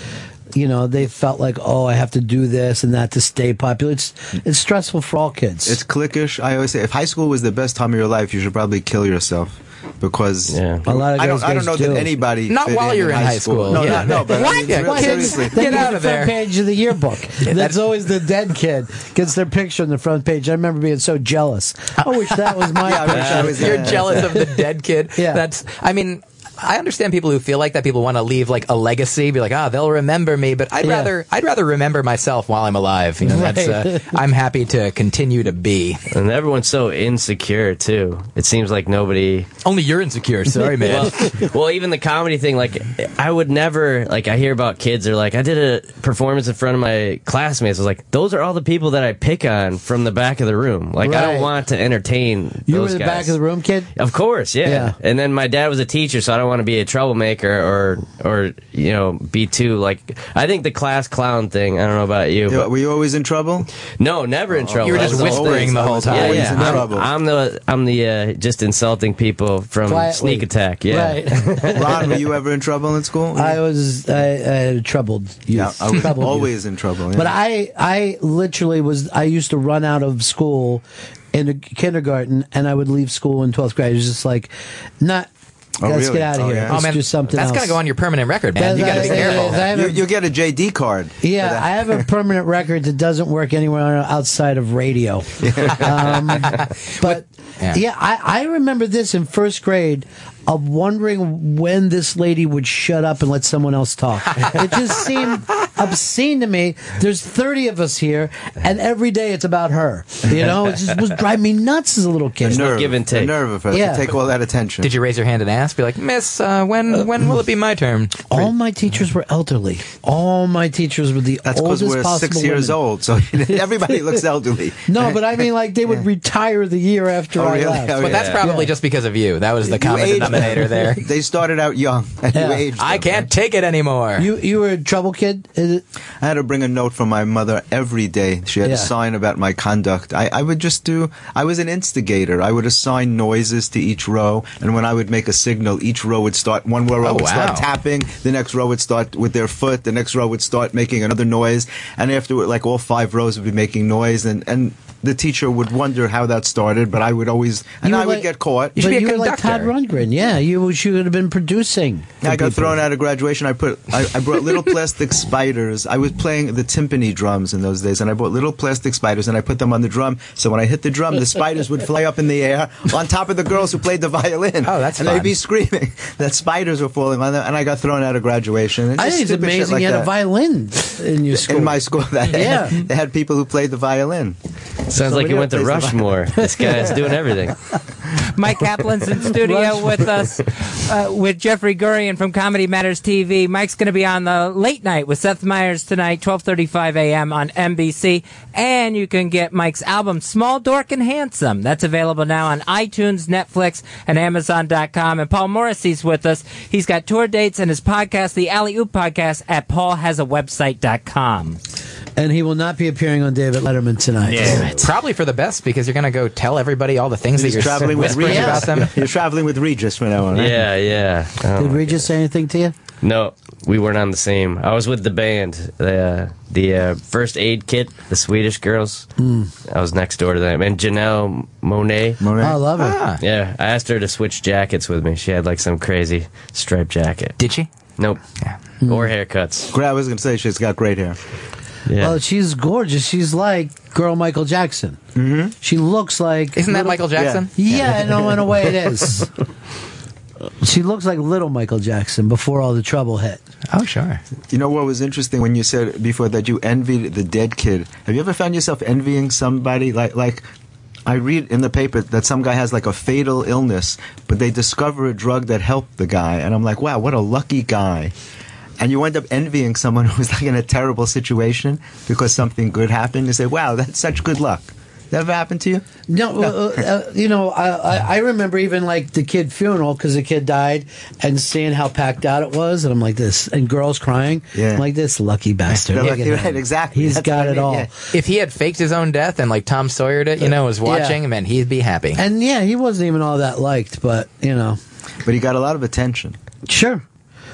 S5: you know, they felt like, oh, I have to do this and that to stay popular. It's it's stressful for all kids.
S18: It's cliquish. I always say, if high school was the best time of your life, you should probably kill yourself because
S5: A lot of
S18: I don't,
S5: those
S18: I don't
S5: guys
S18: know
S5: do.
S18: that anybody.
S5: Not
S18: fit
S5: while
S18: in
S5: you're in high school.
S18: No,
S5: Yeah.
S18: not, no, but I
S5: What?
S18: mean,
S5: Yeah,
S18: really,
S5: kids,
S18: seriously.
S5: They get the front page of the yearbook. That's always the dead kid gets their picture on the front page. I remember being so jealous. I wish that was my.
S20: Yeah, I wish I
S5: picture.
S20: was You're there. jealous of the dead kid. Yeah. That's, I mean, I understand people who feel like that. People want to leave like a legacy, be like, ah, they'll remember me. But I'd
S5: Yeah.
S20: rather, I'd rather remember myself while I'm alive. You know, that's, uh,
S11: Right.
S20: I'm happy to continue to be.
S11: and everyone's so insecure too. It seems like nobody.
S20: Only you're insecure. Sorry, man.
S11: well, well, even the comedy thing, like I would never like I hear about kids are like I did a performance in front of my classmates. I was like, those are all the people that I pick on from the back of the room. Like I
S5: Right.
S11: don't want to entertain.
S5: You were
S11: those
S5: in the
S11: guys.
S5: back of the room, kid.
S11: Of course, yeah.
S5: Yeah.
S11: And then my dad was a teacher, so I don't want to be a troublemaker or or you know be too like. I think the class clown thing. I don't know about you.
S18: Yeah, were you always in trouble?
S11: No, never in trouble.
S20: Oh, You were
S11: I
S20: just
S11: was
S20: whispering the whole
S11: always-
S20: time.
S11: Yeah,
S20: Always
S11: yeah.
S20: in
S11: I'm,
S20: trouble.
S11: I'm the I'm the uh, just insulting people from
S5: Quietly.
S11: sneak attack. Yeah.
S18: Ron, were you ever in trouble in school?
S5: I was I, I had a troubled youth.
S18: yeah, I was
S5: troubled youth.
S18: always in trouble. Oh, yeah.
S5: But I, I literally was. I used to run out of school in kindergarten, and I would leave school in twelfth grade. It was just like, not Oh, Let's really? get out of
S20: Oh,
S5: here.
S20: yeah.
S5: Let's
S20: Oh, man,
S5: do something
S20: that's
S5: else.
S20: gotta go on your permanent record, man.
S5: That-
S20: You gotta be
S5: that-
S20: careful.
S5: that- that- I have a-
S18: You, will get a JD card.
S5: Yeah, I have a permanent record that doesn't work anywhere outside of radio. Um, but yeah,
S20: Yeah.
S5: I, I remember this in first grade of wondering when this lady would shut up and let someone else talk. it just seemed obscene to me. There's 30 of us here, and every day it's about her. You know, it just was driving me nuts as a little kid.
S18: The nerve of her
S5: Yeah.
S18: to take all that attention.
S20: Did you raise your hand and ask? Be like, Miss, uh, when when will it be my turn?
S5: All my teachers were elderly. All my teachers were the
S18: That's because
S5: oldest
S18: we're
S5: possible
S18: six years
S5: women.
S18: old, so everybody looks elderly.
S5: No, but I mean, like they would retire the year after
S18: Oh,
S5: I left.
S20: but that's probably just because of you. That was the common
S18: aged
S20: denominator
S18: them.
S20: there.
S18: They started out young, and
S20: Yeah.
S18: you aged.
S20: I can't take it anymore.
S5: You you were a trouble kid.
S18: I had to bring a note from my mother every day. She had
S5: Yeah.
S18: a sign about my conduct. I, I would just do. I was an instigator. I would assign noises to each row, and when I would make a signal, each row would start. One row
S20: Oh,
S18: would
S20: wow.
S18: start tapping. The next row would start with their foot. The next row would start making another noise, and afterward, like all five rows would be making noise, and and. The teacher would wonder how that started, but I would always, and
S5: You were
S18: I would
S5: like-
S18: get caught.
S5: but Uh, you were like Todd Rundgren. Yeah, you should have been producing. for
S18: I got
S5: people.
S18: thrown out of graduation. I put I, I brought little plastic spiders. I was playing the timpani drums in those days, and I bought little plastic spiders and I put them on the drum. So when I hit the drum, the spiders would fly up in the air on top of the girls who played the violin. Oh, that's and
S20: fun.
S18: they'd be screaming that spiders were falling on them, and I got thrown out of graduation. And
S5: I
S18: just
S5: think it's
S18: stupid shit
S5: amazing
S18: like
S5: you had
S18: that.
S5: a violin in your school.
S18: In my school, that
S5: Yeah.
S18: they had people who played the violin.
S11: Sounds like you went to Rushmore. This guy is doing everything.
S16: Mike Kaplan's in studio with us, uh, with Jeffrey Gurian from Comedy Matters TV. Mike's going to be on the late night with Seth Meyers tonight, 12.35 a.m. on NBC. And you can get Mike's album, Small, Dork, and Handsome. That's available now on iTunes, Netflix, and Amazon.com. And Paul Morrissey's with us. He's got tour dates and his podcast, the Alley Oop Podcast, at paulhasawebsite.com.
S5: And he will not be appearing on David Letterman tonight.
S20: Probably for the best because you're going to go tell everybody all the things
S18: He's
S20: that you're
S18: traveling with
S20: whispering
S18: Regis.
S20: about them.
S18: You're traveling with Regis from now on, right?
S11: Yeah, yeah. Oh.
S5: Did Regis say anything to you?
S11: No, we weren't on the same. I was with the band, the uh, the uh, first aid kit, the Swedish girls.
S5: Hmm.
S11: I was next door to them, and Janelle Monet.
S5: Monáe. I love her. Ah.
S11: Yeah, I asked her to switch jackets with me. She had like some crazy striped jacket.
S20: Did she?
S11: Nope. Yeah. Or haircuts.
S18: Great. I was gonna say she's got great hair.
S11: Yeah.
S5: Well, she's gorgeous. She's like girl Michael Jackson. Mm-hmm. She looks like.
S20: Isn't that Michael Jackson?
S5: Yeah, yeah no, in a way it is. She looks like little Michael Jackson before all the trouble hit.
S20: Oh, sure.
S18: You know what was interesting when you said before that you envied the dead kid. Have you ever found yourself envying somebody like like I read in the paper that some guy has like a fatal illness, but they discover a drug that helped the guy, and I'm like, wow, what a lucky guy. And you end up envying someone who's like in a terrible situation because something good happened. You say, wow, that's such good luck. That ever happened to you?
S5: No, uh, uh, you know, I, I, I remember even like the kid funeral because the kid died and seeing how packed out it was, and I'm like this, and girls crying,
S20: Yeah.
S5: I'm like this lucky bastard.
S20: They're
S5: Look
S20: lucky,
S5: at him.
S20: right,
S18: exactly.
S5: He's
S20: That's what
S5: got
S20: I
S5: it
S20: mean,
S5: all.
S20: yeah. If he had faked his own death and like Tom Sawyered it, you know, was
S5: Yeah.
S20: watching, man, he'd be happy.
S5: And yeah, he wasn't even all that liked, but you know.
S18: But he got a lot of attention.
S5: Sure.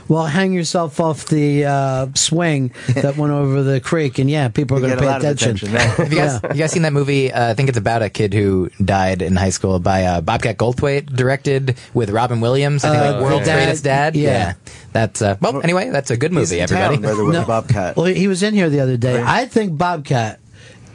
S5: Well, hang yourself off the uh, swing that went over the creek, and yeah, people are going to pay attention.
S20: Have you guys,
S5: Yeah.
S20: you guys seen that movie? Uh, I think it's about a kid who died in high school by uh, Bobcat Goldthwait, directed with Robin Williams. I think
S5: Uh,
S20: like World's
S5: Dad,
S20: Greatest Dad.
S5: yeah.
S20: That's uh, well. Anyway, that's a good movie. everybody.
S5: No. Well, he was in here the other day. I think Bobcat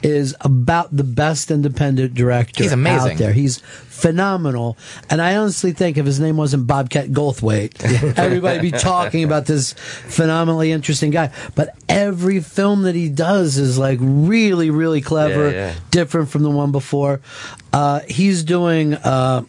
S5: is about the best independent director
S20: He's amazing.
S5: out there. He's phenomenal. And I honestly think if his name wasn't Bobcat Goldthwait, everybody'd be talking about this phenomenally interesting guy. But every film that he does is like really, really clever,
S2: Yeah, yeah.
S5: different from the one before. Uh, he's doing. Uh,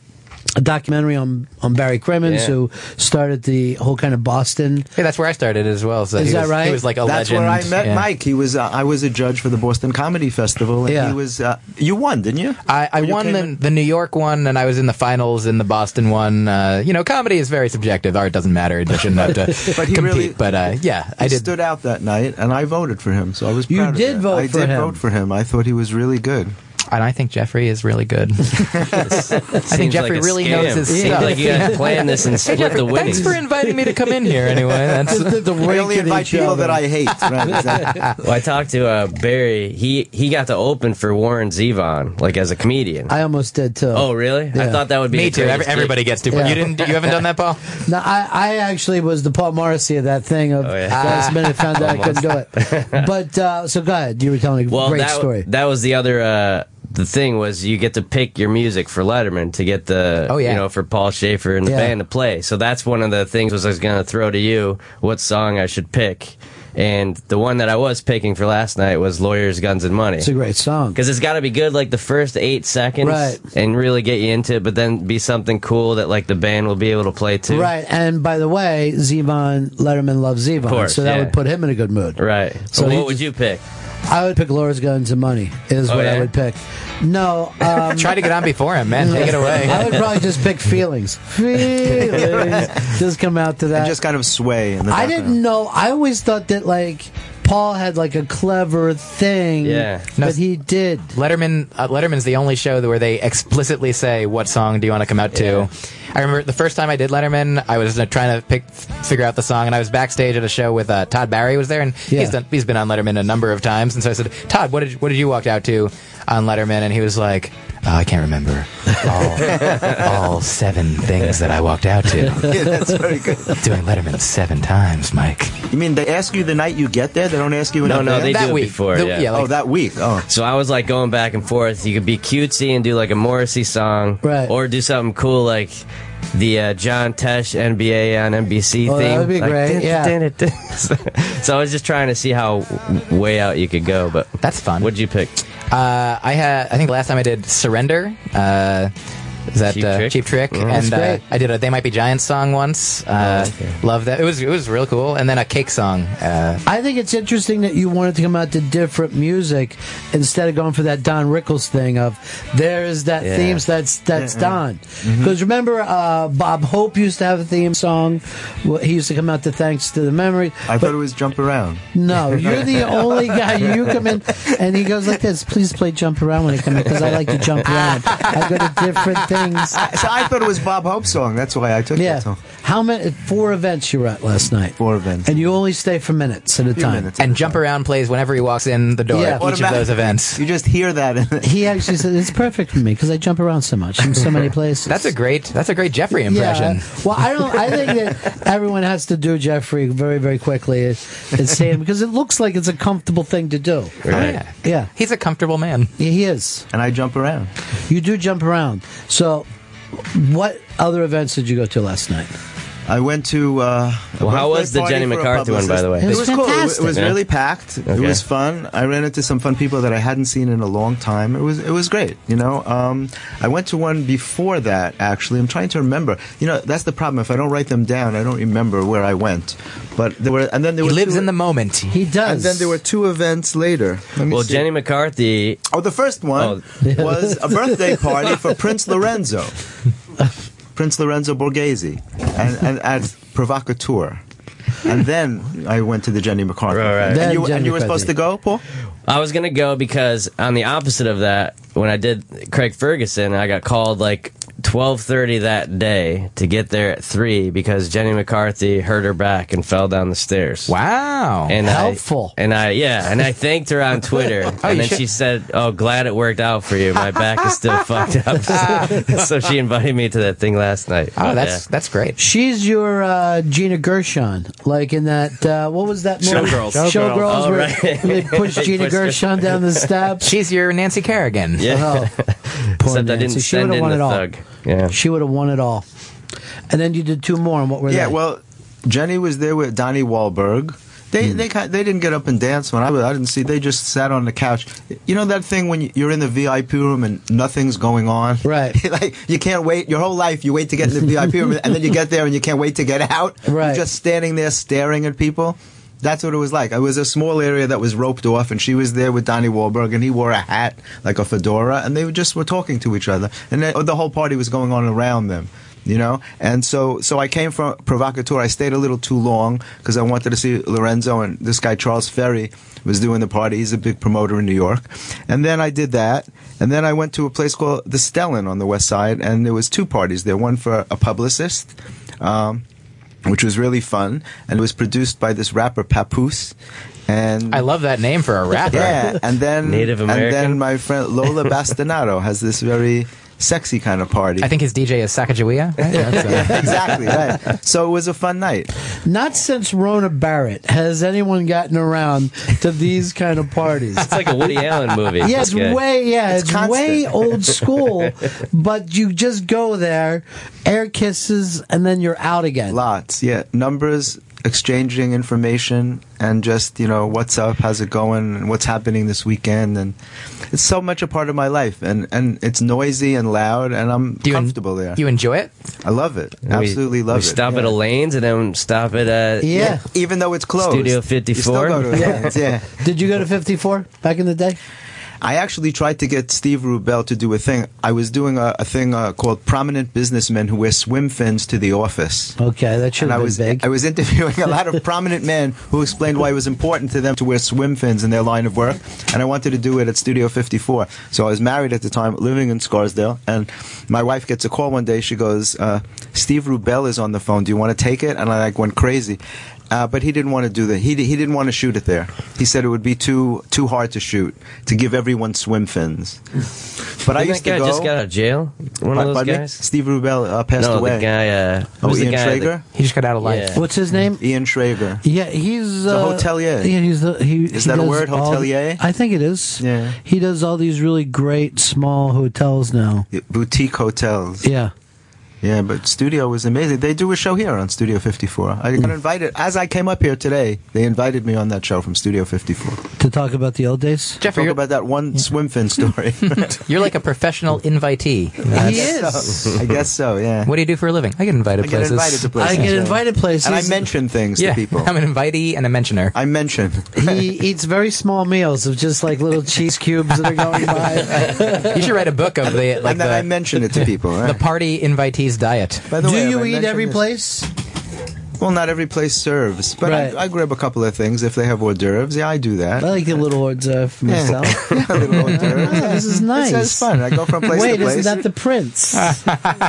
S5: a documentary on on Barry Crimmins,
S20: Yeah.
S5: who started the whole kind of Boston
S20: Hey, that's where I started as well. So
S5: Is
S20: he
S5: that
S20: was,
S5: right?
S20: He was like a
S18: That's
S20: legend.
S18: where I met
S20: Yeah.
S18: Mike. He was uh, I was a judge for the Boston Comedy Festival, and
S20: Yeah.
S18: he was. Uh, you won, didn't you?
S20: I, I
S18: When you
S20: won
S18: came
S20: the,
S18: in-
S20: the New York one, and I was in the finals in the Boston one. Uh, you know, comedy is very subjective. Art doesn't matter. It shouldn't have to
S18: But he
S20: compete.
S18: really-
S20: but uh, yeah, I
S18: he
S20: did.
S18: stood out that night, and I voted for him, so I was.
S5: You
S18: proud of
S5: did
S18: that.
S5: vote
S18: I
S5: for
S18: did
S5: him.
S18: vote for him. I thought he was really good.
S20: And I think Jeffrey is really good. I think
S11: Seems
S20: Jeffrey
S11: like a
S20: really
S11: scam.
S20: knows his
S11: Seems
S20: stuff.
S11: like you guys planned this and
S20: Hey,
S11: split
S20: Jeffrey,
S11: the winnings.
S20: Thanks for inviting me to come in here. Anyway, that's
S11: The- the
S18: I only invite people that I hate. Right, exactly.
S11: well, I talked to uh, Barry. He he got to open for Warren Zevon, like as a comedian.
S5: I almost did too.
S11: Oh, really? I
S5: Yeah.
S11: thought that would be
S5: Me
S11: the
S5: too.
S11: greatest
S5: Every- everybody
S11: gig.
S5: gets to- Yeah. you didn't- you haven't done that,
S20: Paul?
S5: No, I, I actually was the Paul Morrissey of that thing
S11: Oh,
S5: of last minute found out I couldn't do it. But uh, so go ahead. You were telling a
S11: well,
S5: great
S11: that,
S5: story.
S11: That was the other. Uh, the thing was, you get to pick your music for Letterman to get the,
S20: Oh, yeah.
S11: you know, for Paul Schaefer and the
S20: Yeah.
S11: band to play. So that's one of the things was I was going to throw to you what song I should pick, and the one that I was picking for last night was "Lawyers, Guns, and Money."
S5: It's a great song.
S11: Because it's got to be good, like the first eight seconds,
S5: Right.
S11: and really get you into it. But then be something cool that like the band will be able to play to.
S5: Right, and by the way, Zevon Letterman loves Zevon,
S11: course,
S5: so that
S11: yeah.
S5: would put him in a good mood.
S11: Right.
S5: So
S11: So
S5: he
S11: what
S5: just-
S11: would you pick?
S5: I would pick Laura's Guns and Money is
S11: Oh,
S5: what I
S11: yeah?
S5: would pick. No, um,
S20: Try to get on before him, man. Take it away.
S5: I would probably just pick Feelings. Feelings just come out to that.
S18: And just kind of sway. In the
S5: I
S18: background.
S5: didn't know. I always thought that like Paul had like a clever thing.
S20: No,
S5: that he did.
S20: Letterman uh, Letterman's the only show where they explicitly say what song do you want to come out to. I remember the first time I did Letterman, I was uh, trying to pick figure out the song, and I was backstage at a show with uh, Todd Barry was there, and
S5: Yeah.
S20: he's done he's been on Letterman a number of times, and so I said, Todd, what did what did you walk out to on Letterman? And he was like, oh, I can't remember all, all seven things that I walked out to.
S18: Yeah, that's very good.
S20: Doing Letterman seven times, Mike.
S18: You mean they ask you the night you get there? They don't ask you in
S11: No, no,
S18: advance?
S11: they do it before. yeah.
S18: oh, that week. Oh.
S11: So I was like going back and forth. You could be cutesy and do like a Morrissey song, right? Or do something cool like the uh, John Tesh NBA on NBC
S5: Oh,
S11: thing.
S5: that would be
S11: Like,
S5: great.
S11: dun- dun-
S5: Yeah.
S11: so I was just trying to see how w- way out you could go, but
S20: that's fun.
S11: What'd you pick?
S20: Uh, I had I think last time I did Surrender. Uh, is that
S11: Cheap
S20: uh,
S11: Trick?
S20: Cheap Trick?
S5: Oh,
S11: Mm. That's
S20: and uh,
S11: great.
S20: I did a They Might Be Giants song once. Uh, Love that. It was it was real cool. And then a cake song. Uh,
S5: I think it's interesting that you wanted to come out to different music instead of going for that Don Rickles thing of there's that
S2: Yeah.
S5: theme that's that's
S2: Mm-mm.
S5: Don.
S18: Mm-hmm.
S2: Mhm.
S5: Because remember, uh, Bob Hope used to have a theme song. Well, He used to come out to Thanks to the Memory.
S18: I thought it was Jump Around.
S5: No, you're the only guy. You come in and he goes like this. Please play jump around when I come in because I like to jump around. I go to different things.
S18: So I thought it was Bob Hope's song. That's why I took that song.
S5: How many? Four events you were at last night. Four events, and you only stay for minutes at a time.
S20: and Jump Around plays whenever he walks in the door
S5: Yeah.
S20: at each of
S5: Automatic.
S20: those events.
S18: You just hear that.
S5: he actually said it's perfect for me because I jump around so much in so many places.
S20: That's a great that's a great Jeffrey impression.
S5: Yeah. Well, I don't. I think that everyone has to do Jeffrey very, very quickly and say him because it looks like it's a comfortable thing to do.
S20: Right.
S5: Yeah.
S20: He's a comfortable man.
S5: He is.
S18: And I jump around.
S5: You do jump around. So, what other events did you go to last night?
S18: I went to. Uh,
S11: Well, how was the Jenny McCarthy one, by the way?
S18: It was, cool. It was- It was
S11: Yeah.
S18: really packed. It
S11: Okay.
S18: was fun. I ran into some fun people that I hadn't seen in a long time. It was it was great. You know, um, I went to one before that. Actually, I'm trying to remember. You know, that's the problem. If I don't write them down, I don't remember where I went. But there were, and then there
S20: He
S18: were
S20: lives
S18: two-
S20: in the moment. He
S18: And then there were two events later. Let me
S11: Well,
S18: see.
S11: Jenny McCarthy.
S18: Oh, the first one
S11: Oh.
S18: was a birthday party for Prince Lorenzo. Prince Lorenzo Borghese and, and at Provocateur. And then I went to the Jenny McCarthy.
S11: right.
S18: And,
S11: Then
S18: you, and
S11: Jenny
S18: you were supposed to go, Paul?
S11: I was gonna go because on the opposite of that, when I did Craig Ferguson, I got called like twelve thirty that day to get there at three because Jenny McCarthy hurt her back and fell down the stairs.
S20: Wow,
S11: and
S5: helpful.
S11: I, and I yeah, and I thanked her on Twitter,
S5: Oh, you
S11: and then
S5: should-
S11: she said, "Oh, glad it worked out for you. My back is still fucked up." so she invited me to that thing last night. But,
S5: Oh,
S11: uh,
S5: that's-
S11: yeah.
S20: that's great.
S5: She's your uh, Gina Gershon, like in that uh, what was that movie?
S20: Showgirls.
S5: Showgirls,
S20: Showgirls. Oh,
S5: where
S20: right.
S5: they pushed
S20: They
S5: Gina
S20: pushed her.
S5: Gershon down the steps. Oh,
S20: She's your Nancy Kerrigan.
S11: Yeah. Except I didn't
S5: Nancy. She
S11: send
S5: would've
S11: in
S5: won
S11: the
S5: it all.
S11: thug. Yeah.
S5: She would have won it all. And then you did two more, and what were
S18: Yeah,
S5: they?
S18: well, Jenny was there with Donnie Wahlberg. They,
S11: Hmm.
S18: they ki- they didn't get up and dance when I was. I didn't see. They just sat on the couch. You know that thing when you're in the VIP room and nothing's going on. Right. like you can't wait. Your whole life you wait to get in the VIP room and then you get there and you can't wait to get out. Right. You're just standing there staring at people. That's what it was like. It was a small area that was roped off, and she was there with Donnie Wahlberg, and he wore a hat like a fedora, and they were just were talking to each other, and they, the whole party was going on around them. you know. And so, so I came from provocateur. I stayed a little too long because I wanted to see Lorenzo and this guy Charles Ferry was doing the party. He's a big promoter in New York. And then I did that, and then I went to a place called the Stellan on the West Side, and there was two parties there. One for a publicist. Um, which was really fun, and it was produced by this rapper Papoose, and
S20: I love that name for a rapper.
S18: Yeah, and then
S20: Native
S18: and
S20: American?
S18: then my friend Lola Bastinado has this very sexy kind of party.
S20: I think his DJ is Sacagawea. Right? That's, uh,
S18: yeah, exactly right. So it was a fun night.
S5: Not since Rona Barrett has anyone gotten around to these kind of parties.
S11: It's like a Woody Allen movie.
S5: Yeah, it's
S11: Okay.
S5: way yeah,
S11: It's
S5: it's, way
S11: constant.
S5: old school, but you just go there, air kisses, and then you're out again.
S18: Lots, yeah, numbers, exchanging information, and just you know what's up, how's it going, and what's happening this weekend, and it's so much a part of my life, and and it's noisy and loud, and I'm comfortable there.
S20: you enjoy it?
S18: I love it.
S11: We-
S18: Absolutely love
S11: we
S18: it.
S11: Stop at Elaine's and then stop at uh,
S18: even though it's closed,
S11: Studio
S18: you still
S11: Fifty
S18: go to
S11: Four.
S18: events, yeah.
S5: Did you go to 54 back in the day?
S18: I actually tried to get Steve Rubel to do a thing. I was doing a, a thing uh, called "Prominent Businessmen Who Wear Swim Fins to the Office."
S5: Okay, that should
S18: And I
S5: have been
S18: was
S5: big.
S18: I was interviewing a lot of prominent men who explained why it was important to them to wear swim fins in their line of work, and I wanted to do it at Studio 54. So I was married at the time, living in Scarsdale, and my wife gets a call one day. She goes, uh, "Steve Rubel is on the phone. Do you want to take it?" And I like went crazy. Uh, but he didn't want to do that. He, di- he didn't want to shoot it there. He said it would be too too hard to shoot to give everyone swim fins. But I
S11: Didn't that
S18: used to
S11: guy
S18: go.
S11: just got out of jail. One
S18: Pardon-
S11: of those
S18: pardon me?
S11: guys.
S18: Steve Rubel uh, passed
S11: No, the
S18: away.
S11: guy, uh, who
S18: oh,
S11: was the
S18: Ian
S11: guy that-
S18: Traeger.
S20: He just got out of
S11: life. Yeah.
S5: What's his name?
S18: Ian Traeger.
S5: Yeah, he's
S18: He's a
S5: uh,
S18: hotelier.
S5: Yeah, he's the he.
S18: Is
S5: he
S18: that a
S5: does
S18: word,
S5: all-
S18: hotelier?
S5: I think it is.
S18: Yeah.
S5: he does all these really great small hotels now.
S18: boutique hotels.
S5: Yeah.
S18: Yeah, but studio was amazing. They do a show here on Studio 54. I
S5: Mm.
S18: got invited as I came up here today. They invited me on that show from Studio 54.
S5: To talk about the old days,
S18: Jeff, talk about that one swim fin story.
S20: You're like a professional invitee.
S18: He is. I guess so. Yeah.
S20: What do you do for a living? I get invited
S18: I get
S20: places.
S18: invited to places.
S5: get invited places.
S18: and I mention things
S20: Yeah,
S18: to people.
S20: I'm an invitee and a mentioner.
S18: I mention.
S5: he eats very small meals of just like little cheese cubes that are going by.
S20: you should write a book of the like
S18: and then
S20: the,
S18: I mention it to people.
S20: the party invitees diet.
S18: By the
S5: Do
S18: way, have
S5: you
S18: I
S5: eat
S18: mentioned
S5: every
S18: this?
S5: place?
S18: Well, not every place serves, but
S5: Right.
S18: I, I grab a couple of things if they have hors d'oeuvres. Yeah, I do that.
S5: I like the little hors d'oeuvre for
S18: Yeah.
S5: myself. Ah, this is nice.
S18: It's, it's fun. I go from place
S5: Wait,
S18: to place.
S5: isn't that the prince?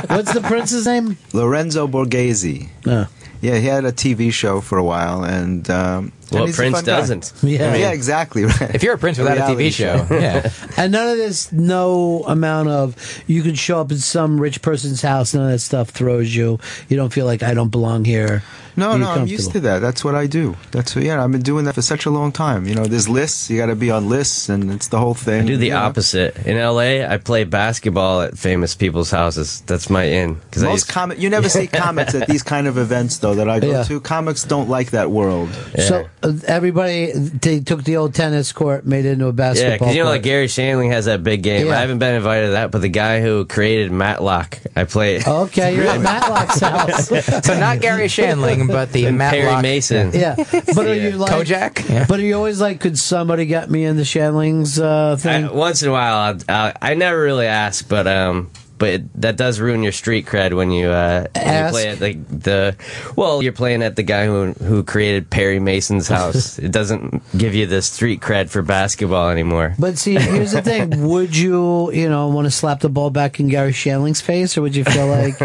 S5: What's the prince's name?
S18: Lorenzo Borghese.
S5: Ah.
S18: Yeah, he had a TV show for a while, and um,
S11: Well,
S18: and he's a
S11: Prince
S18: fun guy.
S11: doesn't.
S5: Yeah.
S18: yeah, exactly. Right.
S20: If you're a prince without a
S18: reality
S20: TV show, yeah.
S5: And none of this, no amount of, you could show up at some rich person's house, none of that stuff throws you. You don't feel like I don't belong here.
S18: No,
S5: You're
S18: no, I'm used to
S5: comfortable.
S18: that. That's what I do. That's what, yeah. I've been doing that for such a long time. You know, there's lists. You got to be on lists, and it's the whole thing.
S11: I do the
S18: you know.
S11: opposite. In LA, I play basketball at famous people's houses. That's my in. Because I
S18: Most
S11: used,
S18: comic, you never see comics at these kind of events, though. That I go
S5: Yeah.
S18: to, comics don't like that world.
S5: So uh, everybody they took the old tennis court, made it into a
S11: yeah,
S5: basketball
S11: because you know, like
S5: court.
S11: Gary Shanley has that big game.
S5: Yeah.
S11: I haven't been invited to that, but the guy who created Matlock, I play.
S5: okay, you're at Matlock's house.
S20: So not Gary Shanling, but the
S11: And Perry
S20: Matlock-
S11: Mason.
S5: Yeah, but are you like
S20: Kojak?
S5: But are you always like, could somebody get me in the Shanlings uh, thing?
S11: I, once in a while, I, I, I never really ask, but um, but it, that does ruin your street cred when you uh when you
S5: Ask?
S11: play at the the well, you're playing at the guy who who created Perry Mason's house. it doesn't give you the street cred for basketball anymore.
S5: But see, here's the thing: Would you, you know, want to slap the ball back in Gary Shanling's face, or would you feel like,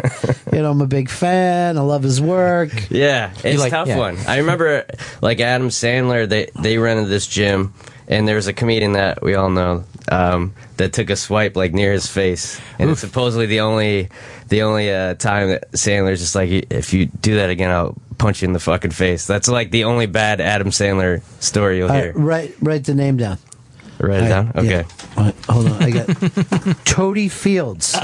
S5: you know, I'm a big fan, I love his work?
S11: Yeah, it's
S5: You like-
S11: tough
S5: yeah.
S11: one. I remember like Adam Sandler. They they rented this gym, and there was a comedian that we all know um, that took a swipe like near his face, and it's supposedly the only the only uh, time that Sandler's just like, if you do that again, I'll punch you in the fucking face. That's like the only bad Adam Sandler story you'll
S5: All
S11: hear.
S5: right, write write the name down.
S11: Write it
S5: all
S11: down.
S5: right,
S11: Okay.
S5: All right, hold on, I oh. got Toady
S18: Oh.
S5: Fields.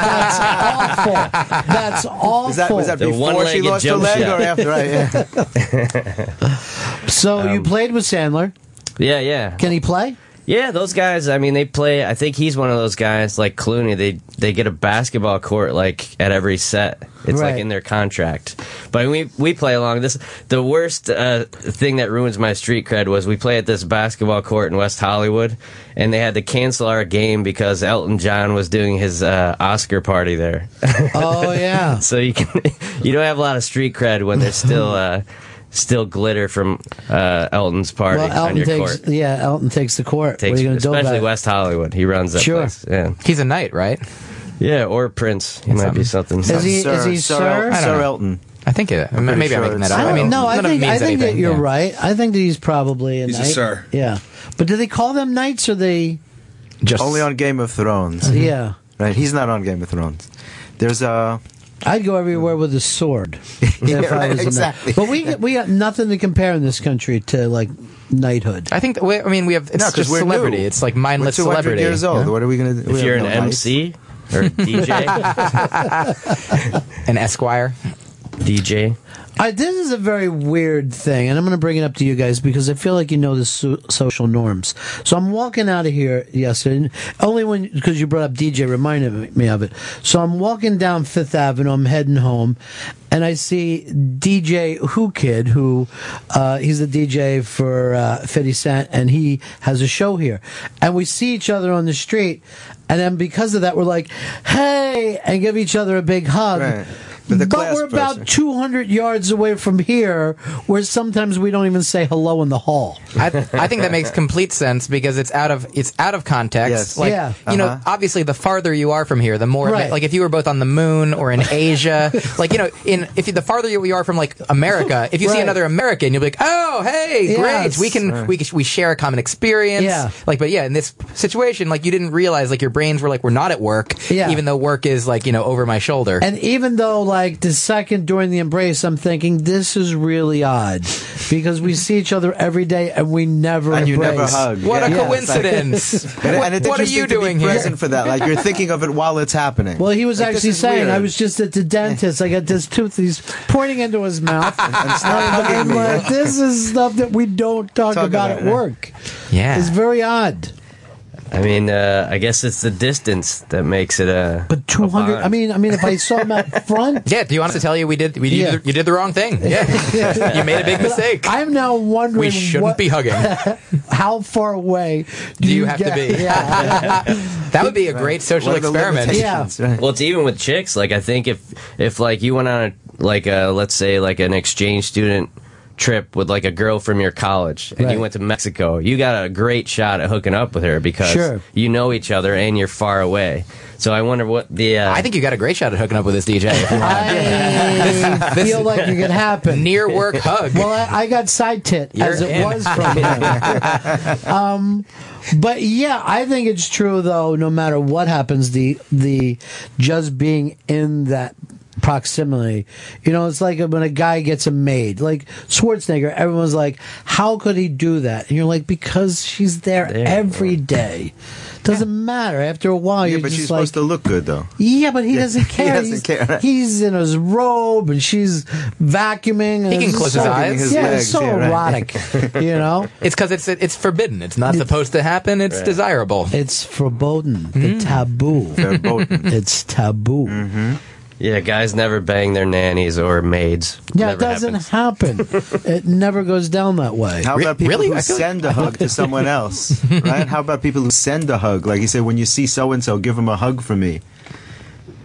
S5: Ah, that's awful. That's awful.
S18: Was that, was that before she lost her leg or after? Right, yeah. Um,
S5: So you played with Sandler.
S11: Yeah, yeah.
S5: Can he play?
S11: Yeah, those guys. I mean, they play. I think he's one of those guys like Clooney. They they get a basketball court like at every set. It's
S2: Right.
S11: like in their contract. But we we play along this. The worst uh, thing that ruins my street cred was we play at this basketball court in West Hollywood, and they had to cancel our game because Elton John was doing his uh, Oscar party there.
S5: Oh yeah.
S11: so you can you don't have a lot of street cred when there's still uh, still glitter from uh, Elton's party
S5: well,
S11: on
S5: Elton
S11: your
S5: takes
S11: court.
S5: yeah, Elton takes the court.
S11: Takes,
S5: what are you going to do about
S11: especially
S5: it?
S11: West Hollywood. He runs that
S5: Sure.
S11: place. Yeah.
S20: He's a knight, right?
S11: Yeah, or Prince. He might be something.
S5: Is he- Sir- is he Sir Sir?
S20: I
S5: El-
S20: don't
S5: Sir
S20: know.
S5: Elton.
S20: I think it.
S5: I'm pretty
S20: maybe
S5: sure
S20: I'm making
S5: it's
S20: that up.
S5: Sir
S20: I mean,
S5: Elton. no, I
S20: none of it
S5: think I
S20: means
S5: think that
S20: anything,
S5: you're
S20: yeah.
S5: right. I think that he's probably a
S20: He's a
S5: knight.
S20: sir.
S5: Yeah, but do they call them knights or they?
S20: Just
S18: only on Game of Thrones.
S5: Mhm. Yeah.
S18: right. He's not on Game of Thrones. There's a.
S5: I'd go everywhere with a sword. if I was
S18: right,
S5: a knight.
S18: exactly.
S5: But we we got nothing to compare in this country to like knighthood.
S20: I think. That we, I mean, we have. It's
S5: No, 'cause
S20: just
S5: we're new.
S20: celebrity. It's like mindless
S5: We're 200
S20: celebrity.
S5: years old.
S20: you know?
S5: What are we gonna do?
S11: If you're an MC or a DJ,
S20: an Esquire,
S11: DJ.
S5: I, this is a very weird thing, and I'm going to bring it up to you guys because I feel like you know the so- social norms. So I'm walking out of here yesterday, and only when because you brought up DJ reminded me of it. So I'm walking down Fifth Avenue, I'm heading home, and I see DJ Who Kid, who uh, he's the DJ for uh, 50 Cent, and he has a show here, and we see each other on the street, and then because of that, we're like, hey, and give each other a big hug. But,
S18: class
S5: we're about
S18: person.
S5: 200 yards away from here, where sometimes we don't even say hello in the hall.
S20: I, I think that makes complete sense because it's out of it's out of context.
S5: Yes.
S20: Like,
S5: Yeah.
S20: you know,
S5: Uh-huh.
S20: obviously, the farther you are from here, the more. it ma-
S5: Right.
S20: like if you were both on the moon or in Asia, like you know, in if you, the farther you are from like America, if you see
S5: Right.
S20: another American, you'll be like, oh, hey,
S5: Yes.
S20: great, we can
S5: Right.
S20: we we share a common experience.
S5: Yeah.
S20: Like, but yeah, in this situation, like you didn't realize like your brains were like we're not at work,
S5: Yeah.
S20: even though work is like you know over my shoulder.
S5: And even though, like, the second during the embrace, I'm thinking, this is really odd because we see each other every day and we never
S18: And you
S5: embrace.
S18: never hug.
S20: What a
S18: Yeah, it's like-
S20: coincidence.
S18: and, and it's
S20: What are
S18: interesting
S20: you
S18: to be
S20: doing here?
S18: Present for that, like you're thinking of it while it's happening.
S5: Well, he was
S18: Like, this
S5: actually
S18: is
S5: saying,
S18: weird.
S5: I was just at the dentist. I got this tooth. He's pointing into his mouth.
S18: it's not
S5: And
S18: hugging
S5: I'm
S18: me.
S5: like, this is stuff that we don't talk,
S18: Talk
S5: about,
S18: about
S5: at
S18: it.
S5: work.
S20: Yeah.
S5: It's very odd.
S11: I mean, uh, I guess it's the distance that makes it uh, a. But
S5: 200. I mean, I mean, if I saw him out front,
S20: Yeah, do you want us to tell you we did we
S5: Yeah.
S20: you, did- you did the wrong thing? Yeah, you made a big mistake.
S5: I'm now wondering.
S20: We shouldn't
S5: what-
S20: be hugging.
S5: how far away do,
S20: Do you have to
S5: get-
S20: be?
S5: Yeah.
S20: That would be a great social experiment.
S11: Well, it's even with chicks. Like I think if if like you went on a like a let's say like an exchange student trip with like a girl from your college and
S5: Right.
S11: you went to Mexico, you got a great shot at hooking up with her because
S20: Sure.
S11: you know each other and you're far away. So I wonder what the uh,
S20: I think you got a great shot at hooking up with this DJ. if you want.
S5: I
S20: This-
S5: feel like it could happen.
S20: Near work hug.
S5: Well, I, I got side tit as
S20: You're
S5: it
S20: in.
S5: was from him. um, but yeah, I think it's true though. No matter what happens, the the just being in that proximity, you know, it's like when a guy gets a maid, like Schwarzenegger. Everyone's like, "How could he do that?" And you're like, "Because she's there, every day. Doesn't matter. After a while,
S18: yeah,
S5: you're
S18: but
S5: just
S18: she's
S5: like,
S18: supposed to look good though.
S5: yeah, but he
S18: Yeah,
S5: doesn't
S18: he
S5: care.
S18: doesn't
S5: he's,
S18: care, right.
S5: he's in his robe and she's vacuuming. and
S20: He can
S5: it's
S20: close
S5: so-
S20: his eyes.
S5: yeah, it's so erotic. you know,
S20: it's because it's it's forbidden. It's not supposed to happen. It's
S5: Right.
S20: desirable.
S5: It's forbidden.
S18: Hmm.
S5: The taboo.
S11: Verboten.
S5: it's taboo.
S18: Mm-hmm.
S11: yeah, guys never bang their nannies or maids.
S5: Yeah,
S11: Never
S5: it doesn't happen. it never goes down that way.
S18: How about people who send a hug to someone else? Right? How about people who send a hug? Like you say, when you see so and so, give him a hug from me.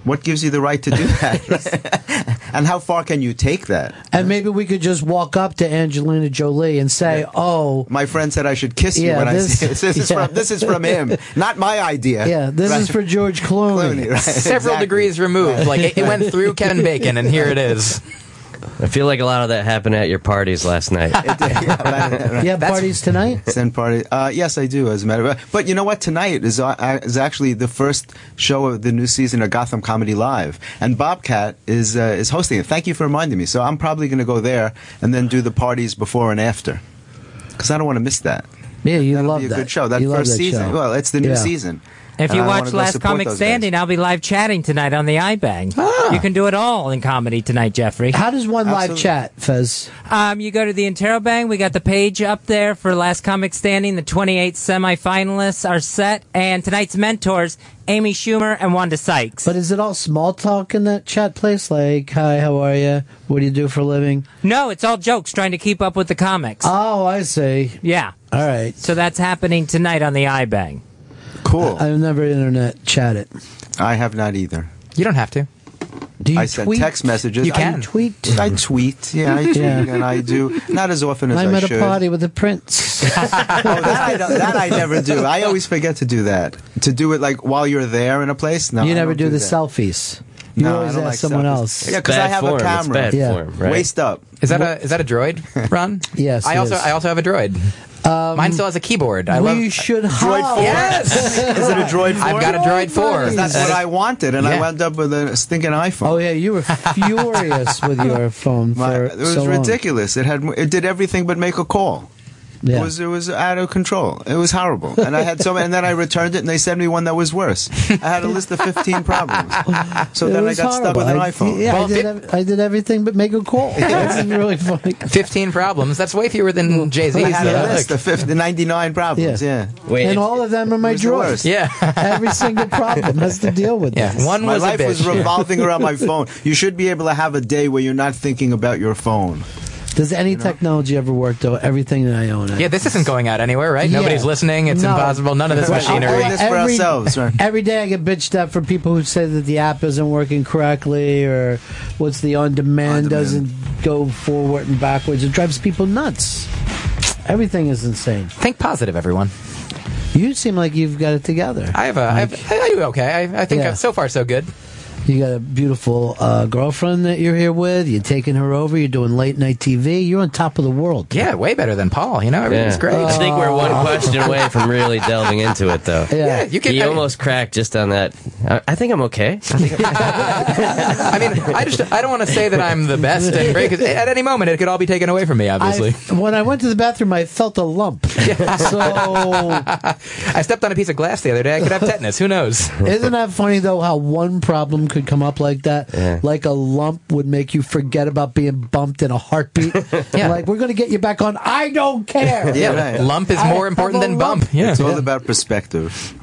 S18: What gives you the right to do that? and how far can you take that?
S5: And maybe we could just walk up to Angelina Jolie and say, "Oh,
S18: my friend said I should kiss you
S5: Yeah,
S18: when
S5: this-
S18: I see this. Is
S5: yeah.
S18: from, this is from him, not my idea.
S5: yeah, this
S18: Right?
S5: is for George Clooney."
S18: Clooney, right?
S20: Several degrees removed. Like it, it went through Kevin Bacon, and here it is.
S11: I feel like a lot of that happened at your parties last night.
S5: You have parties tonight?
S18: Send party. Uh, yes, I do. As a matter of fact, but you know what? Tonight is uh, is actually the first show of the new season of Gotham Comedy Live, and Bobcat is uh, is hosting it. Thank you for reminding me. So I'm probably going to go there and then do the parties before and after, because I don't want to miss that.
S5: Yeah, you
S18: That'll
S5: love
S18: be a
S5: that.
S18: good show. That
S5: You love
S18: first
S5: that
S18: season.
S5: show.
S18: Well, it's the new
S5: Yeah.
S18: season.
S16: If
S18: And
S16: you
S18: I wanna
S16: watch
S18: go
S16: Last
S18: support
S16: Comic
S18: those
S16: Standing, I'll be live chatting tonight on the iBang. You can do it all in comedy tonight, Jeffrey.
S5: How does one live chat, Fez?
S16: Um, you go to the Interrobang. We got the page up there for Last Comic Standing. The 28 semifinalists are set, and tonight's mentors: Amy Schumer and Wanda Sykes.
S5: But is it all small talk in that chat place? Like, hi, how are you? What do you do for a living?
S16: No, it's all jokes trying to keep up with the comics.
S5: Oh, I see.
S16: Yeah.
S5: All right.
S16: So that's happening tonight on the iBang.
S18: Cool.
S5: I, have never internet chatted.
S18: I have not either.
S20: You don't have to.
S5: Do you
S18: I send
S5: tweet?
S18: text messages.
S5: You
S18: I
S5: can. tweet.
S18: I tweet. Yeah, I tweet, and I do not as often as I
S5: I'm at
S18: should.
S5: a party with the prince.
S18: I don't- that I never do. I always forget to do that. To do it like while you're there in a place. No,
S5: you
S18: I
S5: never
S18: don't
S5: do, the
S18: that.
S5: selfies. You
S18: No, I
S5: always
S18: don't
S5: ask
S18: like
S5: someone
S18: selfies.
S5: else.
S18: Yeah, because I have a camera.
S5: yeah.
S18: Waist up.
S20: Is that a is that a droid, Ron?
S5: Yes,
S20: I
S5: it
S20: also
S5: is. Um,
S20: I also have a droid. Mine still has a keyboard. I
S5: we
S20: love
S5: should
S20: Droid
S5: hop.
S20: four. Yes! Is it a droid I've four? got a droid four.
S18: That's
S20: That
S18: what
S20: is-
S18: I wanted, and I
S20: Yeah.
S18: wound up with a stinking iPhone. Oh
S5: yeah, you were furious with your phone for
S18: It was
S5: so long.
S18: ridiculous. It had it did everything but make a call.
S5: Yeah.
S18: It was it was out of control. It was horrible, and I had so many. And then I returned it, and they sent me one that was worse. I had a list of fifteen problems. So
S5: It
S18: then I
S5: was
S18: got stuck
S5: horrible.
S18: with an
S5: I-
S18: iPhone.
S5: yeah, I, did, ev- I did everything but make a call. That's really funny.
S20: 15 problems. That's way fewer than uh, Jay Z.
S18: I had a list of 50, 99 problems. Yeah.
S5: and all of them are my
S18: It was the
S5: drawers.
S18: worst. Yeah.
S5: Every single problem has to deal with this.
S18: my life was revolving around my phone. You should be able to have a day where you're not thinking about your phone.
S5: Does any technology ever work though? Everything that I own. I
S20: Yeah, this isn't going out anywhere, right?
S5: Yeah.
S20: Nobodone's listening. It's
S5: No.
S20: impossible. None of this
S5: Right.
S20: machinery.
S5: Every- Every day I get bitched at for people who say that the app isn't working correctly or what's the on demand doesn't go forward and backwards. It drives people nuts. Everything is insane.
S20: Think positive, everyone.
S5: You seem like you've got it together.
S20: I have a. I, have, I I do okay. I, I think
S5: Yeah.
S20: uh so far so good.
S5: You got a beautiful uh, girlfriend that you're here with. You're taking her over. You're doing late night TV. You're on top of the world.
S20: Yeah, way better than Paul. You know, everything's great.
S11: I think we're one question away from really delving into it, though.
S5: Yeah.
S20: Yeah, you can-
S11: He
S20: I mean-
S11: almost cracked just on that. I, I think I'm okay. I think
S20: I mean, I just I don't want to say that I'm the best and great 'cause at any moment it could all be taken away from me. Obviously,
S5: I- when I went to the bathroom, I felt a lump. So
S20: I stepped on a piece of glass the other day. I could have tetanus. Who knows?
S5: Isn't that funny though? How one problem could come up like that,
S20: Yeah.
S5: like a lump would make you forget about being bumped in a heartbeat. Like we're gonna get you back on. I don't care.
S18: Yeah, right.
S20: Lump is
S5: I
S20: more
S5: have
S20: important
S5: a
S20: than bump.
S18: It's all about perspective.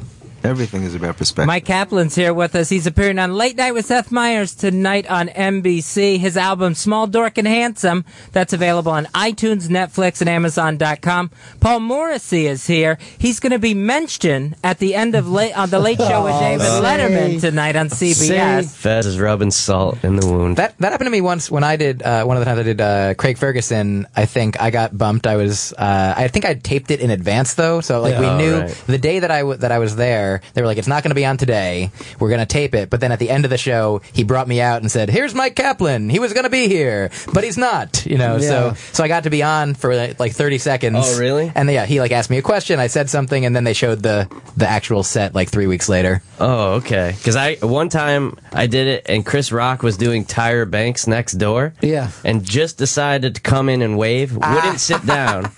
S18: Everything is about perspective.
S16: Mike Kaplan's here with us. He's appearing on Late Night with Seth Meyers tonight on NBC. His album Small Dork and Handsome that's available on iTunes, Netflix, and Amazon.com. Paul Morrissey is here. He's going to be mentioned at the end of late on the Late Show with
S11: Oh,
S16: David
S11: see.
S16: Letterman tonight on CBS.
S11: Fez is rubbing salt in the wound.
S20: That that happened to me once when I did uh, one of the times I did uh, Craig Ferguson. I think I got bumped. I was uh, I think I taped it in advance though, so like
S11: Yeah. Oh,
S20: we knew
S11: right.
S20: the day that I w- that I was there. They were like, "It's not going to be on today. We're going to tape it." But then at the end of the show, he brought me out and said, "Here's Mike Kaplan. He was going to be here, but he's not." You know,
S11: Yeah.
S20: so so I got to be on for like, like 30 seconds.
S11: Oh, really?
S20: And yeah, he like asked me a question. I said something, and then they showed the the actual set like three weeks later.
S11: Oh, okay. Because I one time I did it, and Chris Rock was doing Tyre Banks next door.
S5: Yeah.
S11: and just decided to come in and wave. Wouldn't sit down.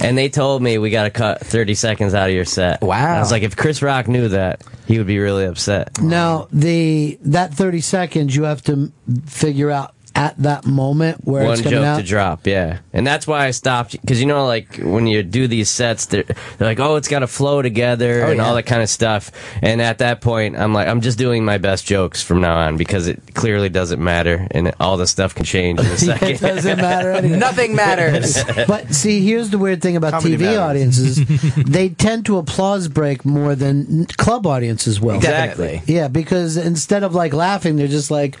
S11: And they told me we got to cut 30 seconds out of your set. Wow. I was like, if Chris Rock knew that, he would be really upset.
S5: Now the that thirty seconds you have to m- figure out at that moment where
S11: One
S5: it's
S11: joke
S5: coming out.
S11: to drop, yeah. And that's why I stopped. Because, you know, like when you do these sets, they're, they're like, oh, it's got to flow together
S20: Oh,
S11: and
S20: yeah.
S11: all that kind of stuff. And at that point, I'm like, I'm just doing my best jokes from now on because it clearly doesn't matter and all the stuff can change in a second.
S5: it doesn't matter. Anyway.
S20: Nothing matters.
S5: but see, here's the weird thing about
S20: Comedy
S5: TV
S20: matters.
S5: audiences: they tend to applause break more than club audiences will.
S20: Exactly.
S5: Yeah, because instead of like laughing, they're just like,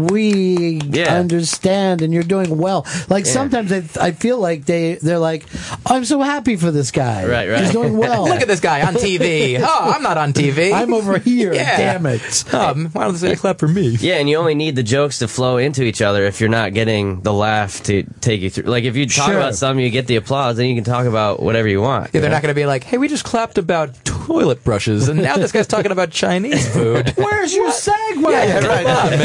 S5: "We understand, and you're doing well." Like
S11: Yeah.
S5: sometimes I, I feel like they they're like, "I'm so happy for this guy.
S11: Right, right.
S5: He's doing well.
S20: Look at this guy on TV. Oh, I'm not on TV.
S5: I'm over here. Damn it."
S20: Um, why don't they clap for me?
S11: Yeah, and you only need the jokes to flow into each other if you're not getting the laugh to take you through. Like if you talk
S20: Sure.
S11: about something, you get the applause, then you can talk about whatever you want.
S20: Yeah, they're
S11: you know?
S20: not going to be like, hey, we just clapped about t- toilet brushes, and now this guy's talking about Chinese food.
S5: Where's your segue?
S20: Yeah, yeah, right. Come on,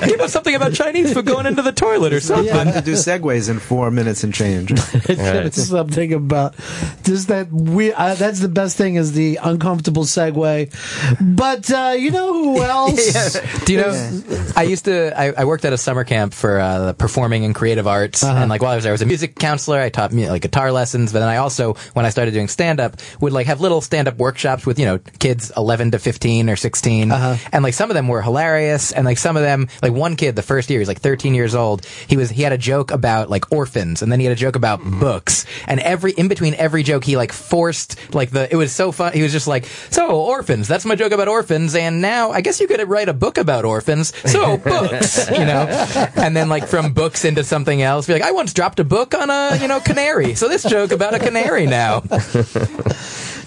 S20: man. Give us something about Chinese food going into the toilet or something.
S18: Time to do segues in four minutes and change.
S5: It's something about just that we. Uh, that's the best thing is the uncomfortable segue. But uh, you know who else?
S20: Do you know? I used to. I, I worked at a summer camp for uh, performing and creative arts, and like while I was there, I was a music counselor. I taught mu- like guitar lessons, but then I also, when I started doing stand up, would like have little stand up workshops with you know kids eleven to fifteen or 16 and like some of them were hilarious, and like some of them, like one kid the first year, he's like thirteen years old. He was he had a joke about like orphans, and then he had a joke about
S18: Mm-hmm.
S20: books, and every in between every joke he like forced like the it was so fun. He was just like so orphans. That's my joke about orphans, and now I guess you could write a book about orphans. So books, you know, and then like from books into something else. Be like, I once dropped a book on a you know canary. So this joke about a canary now.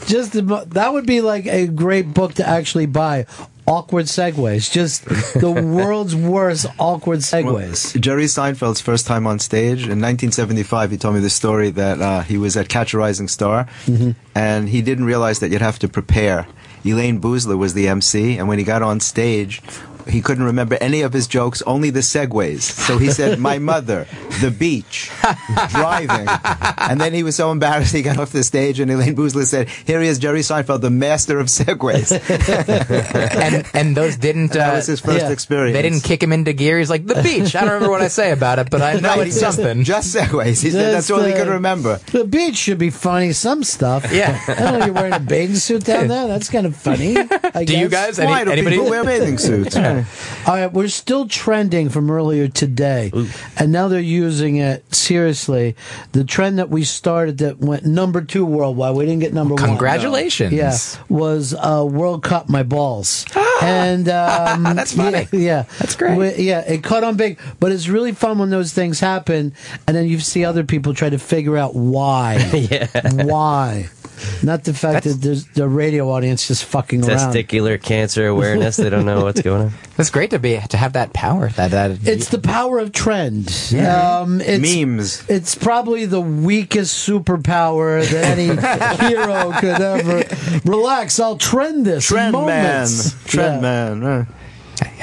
S5: just the, mo- that would be like a great book to actually buy. Awkward segues, just the world's worst awkward segues.
S18: Jerry Seinfeld's first time on stage in 1975, he told me the story that uh, he was at Catch a Rising Star,
S20: Mm-hmm.
S18: and he didn't realize that you'd have to prepare. Elaine Boozler was the MC, and when he got on stage, he couldn't remember any of his jokes, only the segues. So he said, "My mother, the beach, driving," and then he was so embarrassed he got off the stage. And Elaine Boozler said, "Here he is, Jerry Seinfeld, the master of segues."
S20: and and those didn't. Uh,
S18: That was his first experience.
S20: They didn't kick him into gear. He's like the beach. I don't remember what I say about it, but I know
S18: Right,
S20: it's
S18: just-
S20: something.
S18: Just segues. He said that's all he
S5: Just,
S18: could
S5: uh,
S18: remember.
S5: The beach should be funny. Some stuff.
S20: Yeah.
S5: I don't know. You're wearing a bathing suit down there. That's kind of funny. I
S20: Do you
S5: guess.
S20: guys- any- Why do anybody- people
S18: wear bathing suits?
S5: All right, we're still trending from earlier today, and now they're using it seriously. The trend that we started that went number two worldwide. We didn't get number one.
S20: Congratulations.
S5: Yeah, was uh, World Cup my balls, and um, Ah, that's funny. Yeah, yeah. that's great. yeah, it caught on big, but it's really fun when those things happen, and then you see other people try to figure out why. yeah, why. Not the fact that there's, the radio audience just fucking around.
S11: Testicular cancer awareness. They don't know what's going on.
S20: It's great to be to have that power. That that
S5: It's the power of trend.
S20: Yeah.
S5: Um, it's,
S20: Memes.
S5: It's probably the weakest superpower that any hero could ever. Relax, I'll trend this.
S18: Trend
S5: moments.
S18: man. Trend
S5: Yeah.
S18: man. uh.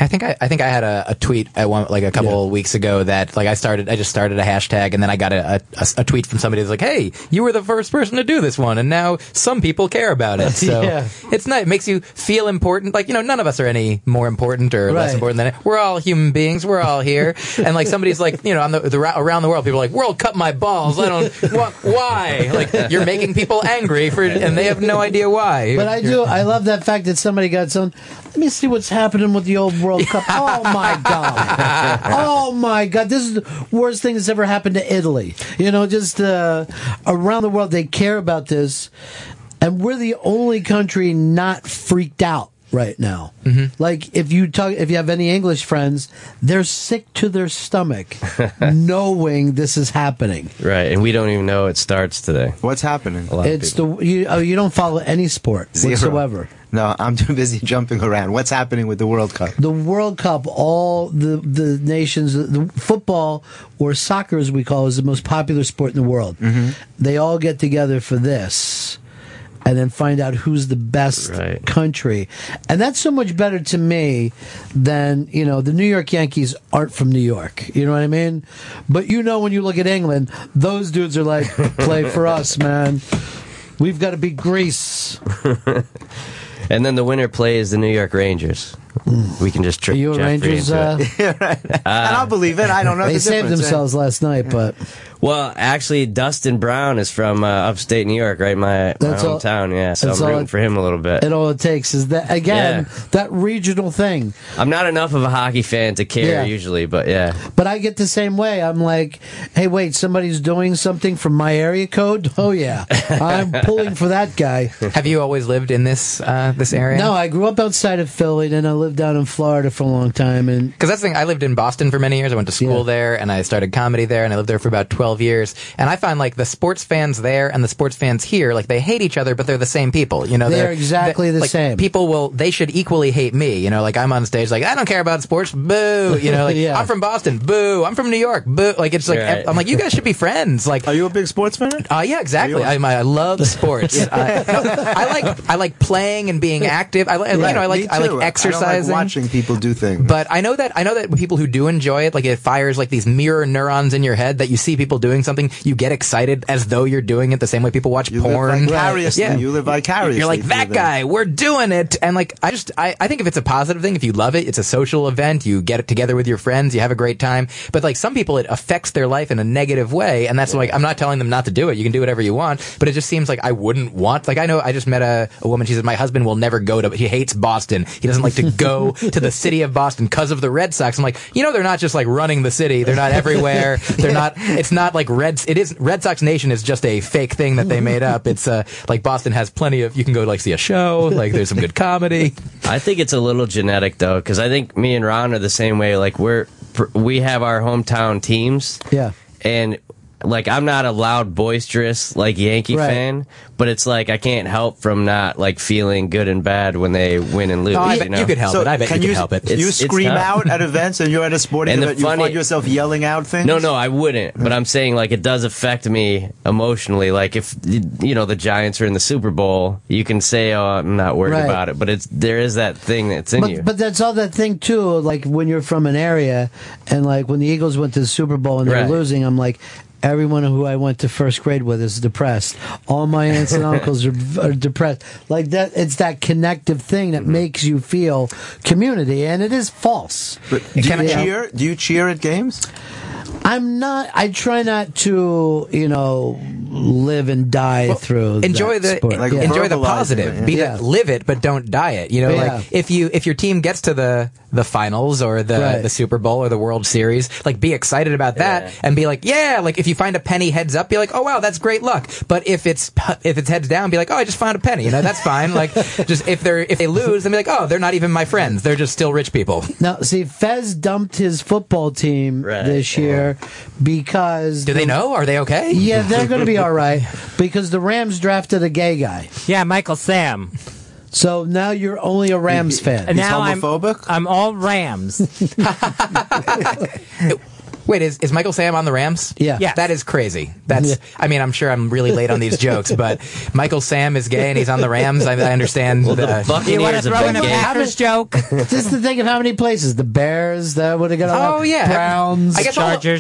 S20: I think I, I think I had a, a tweet at one like a couple weeks ago that like I started I just started a hashtag and then I got a, a- a s- a tweet from somebody that's like hey you were the first person to do this one and now some people care about it so
S5: Yeah.
S20: it's nice it makes you feel important like you know none of us are any more important or
S5: Right.
S20: less important than we're all human beings we're all here and like somebody's like you know on the, the ra- around the world people are like World Cup my balls I don't wh- why like you're making people angry for and they have no idea why
S5: But I do. I love that fact that somebody got some. Let me see what's happening with the old World Cup. Oh my god! Oh my god! This is the worst thing that's ever happened to Italy. You know, just uh, around the world they care about this, and we're the only country not freaked out right now.
S11: Mm-hmm.
S5: Like if you talk, if you have any English friends, they're sick to their stomach knowing this is happening.
S11: Right, and we don't even know it starts today.
S18: What's happening?
S11: A lot
S5: It's
S11: of people.
S5: the you. Oh, you don't follow any sport
S18: Zero.
S5: whatsoever.
S18: No, I'm too busy jumping around. What's happening with the World Cup?
S5: the World Cup, all the the nations, the football or soccer, as we call, it, is the most popular sport in the world. They all get together for this, and then find out who's the best country, and that's so much better to me than you know the New York Yankees aren't from New York. You know what I mean? But you know when you look at England, those dudes are like, play for us, man. We've got to beat Greece.
S11: and then the winner plays the New York Rangers. We can just trick
S5: Are you a
S11: Jeffrey
S5: Mm. Rangers?
S11: into
S5: Uh,
S11: it.
S18: and I'll believe it. I don't know.
S5: they
S18: the
S5: saved
S18: difference, eh?
S5: themselves last night, but.
S11: Well, actually, Dustin Brown is from uh, upstate New York, right? My, my
S5: That's all-
S11: hometown. yeah, so
S5: that's
S11: I'm
S5: all
S11: rooting
S5: it-
S11: for him a little bit.
S5: And all it takes is that again that regional thing.
S11: I'm not enough of a hockey fan to care
S5: Yeah.
S11: usually, but yeah.
S5: But I get the same way. I'm like, hey, wait, somebody's doing something from my area code. Oh yeah, I'm pulling for that guy.
S20: have you always lived in this uh, this area
S5: No, I grew up outside of Philly, then I lived lived down in Florida for a long time, and
S20: Because that's the thing. I lived in Boston for many years. I went to school there, and I started comedy there, and I lived there for about twelve years. And I find like the sports fans there and the sports fans here, like they hate each other, but they're the same people. You know,
S5: They are exactly the
S20: like,
S5: same.
S20: People will they should equally hate me. You know, like I'm on stage, like I don't care about sports. Boo. You know, like
S5: Yeah.
S20: I'm from Boston. Boo. I'm from New York. Boo. Like it's like
S5: Right.
S20: I'm like you guys should be friends. Like, are
S4: you a big sports fan?
S20: Uh, yeah, exactly.
S4: Are
S20: I,
S4: you
S20: I love sports. I, I like I like playing and being active. I, li- you know, I like
S18: me
S20: I
S18: too.
S20: like
S18: I don't
S20: exercising.
S18: like watching people do things.
S20: But I know that I know that people who do enjoy it, like it fires like these mirror neurons in your head that you see people doing something, you get excited as though you're doing it the same way people watch porn.
S18: vicariously. You live vicariously
S20: You're like
S18: through
S20: that
S18: them."
S20: guy. We're doing it, and like I just I, I think if it's a positive thing, if you love it, it's a social event. You get it together with your friends, you have a great time. But like some people, it affects their life in a negative way, and that's like I'm not telling them not to do it. You can do whatever you want, but it just seems like I wouldn't want. Like I know I just met a, a woman. She said my husband will never go to. He hates Boston. He doesn't like to go to the city of Boston because of the Red Sox. I'm like, you know, they're not just like running the city. They're not everywhere. They're not. It's not like Reds. It is Red Sox Nation is just a fake thing that they made up. It's uh, like Boston has plenty of. You can go like see a show. Like there's some good comedy.
S11: I think it's a little genetic though, because I think me and Ron are the same way. Like we're pr- we have our hometown teams.
S5: Yeah.
S11: and like I'm not a loud, boisterous like Yankee
S5: Right.
S11: fan, but it's like I can't help from not like feeling good and bad when they win and lose.
S18: Oh, I
S11: you,
S18: bet
S11: know?
S18: you could help So it. I bet you can could you- help it. you scream out at events and you're at a sporting
S11: And the
S18: event, you find
S11: funny-
S18: yourself yelling out things?
S11: No, no, I wouldn't. But I'm saying like it does affect me emotionally. Like if you know the Giants are in the Super Bowl, you can say, "Oh, I'm not worried
S5: Right.
S11: about it," but it's there is that thing that's in
S5: but,
S11: you.
S5: But that's all that thing too. Like when you're from an area, and like when the Eagles went to the Super Bowl and they're
S11: Right.
S5: losing, I'm like. Everyone who I went to first grade with is depressed. All my aunts and uncles are, are depressed. Like that, it's that connective thing
S20: Mm-hmm.
S5: that makes you feel community, and it is false.
S18: But do you cheer? Do you cheer at games?
S5: I'm not. I try not to, you know, live and die through.
S20: enjoy
S5: that
S20: the
S5: sport. Yeah.
S20: enjoy the positive. Be
S5: Yeah.
S20: the, live it, but don't die it. You know,
S5: Yeah.
S20: like if you if your team gets to the the finals or the
S5: Right.
S20: the Super Bowl or the World Series, like be excited about that and be like, yeah. Like if you find a penny heads up, be like, oh wow, that's great luck. But if it's pu- if it's heads down, be like, oh, I just found a penny. You know, that's fine. like just if they're if they lose, then be like, oh, they're not even my friends. They're just still rich people.
S5: Now, see, Fez dumped his football team this year because.
S20: Do they know? Are they okay?
S5: Yeah, they're going to be all right because the Rams drafted a gay guy.
S16: Yeah, Michael Sam.
S5: So now you're only a Rams fan.
S16: And now I'm- I'm, all Rams.
S20: Wait, is, is Michael Sam on the Rams?
S5: Yeah.
S16: Yes.
S20: That is crazy. That's, I mean, I'm sure I'm really late on these jokes, but Michael Sam is gay and he's on the Rams. I, I understand.
S11: Well, the
S16: you want to throw in a Packers joke?
S5: Just to think of how many places the Bears that would have got.
S20: Oh, yeah.
S5: Browns,
S20: I guess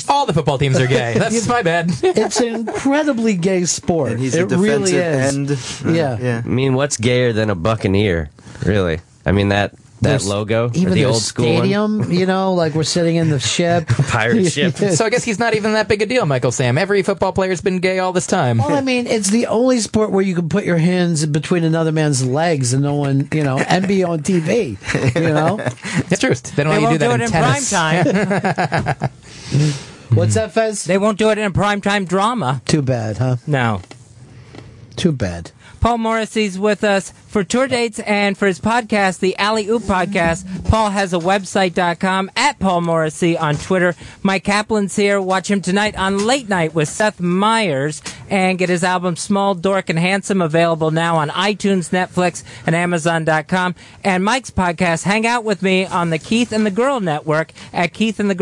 S20: all- All, the football teams are gay. That's my bad.
S5: it's an incredibly gay sport. it really is. yeah.
S11: I mean, what's gayer than a Buccaneer? Really? I mean that that
S5: There's-
S11: logo,
S5: even
S11: or the
S5: their
S11: old school one?
S5: stadium. You know, like we're sitting in the ship,
S11: pirate ship.
S20: so I guess he's not even that big a deal, Michael Sam. Every football player's been gay all this time.
S5: Well, I mean, it's the only sport where you can put your hands between another man's legs and no one, you know, and be on TV. You know,
S20: it's true. They
S16: They won't do it in prime time.
S5: What's that, Fez?
S16: They won't do it in a prime time drama.
S5: Too bad, huh?
S16: No.
S5: Too bad.
S16: Paul Morrissey's with us for tour dates and for his podcast, the Alley Oop Podcast. Paul has a website.com at Paul Morrissey on Twitter. Mike Kaplan's here. Watch him tonight on Late Night with Seth Meyers and get his album Small, Dork, and Handsome available now on iTunes, Netflix, and Amazon.com. And Mike's podcast, Hang Out With Me on the Keith and the Girl Network at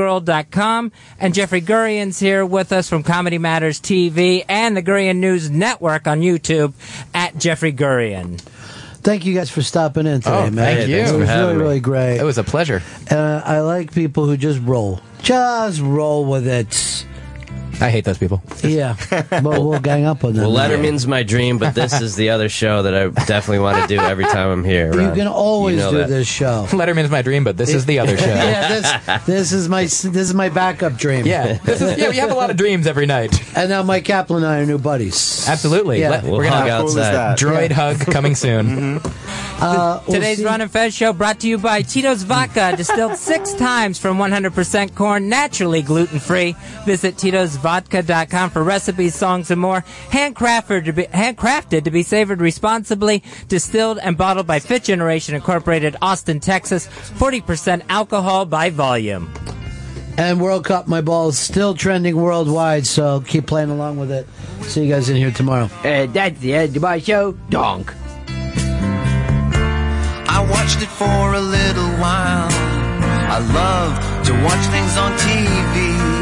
S16: keithandthegirl.com. And Jeffrey Gurian's here with us from Comedy Matters TV and the Gurian News Network on YouTube at Jeffrey Gurian.
S5: Thank you guys for stopping in today,
S16: Oh,
S5: man.
S16: thank you.
S5: It
S16: Thanks for
S5: was really,
S16: having me.
S5: really great. It
S20: was a pleasure.
S5: Uh, I like people who just roll. Just roll with it.
S20: I hate those people.
S5: Yeah. well, we'll gang up on them.
S11: Well, Letterman's my dream, but this is the other show that I definitely want to do every time I'm here.
S5: You
S11: Ron.
S5: can always
S11: know
S5: do
S11: that.
S5: this show.
S20: Letterman's my dream, but this is the other show.
S5: yeah, this, this is my this is my backup dream.
S20: Yeah, this is, yeah. We have a lot of dreams every night.
S5: And now Mike Kaplan and I are new buddies.
S20: Absolutely.
S5: Yeah.
S20: Let- we're gonna have droid hug coming soon.
S16: Mm-hmm.
S5: Uh, we'll
S16: Today's
S5: see-
S16: Ron and Fez show brought to you by Tito's Vodka, distilled six times from 100% corn, naturally gluten free. Visit Tito'svodka.com vodka.com for recipes, songs, and more. Handcrafted to be, handcrafted to be savored responsibly, distilled and bottled by Fifth Generation Incorporated, Austin, Texas. 40% alcohol by volume.
S5: And World Cup, my ball is still trending worldwide, so keep playing along with it. See you guys in here tomorrow.
S33: And Uh, that's the end of my show. Donk.
S4: I watched it for a little while. I love to watch things on TV.